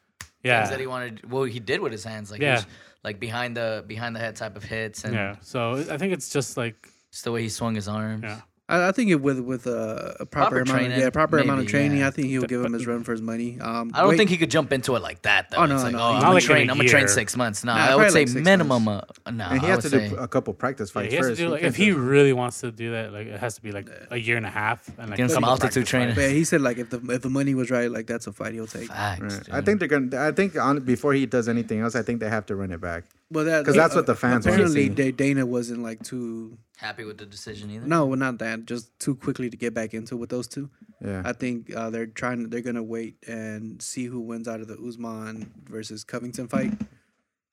C: yeah,
A: things that he wanted. Well, he did with his hands, like
C: Yeah.
A: he was, like behind the behind the head type of hits, and
C: yeah. So I think it's just like,
A: just the way he swung his arms.
C: yeah,
D: I, I think it with with a, a proper,
A: Proper
D: amount,
A: training,
D: of, yeah, proper amount of
A: maybe,
D: training.
A: yeah.
D: I think he'll give him
C: but-
D: his run for his money. Um,
A: I don't
D: wait-
A: think he could jump into it like that. Though.
D: Oh, no,
A: it's like,
D: no,
A: oh,
D: he-
A: I'm
D: Not
A: gonna
D: like
C: in
A: train.
C: a
A: I'm gonna train
C: year.
A: six months. No,
D: Nah,
A: I would
D: probably
A: say
D: like six
A: minimum. Uh, no,
B: and he
A: I
B: has
A: would
B: to
A: say
B: do uh, a couple practice
C: Yeah,
B: fights
C: he has to
B: first.
C: do like
B: can't
C: if he
B: just-
C: really wants to do that, like it has to be like a year and a half and like
A: Give him some
C: couple
A: altitude
C: practice
A: training.
D: but
C: fights.
D: he said like if the if the money was right, like that's a fight he'll take.
A: facts.
B: Right.
A: Ah, dude.
B: I think they're gonna. I think on before he does anything else, I think they have to run it back.
D: Well, that uh,
B: 'Cause that's what the fans wanna
D: apparently
B: see.
D: Da- Dana wasn't like too
A: happy with the decision either.
D: no, well, not that just too quickly to get back into it with those two.
B: Yeah,
D: I think uh, they're trying. They're gonna wait and see who wins out of the Usman versus Covington fight,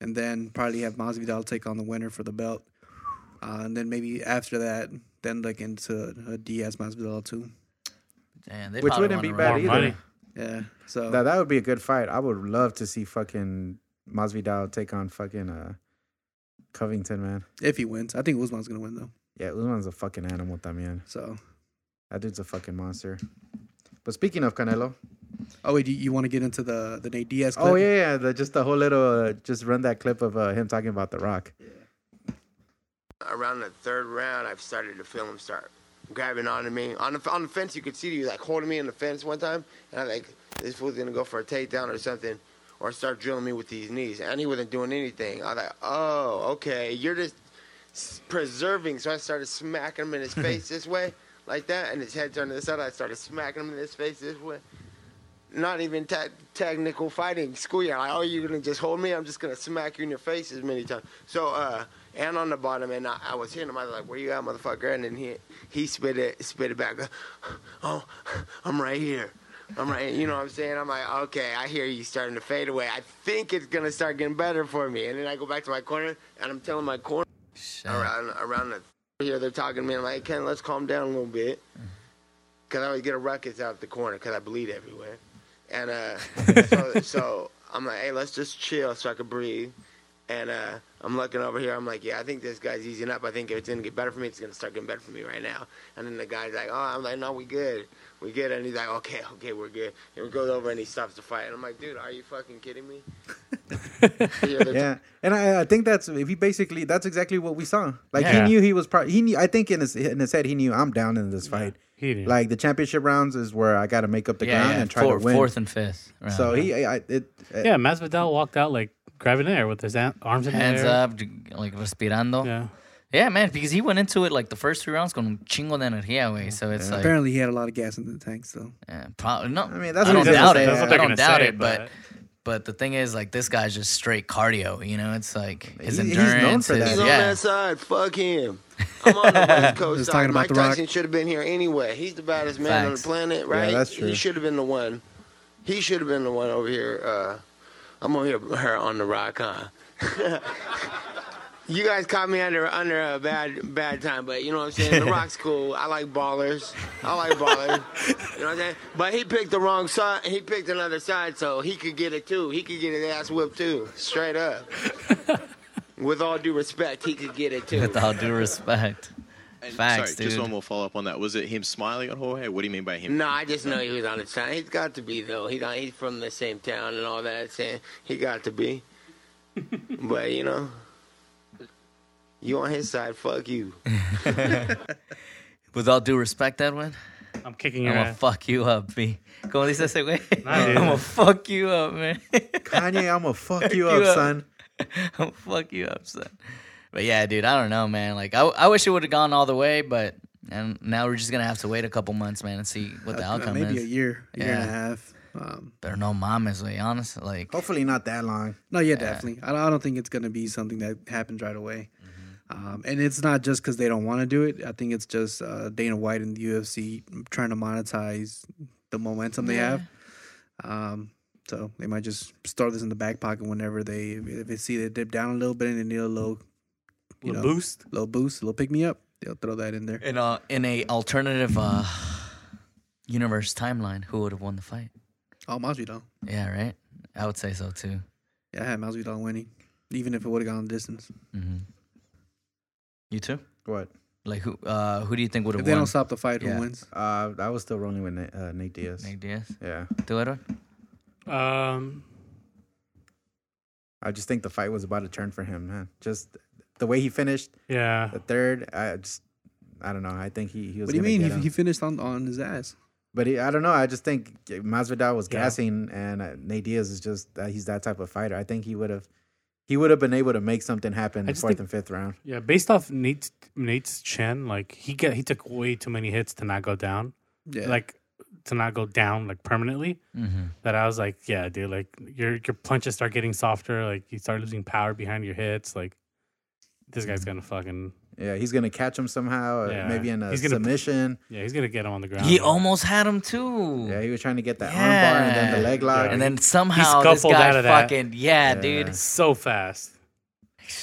D: and then probably have Masvidal take on the winner for the belt, uh, and then maybe after that, then look into a Diaz Masvidal too.
A: Damn, they
B: Which
A: probably
B: wouldn't
A: wanna
B: be bad
C: More
A: run-
B: either.
C: money.
D: Yeah. So
B: that that would be a good fight. I would love to see fucking Masvidal take on fucking uh Covington, man.
D: if he wins, I think Usman's gonna win though.
B: Yeah, Usman's a fucking animal, también.
D: So
B: That dude's a fucking monster. But speaking of Canelo,
D: oh wait, you, you want to get into the the Nate Diaz? Clip?
B: oh yeah, yeah, the, just the whole little, uh, just run that clip of uh, him talking about The Rock.
G: around the third round, I've started to feel him start grabbing onto me. On the on the fence, you could see he was like holding me on the fence one time, and I like this fool's gonna go for a takedown or something, or start drilling me with these knees, and he wasn't doing anything. I was like, oh, okay, you're just s- preserving. So I started smacking him in his face this way, like that, and his head turned to the side. I started smacking him in his face this way. Not even ta- technical fighting, schoolyard. Like, oh, you're gonna just hold me? I'm just gonna smack you in your face as many times. So, uh, and on the bottom, and I, I was hitting him. I was like, "Where you at, motherfucker?" And then he he spit it, spit it back. Oh, I'm right here. I'm right. You know what I'm saying? I'm like, okay, I hear you starting to fade away. I think it's gonna start getting better for me. And then I go back to my corner, and I'm telling my corner
A: Shit.
G: around around the here they're talking to me. I'm like, Ken, let's calm down a little bit, because I always get a ruckus out the corner because I bleed everywhere, and uh, so, so I'm like, hey, let's just chill so I can breathe. And uh, I'm looking over here. I'm like, yeah, I think this guy's easing up. I think if it's gonna get better for me, it's gonna start getting better for me right now. And then the guy's like, oh, I'm like, no, we good, we good. And he's like, okay, okay, we're good. And he goes over and he stops the fight. And I'm like, dude, are you fucking kidding me? yeah, they're
B: Yeah, and I, I think that's if he basically that's exactly what we saw. Like
C: Yeah.
B: he knew he was probably he knew. I think in his in his head he knew I'm down in this fight.
C: He did.
B: Like the championship rounds is where I got to make up the
A: yeah,
B: ground
A: yeah.
B: and try
A: Four-
B: to win.
A: Fourth and fifth. round.
B: so he, I, I- it, uh,
C: yeah, Masvidal walked out like grabbing air with his an- arms in the
A: hands
C: air.
A: up, d- like respirando. Yeah.
C: Yeah,
A: man, because he went into it like the first three rounds going chingo de energía away. So it's like,
D: Apparently he had a lot of gas in the tank. So
A: yeah, probably no. I
B: mean, that's
A: I
B: what
A: don't
B: they're
A: doubt
B: gonna
A: it.
B: say. That's what
A: I
B: they're
A: don't
C: gonna
A: doubt
C: say,
A: it, but. But the thing is, like this guy's just straight cardio. You know, it's like his
B: He- he's known
A: endurance.
B: for that.
A: his-
G: He's on
A: yeah,
G: that side. Fuck him. I'm on the West Coast
D: Just
G: side.
D: talking about
G: Mike
D: The Rock.
G: Tyson should have been here anyway. He's the baddest man on
A: Facts.
G: the planet, right?
B: that's true.
G: He should have been the one. He should have been the one over here. Uh, I'm over here her on the rock, huh? you guys caught me under under a bad bad time, but you know what I'm saying. The Rock's cool. I like ballers. I like ballers. you know what I'm saying. But he picked the wrong side. He picked another side, so he could get it too. He could get his ass whipped too. Straight up. With all due respect, he could get it too.
A: with all due respect.
H: And,
A: Facts,
H: sorry, just
A: dude.
H: one more follow up on that. Was it him smiling at Jorge? What do you mean by him?
G: No, I just know he was on the side. He's got to be though. He's on, he's from the same town and all that. Saying he got to be, but you know, you on his side. Fuck you.
A: With all due respect, Edwin,
C: I'm kicking your
A: I'm gonna
C: ass.
A: fuck you up, B. Como dice ese güey?
C: Nah,
A: I'm
C: dude.
A: gonna fuck you up, man.
B: Kanye, I'm gonna fuck you
A: You
B: up,
A: up.
B: son.
A: I'm gonna fuck you up, son. But yeah, dude, I don't know, man. Like, I, I wish it would have gone all the way, but and now we're just gonna have to wait a couple months, man, and see what the
D: uh,
A: outcome
D: maybe a
A: is.
D: year, a year and a
A: Yeah.
D: half. Um,
A: Pero no mames, way honest.
D: Oh,
A: Like,
B: Hopefully not that long.
D: no, yeah, definitely. I, don't- I don't think it's gonna be something that happens right away. Um, and it's not just because they don't want to do it. I think it's just uh, Dana White and the UFC trying to monetize the momentum they have. Um, so they might just store this in the back pocket whenever they if they see they dip down a little bit and they need a little, you
C: Little
D: know,
C: boost.
D: little boost, a little pick me up. They'll throw that in there.
A: in a in a alternative uh, universe timeline, who would have won the fight?
D: Oh, Masvidal.
A: Yeah, right. I would say so too.
D: Yeah, I had Masvidal winning, even if it would have gone the distance.
A: hmm You too.
B: What?
A: Like, who uh, who do you think would
D: If
A: have
D: they
A: won?
D: don't stop the fight,
A: Yeah.
D: who wins?
B: Uh, I was still rolling with Nate, uh, Nate Diaz.
A: Nate Diaz,
B: Yeah,
A: ¿Tú, Edwin?
C: Um,
B: I just think the fight was about to turn for him, man. Just the way he finished
C: yeah,
B: the third, I just I don't know. I think he he was.
D: What do you
B: gonna
D: mean?
B: get
D: He,
B: him.
D: he finished on, on his ass.
B: But he, I don't know. I just think Masvidal was
C: Yeah.
B: gassing, and uh, Nate Diaz is just uh, he's that type of fighter. I think he would have he would have been able to make something happen
C: I
B: fourth
C: just think-
B: and fifth round.
C: Yeah, based off Nate's Nate's chin, like he get he took way too many hits to not go down,
D: Yeah.
C: like to not go down like permanently.
A: Mm-hmm.
C: That I was like, yeah, dude, like your your punches start getting softer, like you start losing power behind your hits, like this
A: Mm-hmm.
C: guy's gonna fucking
B: Yeah, he's gonna catch him somehow, uh,
C: Yeah.
B: maybe in a
C: He's gonna-
B: submission.
C: yeah, he's gonna get him on the ground.
A: He
C: like-
A: almost had him too.
B: Yeah, he was trying to get that armbar
A: Yeah.
B: and then the leg lock.
C: Yeah.
A: and then somehow this
C: scuffled
A: guy
C: out of that.
A: fucking yeah,
B: Yeah.
A: dude.
C: so fast.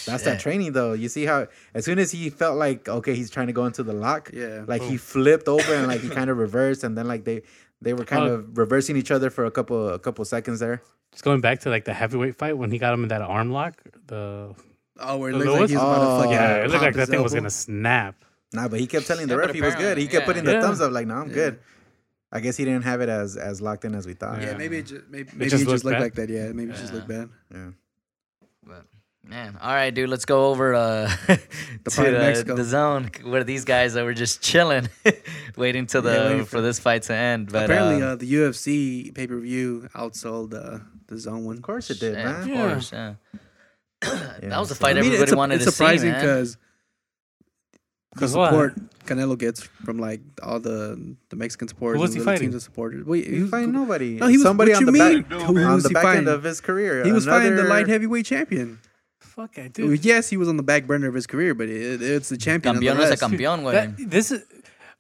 B: That's that
A: Shit.
B: training though. You see how as soon as he felt like okay, he's trying to go into the lock,
D: yeah.
B: like he flipped over and like he kind of reversed, and then like they they were kind
C: Oh.
B: of reversing each other for a couple a couple seconds there.
C: Just going back to like the heavyweight fight when he got him in that arm lock, the
D: oh, where it
C: The
D: looks like
C: Lewis?
D: he's about
B: Oh,
D: to fucking.
C: yeah, it
D: pop
C: looked like that
D: his
C: thing was
D: elbow.
C: gonna snap.
B: Nah, but he kept telling the
A: Yeah, but
B: ref he was good.
A: apparently-
B: He kept
A: yeah.
B: putting the
C: Yeah.
B: thumbs up like, "No, I'm
D: Yeah.
B: good." I guess he didn't have it as as locked in as we thought.
D: Yeah,
C: Yeah.
D: maybe it just maybe, maybe
C: just
D: it just
C: looked
D: looked
C: bad.
D: like that. Yeah, maybe it just looked bad.
A: Man, all right, dude. Let's go over uh, the,
D: part of
A: to the,
D: Mexico.
A: the zone where these guys that were just chilling, waiting till the
D: Yeah, waiting
A: for this fight to end. But
D: Apparently,
A: um,
D: uh, the UFC pay per view outsold uh, the zone one.
B: Of course it did,
A: yeah,
B: man.
A: of
C: Yeah.
A: course, yeah.
B: Yeah.
A: that was a fight
D: I mean,
A: everybody
D: it's, a-
A: wanted
D: it's
A: to see,
D: surprising
A: man.
D: because the
C: 'Cause what?
D: support Canelo gets from like all the the Mexican support.
C: Who was
D: and
C: he
D: the little
C: fighting?
D: Teams of supporters. Wait,
B: He was fighting nobody.
D: No, he was.
B: somebody
D: what
B: on
D: you
B: the
D: mean?
B: back
D: Who, who
B: on
D: was
B: the
D: he
B: back
D: fighting?
B: end of his career.
D: he was fighting the
B: Another-
D: light heavyweight champion.
C: Fuck, I do.
D: Yes, he was on the back burner of his career, but it, it's the champion.
A: Campeón was a
D: nonetheless.
A: campeón,
C: That-
A: güey.
C: this is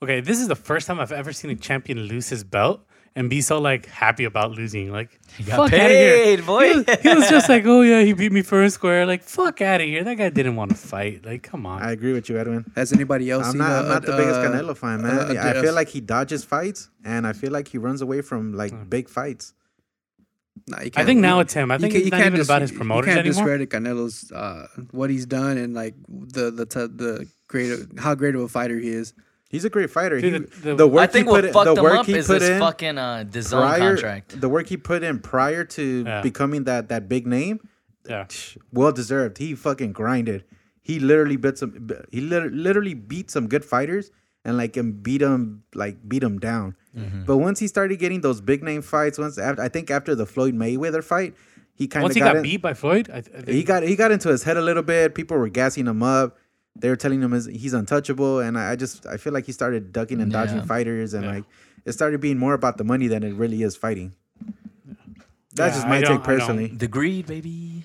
C: okay. This is the first time I've ever seen a champion lose his belt and be so like happy about losing. Like,
A: got
C: fuck out of here,
A: paid, boy.
C: He was, he was just like, oh yeah, he beat me fair and square. Like, fuck out of here. That guy didn't want to fight. Like, come on.
B: I agree with you, Edwin.
D: Has anybody else
B: I'm
D: seen
B: not.
D: a-
B: I'm not the
D: a-
B: biggest Canelo fan, man.
D: uh,
B: I
D: yes.
B: feel like he dodges fights, and I feel like he runs away from like
A: Hmm.
B: big fights.
D: Nah, you
C: I
D: can't-
C: think
D: you-
C: now it's him. I
D: you
C: think
D: can't-
C: it's
D: you
C: not
D: can't
C: even
D: dis-
C: about his
D: you
C: promoters
D: can't
C: anymore.
D: discredit Canelo's uh, what he's done and like the the t- the great of- how great of a fighter he is.
B: He's a great fighter.
C: Dude,
B: He-
C: the- the-
B: the
A: I
B: work he
A: think what
B: put in,
A: fucked
B: the
A: him
B: work
A: up
B: he
A: is
B: put
A: this
B: in
A: fucking uh, DAZN
B: prior,
A: contract.
B: the work he put in prior to
C: Yeah.
B: becoming that that big name,
C: Yeah.
B: well deserved. He fucking grinded. He literally beat some. He lit- literally beat some good fighters and like and beat him like beat him down.
C: Mm-hmm.
B: But once he started getting those big name fights, once after, I think after the Floyd Mayweather fight, he kind
C: Once
B: of
C: he
B: got,
C: got
B: in-
C: beat by Floyd, I, I think
B: he got he got into his head a little bit. People were gassing him up. They were telling him his- he's untouchable, and I, I just I feel like he started ducking and dodging
A: Yeah.
B: fighters, and
C: Yeah.
B: like it started being more about the money than it really is fighting. That's
C: Yeah,
B: just
C: I
B: my
C: don't-
B: take
C: I don't-
B: personally.
A: The greed, baby.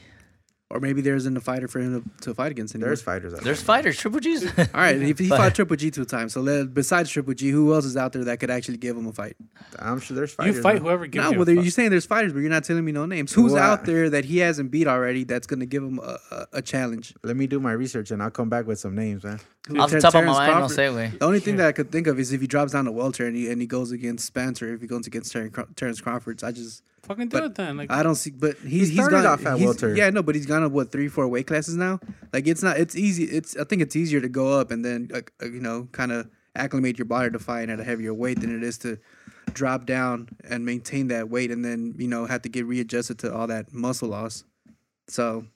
D: Or maybe there isn't a fighter for him to, to fight against anymore.
B: There's fighters. Out there.
A: There's fighters, Triple G's.
D: All right, if he
A: But-
D: fought Triple G two times, so let, besides Triple G, who else is out there that could actually give him a fight?
B: I'm sure there's
C: you
B: fighters.
C: fight
B: man.
C: whoever gives
D: No,
C: you.
D: well,
C: a
D: there-
C: fuck.
D: you're saying there's fighters, but you're not telling me no names. Who's
B: Well, I-
D: out there that he hasn't beat already that's going to give him a, a, a challenge?
B: Let me do my research and I'll come back with some names, man.
D: Who-
A: Off the
D: Ter-
A: top of my
D: Terrence
A: mind, I'll
D: Crawford?
A: say, güey.
D: The only thing that I could think of is if he drops down to welter and he and he goes against Spencer, if he goes against Terrence Craw- Terrence Crawford, I just
C: fucking do
D: but
C: it then. Like,
D: I don't see. But he's
B: He
D: he's
B: started
D: gone
B: off at
D: he's-
B: welter.
D: Yeah, no, but he's gone up what three, four weight classes now. Like it's not. It's easy. It's I think it's easier to go up and then like uh, you know kind of acclimate your body to fighting at a heavier weight than it is to drop down and maintain that weight and then you know have to get readjusted to all that muscle loss. So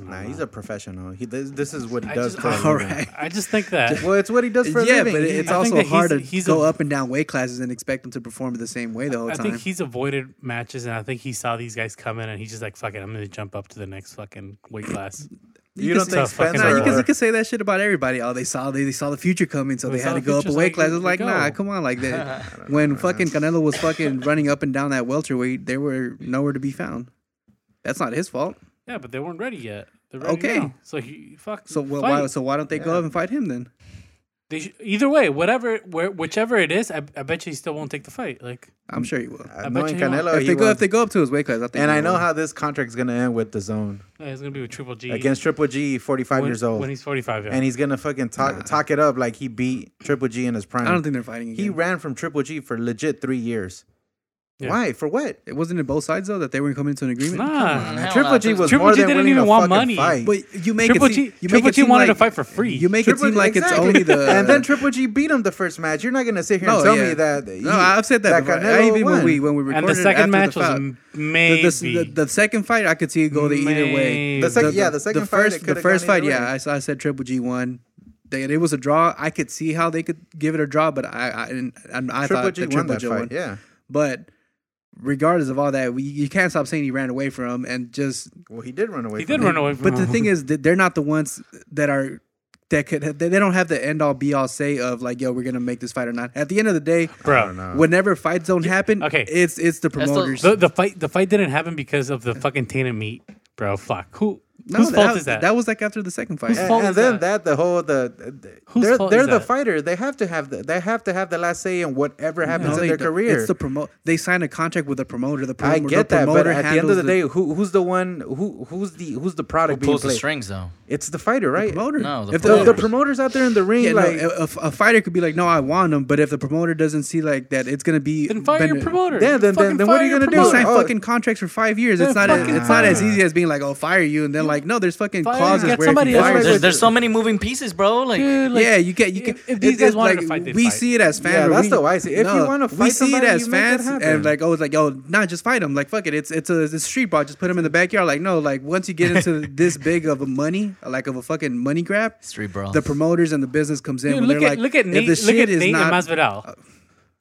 B: Nah, he's a professional. He this, this is what he
C: I
B: does. for
C: just-
B: a
D: all
B: living.
D: right.
C: I just think that
B: Well, it's what he does for a
D: Yeah,
B: living.
D: but
B: He-
D: it's
C: I
D: also
C: think that he's-
D: hard to
C: he's
D: go
C: a-
D: up and down weight classes and expect them to perform the same way the whole
C: I
D: time.
C: think he's avoided matches, and I think he saw these guys coming, and he's just like, "Fuck it, I'm gonna jump up to the next fucking weight class."
B: you,
D: can
B: don't
D: say-
B: think
C: Tough fucking
B: Spencer?
D: Nah, you can,
B: or-
D: you can say that shit about everybody. Oh, they saw they, they saw the future coming, so
C: They
D: they
C: saw
D: had to
C: the
D: go up a
C: future, so
D: weight
C: they-
D: class. It's
C: they
D: like, nah,
C: go.
D: come on, like that. when fucking Canelo was fucking running up and down that welterweight, they were nowhere to be found. That's not his fault.
C: Yeah, but they weren't ready yet. They're ready
D: Okay.
C: now. So he fuck.
D: So well,
C: fight.
D: why so why don't they go up and fight him then?
C: They sh- either way, whatever, where, whichever it is, I, I bet you he still won't take the fight. Like,
D: I'm sure he will.
B: Uh,
C: bet
B: knowing
C: you he won't.
B: Canelo,
D: if
B: he
D: they go
B: won't.
D: if they go up to his weight class, I think.
B: and
D: he
B: I know
D: will.
B: how this contract's gonna end with the zone
C: yeah, it's gonna be with Triple G
B: against Triple G, 45
C: when,
B: years old,
C: when he's 45. Yeah.
B: and he's gonna fucking talk talk it up like he beat Triple G in his prime.
D: I don't think they're fighting again.
B: he ran from Triple G for legit three years.
C: Yeah.
B: Why? For what?
D: it wasn't it both sides though that they were coming into an agreement.
C: nah,
A: Hell
B: Triple
A: no,
B: G was
C: Triple
B: more
C: G
B: than
C: didn't
B: willing to
C: even want
B: fucking
C: money.
B: fight.
D: But you make
C: Triple
D: it seem,
C: G.
D: you make
C: Triple
D: it
C: G
D: seem
C: wanted
D: like,
C: to fight for free.
D: You make
B: Triple
D: it seem like it's
B: exactly.
D: only the
B: and then Triple G beat him the first match. You're not gonna sit here and
D: No,
B: tell
D: Oh, yeah.
B: me that. he-
D: No, I've said that. before.
B: Canelo
D: Even
B: won.
D: when we when we
C: and
D: recorded
C: the second
D: after
C: match
D: the
C: was
D: fact,
C: m-
D: the, the,
C: maybe
D: the, the second fight I could see it go the either way.
C: Maybe.
B: The sec-
D: The,
B: yeah, the second fight, it
D: first,
B: could've
D: the first
B: gone
D: fight,
B: either way.
D: yeah. I, saw- I said Triple G won. they, it was a draw. I could see how they could give it a draw, but I I, and, and I
B: Triple
D: thought
B: G
D: the
B: won
D: Triple
B: that
D: G
B: fight.
D: won.
B: Yeah.
D: But regardless of all that, we, you can't stop saying he ran away from him. And just,
B: Well, he did run away.
C: He
B: from
C: did
B: it.
C: run away from
D: but the
C: him.
D: thing is that they're not the ones that are that could they they don't have the end all be all say of like yo we're gonna make this fight or not. At the end of the day,
B: I
C: bro.
B: don't know.
D: whenever fights don't happen,
C: okay.
D: it's it's the
A: the-
D: promoters.
C: The, the fight the fight didn't happen because of the fucking tainted meat, bro. Fuck. Who
D: No,
C: whose fault
D: that,
C: is that?
D: That was like after the second fight.
C: Whose
B: And,
C: fault
B: and
C: is
B: then that?
C: that?
B: the whole the
C: Whose
B: they're
C: fault
B: they're
C: is
B: the
C: that?
B: fighter. They have to have the, they have to have the last say in whatever happens
D: No,
B: in
D: they
B: their
D: don't.
B: career.
D: It's the promote. They sign a contract with the promoter. The promoter.
B: I get
D: the
B: that, but
D: promoter
B: at the end of
D: handles
B: the day, who who's the one who who's the who's the product being
A: Pulls the
B: played?
A: strings though.
B: it's the fighter, right?
D: promoter.
A: No, the
B: if the, the
A: promoters.
B: promoters out there in the ring,
D: Yeah, no,
B: like
D: a, a- a fighter could be like, no, I want him, but if the promoter doesn't see like that, it's gonna be
C: Then fire your
D: ben-
C: promoter.
B: Yeah, then-
C: Fucking
B: then- then what
C: fire
B: are you
C: your
B: gonna do?
D: You
C: promoter.
D: sign
B: Oh.
D: fucking contracts for five years.
C: Then
D: It's not. As,
C: fucking
D: it's not as
B: fire.
D: easy as being like, "Oh, fire you," and then like, no, there's fucking
C: Fire,
D: clauses
C: get
D: where
C: somebody
D: if you
C: else.
D: fire,
B: That's
A: There's,
B: like-
A: there's so many moving pieces, bro. Like
C: Dude, like,
D: yeah, you get you
C: if-
D: can.
C: if these
D: it's
C: guys wanted
D: like,
C: to fight, they'd
D: we
C: fight.
D: see it as fans.
B: Yeah,
D: or
B: that's
D: we-
B: the way I see it. If you wanna
D: we
B: fight
D: see it
B: somebody,
D: as
B: you make that
D: fans,
B: happen.
D: and like, oh, it's like, yo, not just fight them. Like, fuck it, it's it's a, it's a street brawl. Just put them in the backyard. Like, no, like once you get into this big of a money, like of a fucking money grab,
A: street brawl.
D: the promoters and the business comes in.
C: dude,
D: when
C: look
D: they're
C: at
D: like,
C: look at
D: if
C: Nate,
D: the
C: look
D: shit
C: at
D: is
C: Nate
D: not, uh,
C: and Masvidal.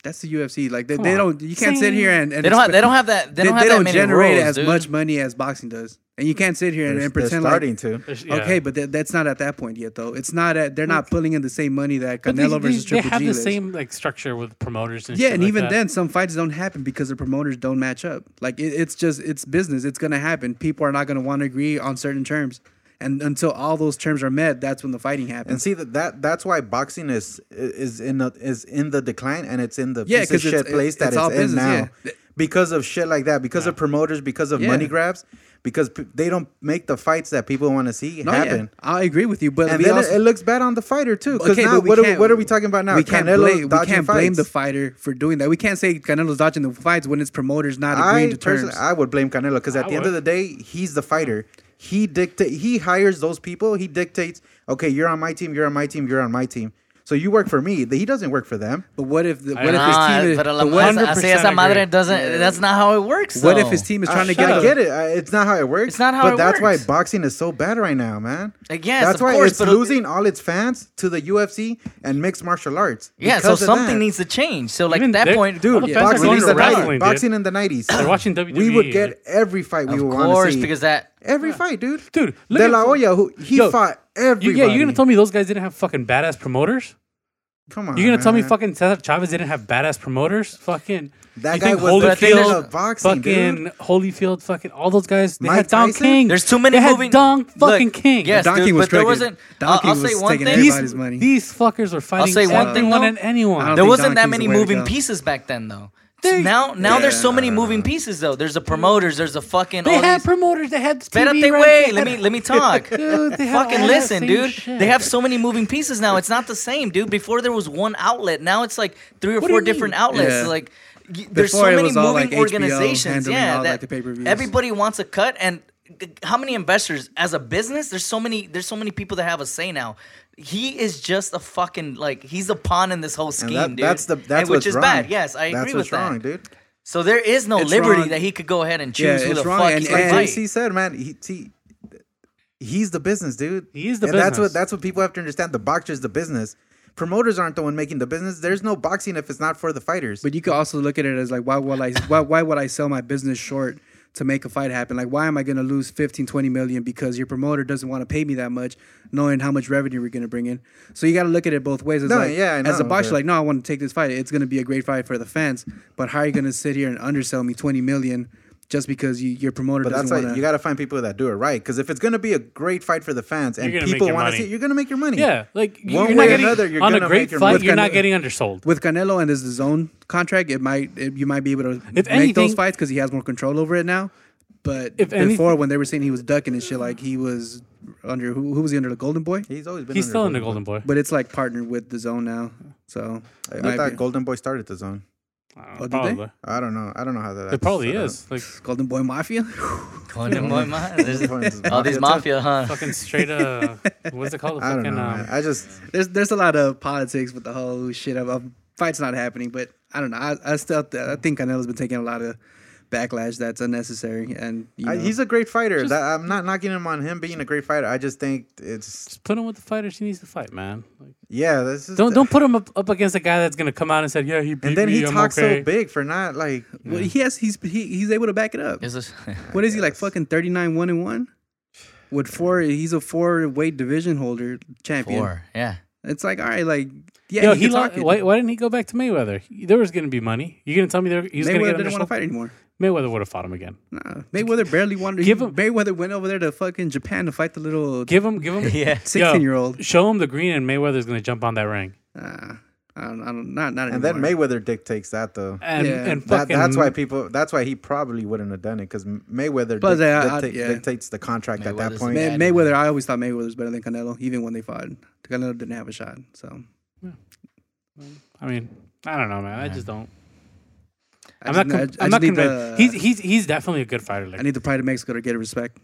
D: that's the UFC. Like they,
C: Come
D: they
C: on.
D: don't. You can't sit here and, and
A: they don't have
D: expect-
A: they don't have that they don't have that many
D: generate
A: rules,
D: as
A: dude.
D: much money as boxing does, and you can't sit here and,
B: they're
D: and pretend
B: starting
D: like.
B: to.
C: There's- yeah.
D: Okay, but that that's not at that point yet, though. It's not at. They're not pulling in the same money that Canelo
C: But these-
D: versus
C: these- they
D: Triple
C: have
D: G
C: the
D: is.
C: same like structure with promoters and
D: yeah,
C: shit
D: and
C: like
D: even
C: that.
D: then, some fights don't happen because the promoters don't match up. Like it, it's just it's business. It's gonna happen. People are not gonna want to agree on certain terms, and until all those terms are met, that's when the fighting
B: And
D: happens.
B: see that, that that's why boxing is is in a, is in the decline and it's in the
D: Yeah,
B: piece of
D: 'cause it's-
B: shit place that
D: it's
B: it's,
D: all
B: in
D: business,
B: now
D: yeah.
B: because of shit like that, because of promoters, because of
D: Yeah.
B: money grabs, because p- they don't make the fights that people want to see
D: No, Oh, yeah,
B: happen.
D: I agree with you, but
B: And
D: we
B: then it-
D: also,
B: it looks bad on the fighter too. Because
D: Okay,
B: now
D: but we
B: what are, we-
D: can't-
B: what are we talking about now?
D: We can't,
B: Canelo
D: blame, we
B: dodging
D: can't blame the
B: fights.
D: fighter for doing that. We can't say Canelo's dodging the fights when it's promoters not agreeing
B: I
D: to
B: personally,
D: terms.
B: I would blame Canelo because at
C: I
B: the end of the
C: would.
B: day, he's the fighter. He dictate. He hires those people. He dictates. Okay, you're on my team. You're on my team. You're on my team. So you work for me. He doesn't work for them.
D: but what if the, what
C: don't
D: if his
A: Nah,
D: team is,
A: pero la
D: but what,
A: mas- así
C: 100%
A: esa madre
C: agree.
A: doesn't. That's not how it works.
D: what if
A: though.
D: his team is
B: I-
D: trying to
B: I
D: get
B: get it. I, it's not how it works.
A: Ah, It's not how
B: But
A: it
B: that's
A: works.
B: why boxing is so bad right now, man.
A: Uh, yes,
B: that's
A: of
B: why
A: course,
B: it's
A: but-
B: losing all its fans to the UFC and mixed martial arts.
A: Yeah, so
B: because of
A: something
B: that.
A: needs to change. So like
C: Even
A: at that
C: they're-
A: point,
C: all
B: Dude,
C: the fans are
B: boxing,
C: going
B: in
C: to
B: the
C: wrestling,
B: 90s,
C: dude.
B: boxing in the 90s.
C: They're watching
B: We would
C: WWE.
B: get every fight we
A: of
B: would want to
A: course,
B: see.
A: because that
B: Every fight, dude.
C: Dude, look
B: De
C: at-
B: La Hoya, who he
C: Yo,
B: fought
C: You,
B: everybody.
C: yeah, you're gonna tell me those guys didn't have fucking badass promoters?
B: Come on,
C: You're gonna tell me
B: man.
C: fucking Cesar Chavez didn't have badass promoters? Fucking
B: That
C: you
B: guy
C: think
B: was the king of
C: Holyfield,
B: boxing,
C: fucking
B: dude.
C: Holyfield, fucking all those guys. They
B: Mike
C: had Don
B: Tyson?
C: King.
A: there's too many
C: They
A: moving.
C: had Don fucking
A: Look,
C: King.
A: Yes,
D: Don
A: dude,
D: King was
A: but there
D: striking.
A: wasn't.
D: Don
A: I'll,
D: King
A: I'll say
D: was
A: one
D: taking
A: thing.
D: everybody's
C: these,
D: money.
C: these fuckers were fighting
A: say one thing,
C: everyone
A: though.
C: and anyone.
D: I don't
A: There
D: think
A: wasn't
D: Don
A: that
D: King's
A: many
D: the way to
A: moving
D: go.
A: pieces back then, though. now, now there's so many moving pieces though. There's the promoters. There's the fucking.
C: They
A: all
C: had
A: these,
C: promoters. They had TV
A: Espérate,
C: rights,
A: way.
C: they
A: Let
C: had-
A: me let me talk.
C: Dude, they had
A: Fucking
C: all that
A: listen,
C: same
A: dude.
C: shit.
A: They have so many moving pieces now. It's not the same, dude. Before there was one outlet. Now it's like three or
C: What do
A: four
C: you mean?
A: different outlets.
D: Yeah.
A: Like y- there's
D: Before it
A: so many
D: was all, like,
A: moving
D: HBO
A: organizations.
D: handling
A: Yeah,
D: all, like,
A: that
D: the pay-per-views.
A: everybody wants a cut. And th- how many investors as a business? There's so many. There's so many people that have a say now. He is just a fucking like he's a pawn in this whole
B: And
A: scheme,
B: that-
A: dude.
B: that's the that's
A: And
B: what's
A: which is
B: wrong.
A: bad. Yes, I agree
B: that's
A: with
B: what's
A: that.
B: wrong, dude.
A: So there is no
D: It's
A: liberty
D: wrong.
A: that he could go ahead and
D: Yeah,
A: choose who
D: it's
A: the
D: wrong,
A: fuck
D: and-
A: he's
D: and-
A: gonna
B: Like
A: fight.
B: JC said, man, he, he he's the business, dude.
C: He is the
B: and That's
C: business.
B: what that's what people have to understand. The boxer's the business. Promoters aren't the one making the business. There's no boxing if it's not for the fighters.
D: But you could also look at it as like, why would I why, why would I sell my business short to make a fight happen? Like, why am I going to lose 15, 20 million because your promoter doesn't want to pay me that much, knowing how much revenue we're going to bring in? So you got to look at it both ways. It's
B: No,
D: like,
B: yeah, I
D: as a
B: know,
D: boxer,
B: but-
D: like, no, I want to take this fight. It's going to be a great fight for the fans. But how are you going to sit here and undersell me 20 million just because you, your promoter
B: But
D: doesn't
B: that's
D: want
B: like you
D: to?
B: got to find people that do it right. Because if it's gonna be a great fight for the fans and
C: You're gonna make
B: people
C: your
B: want to
C: money.
B: see it, you're gonna make your money.
C: Yeah, like you-
B: One
C: you're
B: way
C: not
B: or
C: getting
B: another, you're
C: on a
B: gonna
C: great
B: make your
C: fight.
B: money.
C: You're not
D: Canelo-
C: getting undersold.
D: With Canelo and his zone contract, it might it, you might be able to make those
C: anything-
D: fights because he has more control over it now. But
C: If
D: before,
C: anything-
D: when they were saying he was ducking and shit, like he was under who, who was he under the Golden Boy?
B: He's always been.
C: He's
B: under
C: still in the Golden Boy.
D: But it's like partnered with the Zone now, so it
B: I
D: might
B: thought
D: be-
B: Golden Boy started the zone.
C: I
D: Oh,
C: don't
D: did
C: know,
D: they?
C: probably.
B: I don't know. I don't know how that.
C: It probably is. Like
D: Golden Boy Mafia.
A: Golden Boy Ma- there's- all these mafia, huh?
C: fucking straight uh what's it called? The
B: I don't know.
C: fucking
B: man.
C: um,
B: I just
D: there's there's a lot of politics with the whole shit of, of fights not happening, but I don't know. I, I still th- I think Canelo's been taking a lot of backlash that's unnecessary. And you
B: I,
D: know,
B: he's a great fighter. that, I'm not knocking him on him being a great fighter. I just think it's
C: Just put him with the fighter she needs to fight, man. Like,
B: yeah. This is
C: don't don't put him up, up against a guy that's gonna come out and say, "Yeah, he beat
B: And then
C: me.
B: he
C: I'm
B: talks
C: okay."
B: so big for not like
D: well, he has he's he, he's able to back it up.
A: Is this?
D: What is he like? Fucking thirty nine one and one. With four, he's a four weight division holder champion.
A: Four. Yeah.
D: It's like all right, like yeah,
C: Yo,
D: he,
C: he
D: can
C: lo-
D: talk it.
C: why, why didn't he go back to Mayweather? He- There was gonna be money. You gonna tell me there, he was gonna
D: Mayweather
C: get
D: didn't
C: under
D: want to
C: some-
D: fight anymore.
C: Mayweather would have fought him again.
D: Nah, Mayweather barely wanted.
C: Give
D: Give
C: him-
D: Mayweather went over there to fucking Japan to fight the little
C: Give him, give him.
A: Yeah.
D: sixteen year old.
C: Show him the green, and Mayweather's gonna jump on that ring.
D: Nah, I don't, I don't, not not
B: And then
D: anymore.
B: Mayweather dictates that though.
C: And,
D: Yeah.
C: and
B: That,
C: fucking,
B: that's why people. That's why he probably wouldn't have done it because Mayweather
D: Plus,
B: dic-
D: I- I-
B: dicta-
D: yeah.
B: dictates the contract at that
A: uh, Mayweather's
B: point.
A: mad.
D: May-
A: Daddy.
D: Mayweather, I always thought Mayweather was better than Canelo, even when they fought. Canelo didn't have a shot. So
C: I mean, I don't know, man. I just don't.
D: I
C: I'm
D: just-
C: not. Com-
D: I just- I just
C: I'm not
D: need the-
C: convinced. he's he's he's definitely a good fighter.
D: I
C: Like,
D: need the pride of Mexico to get respect.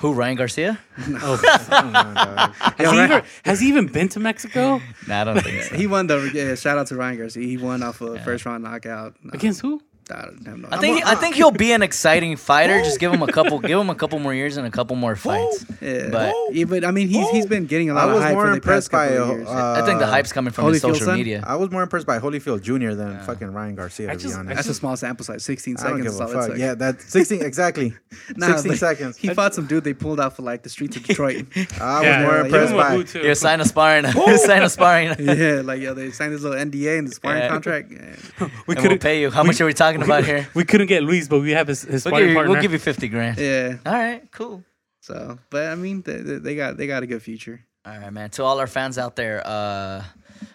A: Who? Ryan Garcia?
C: oh,
B: Come on, dog.
C: has, he even, has he even been to Mexico?
A: Nah, I don't think so.
D: He won the yeah, shout out to Ryan Garcia. He won off a first round knockout. No,
C: Against who?
D: I don't have no
A: I think I think he'll be an exciting fighter. Just give him a couple, give him a couple more years and a couple more fights.
D: yeah.
A: but-
D: Yeah, but I mean, he's he's been getting a
B: Oh. I
D: lot of
B: was
D: hype
B: more
D: for the past
B: impressed by.
D: couple of years.
B: Uh,
A: I think the hype's coming from
D: Holyfield
A: his social
D: son?
A: media.
B: I was more impressed by Holyfield Jr. than fucking Ryan Garcia. To
C: I just-
B: be
C: I
B: honest,
D: That's a small sample size, 16
B: I don't
D: seconds.
B: give
D: is
B: a
D: all it
B: fuck.
D: took.
B: Yeah, that sixteen exactly.
D: Nah,
B: sixteen
D: but
B: seconds.
D: He fought some dude they pulled out for like the streets of Detroit.
B: I
C: Yeah,
B: was more
D: yeah,
B: impressed
C: give him a
B: by.
C: boot, too.
A: Yeah, sign a sparring, sign a sparring, and
D: yeah, like yeah, they signed this little NDA and the sparring
A: Yeah.
D: contract. Yeah.
C: we
A: we'll pay you. How much are we talking about here?
C: We couldn't get Luis, but we have his, his
A: We'll give,
C: sparring
A: you,
C: partner.
A: we'll give you fifty grand.
D: yeah.
A: All right, cool.
D: So, but I mean, they, they they got they got a good future.
A: All right, man. To all our fans out there, uh,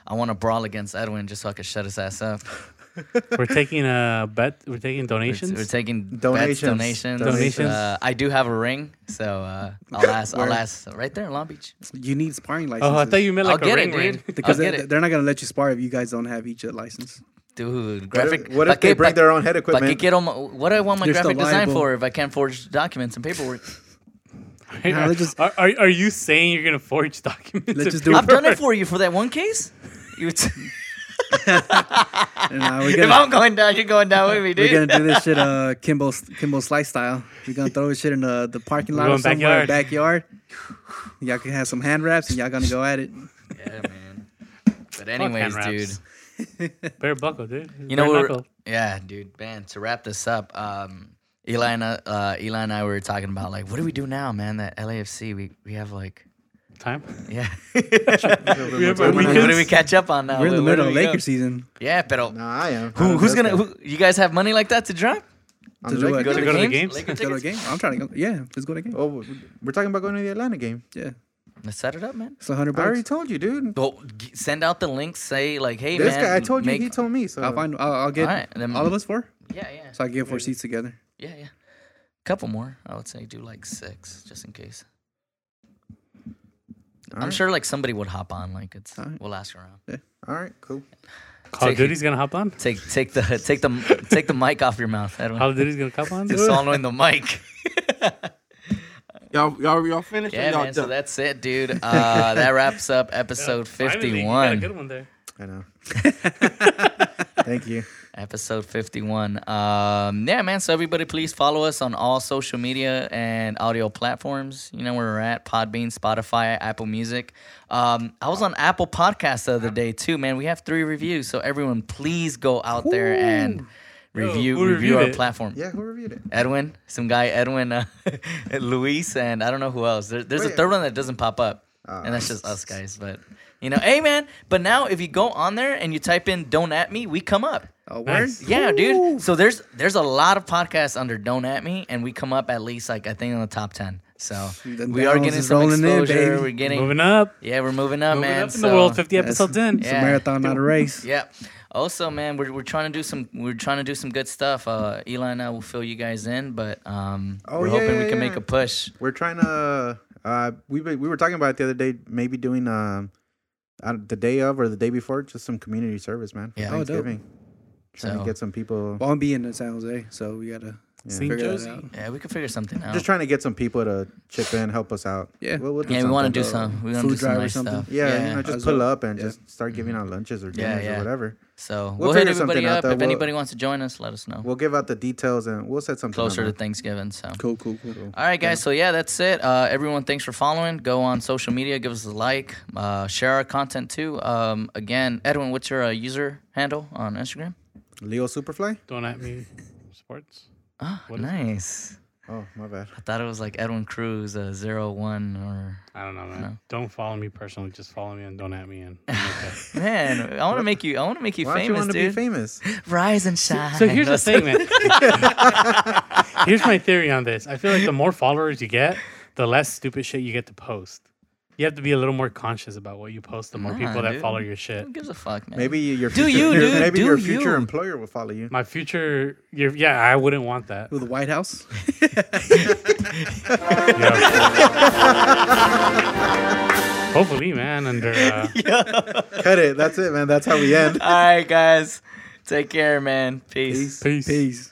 A: I want to brawl against Edwin just so I can shut his ass up.
C: we're taking a bet. We're taking
A: We're,
C: donations.
A: we're taking donations, donations.
B: Donations.
C: Donations.
A: Uh, I do have a ring, so uh, I'll ask. I'll
D: Where?
A: ask right there, in Long Beach.
D: You need sparring
B: Uh-huh,
D: licenses.
C: oh, I thought you meant
A: I'll
C: like a
A: get
C: ring
A: it,
C: ring.
A: dude.
D: because
A: I'll
D: they,
A: get it,
D: they're not gonna let you spar if you guys don't have each a license.
A: dude.
B: What
A: Graphic.
B: if, what if they
A: Paquet-
B: bring their own head
A: But I
B: equipment?
A: get on my, what do I want my
D: You're still
A: graphic design
D: liable.
A: for if I can't forge documents and paperwork?
D: Nah, let's just-
C: are, are, are you saying you're gonna forge documents?
D: Let's
C: and
D: just do
A: I've
D: it.
A: done it for you for that one case. You t-
D: And, uh, we're
A: if
D: gonna
A: I'm going down, you're going down with me,
D: we're
A: dude.
D: gonna do this shit, uh, Kimbo Kimbo Slice style. We're gonna throw this shit in the, the parking lot
C: We're
D: or
C: going
D: somewhere backyard. Y'all can have some hand wraps and y'all gonna go at it.
A: Yeah, man. But
C: hand
A: anyways, dude.
C: wraps. Bare buckle, dude.
A: You know,
C: Bare
A: we're-
C: knuckle.
A: yeah, dude. Man, to wrap this up, um, Eli and uh, uh, Eli and I were talking about like, what do we do now, man? That LAFC, we we have like,
C: time.
A: yeah.
C: We have our
A: what do we
C: weekends.
A: catch up on now?
D: We're in the
A: Oh, Where-
D: middle
A: where
D: of
A: do we go?
D: Lakers season.
A: Yeah, pero
B: no, I am.
A: who, who's gonna? Who, you guys have money like that to drop?
B: on
D: To do
B: the
D: it.
B: Lakers?
D: To
C: go to the games?
A: games? Laker
D: Let's go to a
A: tickets?
D: game. I'm trying to go. Yeah, let's go to a game.
B: Oh, we're talking about going to the Atlanta game.
D: Yeah,
A: Let's set it up, man.
D: it's a hundred
B: I already
D: bucks.
B: told you, dude.
A: Well, g- send out the link. Say like, hey,
B: This
A: man.
B: guy, I told you,
A: make-
B: he told me. So
D: I'll find. I'll, I'll get
A: All right, then-
D: all of us four,
A: Yeah, yeah,
D: so I can get four seats together.
A: yeah, yeah. Couple more, I would say. Do like six, just in case. I'm
B: right.
A: sure like somebody would hop on. Like it's,
D: All right.
A: we'll ask around.
B: All right, cool.
C: Call of
A: Take-
C: Duty's gonna hop on.
A: Take take the take the take the mic off your mouth.
C: Call
A: Edwin.
C: of Duty's gonna hop on.
A: Just swallowing the mic.
F: Y'all, y'all, y'all finished? or
A: Yeah,
F: y'all
A: man. So
F: done?
A: that's it, dude. Uh, that wraps up episode
C: Finally, you got
A: 51.
C: a good one there.
B: I know. Thank you.
A: Episode 51. Um, yeah, man. So everybody, please follow us on all social media and audio platforms. You know where we're at: Podbean, Spotify, Apple Music. Um, I was on Apple Podcasts the other day too, man. We have three reviews, so everyone, please go out there and review
C: who
A: review our
C: reviewed it?
A: platform.
B: Yeah, who reviewed it?
A: Edwin, some guy Edwin, uh, Luis, and I don't know who else. There, there's a
B: Wait.
A: third one that doesn't pop up, and that's just us guys. But you know, hey man. But now if you go on there and you type in "Don't at me," we come up.
D: Oh, word.
C: Nice.
A: Yeah, dude. So there's there's a lot of podcasts under Don't At Me, and we come up at least like I think in the top ten. So
D: The
A: we are
D: dials
A: getting
D: is
A: some
D: rolling in,
A: exposure.
D: baby.
A: we're getting
C: Moving up.
A: yeah, we're moving up,
C: Moving
A: man.
C: up in
A: so,
C: the world. Fifty
D: That's-
C: episodes in.
D: It's
A: Yeah.
D: a marathon, not a race.
A: Yeah. Also, man, we're, we're trying to do some we're trying to do some good stuff. Uh, Eli and I will fill you guys in, but um,
B: Oh,
A: we're
B: yeah,
A: hoping
B: yeah,
A: we can
B: yeah.
A: make a push.
B: We're trying to. Uh, we we were talking about it the other day, maybe doing um, uh, the day of or the day before, just some community service, man. for
A: Yeah. Oh, dope.
B: Thanksgiving. Trying
A: So-
B: to get some people.
D: Well, I'm being in San Jose, so we gotta Figure that
C: Josie.
D: out.
A: Yeah, we could figure something out.
B: Just trying to get some people to chip in, help us out.
D: Yeah.
B: We'll- we'll do
A: yeah, we want to do
B: something.
A: some. We want
D: Food
A: to do some
D: drive or
A: nice
D: something?
A: stuff.
B: Yeah, you know, just
D: As
B: pull
D: well.
B: up and
D: Yeah.
B: just start giving out lunches or
A: Mm-hmm. Yeah,
B: dinners
A: yeah.
B: or whatever.
A: So we'll,
B: We'll
A: hit
B: figure
A: everybody
B: something out,
A: up.
B: though.
A: if
B: We'll-
A: anybody wants to join us, let us know.
B: We'll give out the details and we'll set something
A: Closer to
B: up.
A: Thanksgiving. So.
D: Cool, cool, cool.
A: All right, guys. So yeah, that's it. Uh, everyone, thanks for following. Go on social media, give us a like, uh, share our content too. Um, again, Edwin, what's your uh, user handle on Instagram?
B: Leo Superfly.
C: Don't at me, sports.
A: Ah,
C: What is it?
A: nice.
B: Oh my bad.
A: I thought it was like Edwin Cruz uh, zero one or
C: I don't know, man.
A: No.
C: Don't follow me personally. Just follow me and don't at me. And I'm okay.
A: man. I want to make you. I want to make you
B: Why don't you
A: famous,
B: want to be
A: dude.
B: famous?
A: Rise and shine.
C: so here's the
A: That's-
C: thing, man. here's my theory on this. I feel like the more followers you get, the less stupid shit you get to post. You have to be a little more conscious about what you post. The more
A: Nah,
C: people that
A: dude.
C: follow your shit.
A: Who gives a fuck, man?
B: Maybe your
A: Do
B: future,
A: you,
B: your,
A: dude,
B: maybe
A: do
B: your future
A: you.
B: employer will follow you.
C: My future, you're, yeah, I wouldn't want that.
D: Ooh, the White House.
C: Yeah. Hopefully, man. Under uh,
B: Cut it. That's it, man. That's how we end.
A: All right, guys. Take care, man. Peace.
C: peace.
D: Peace.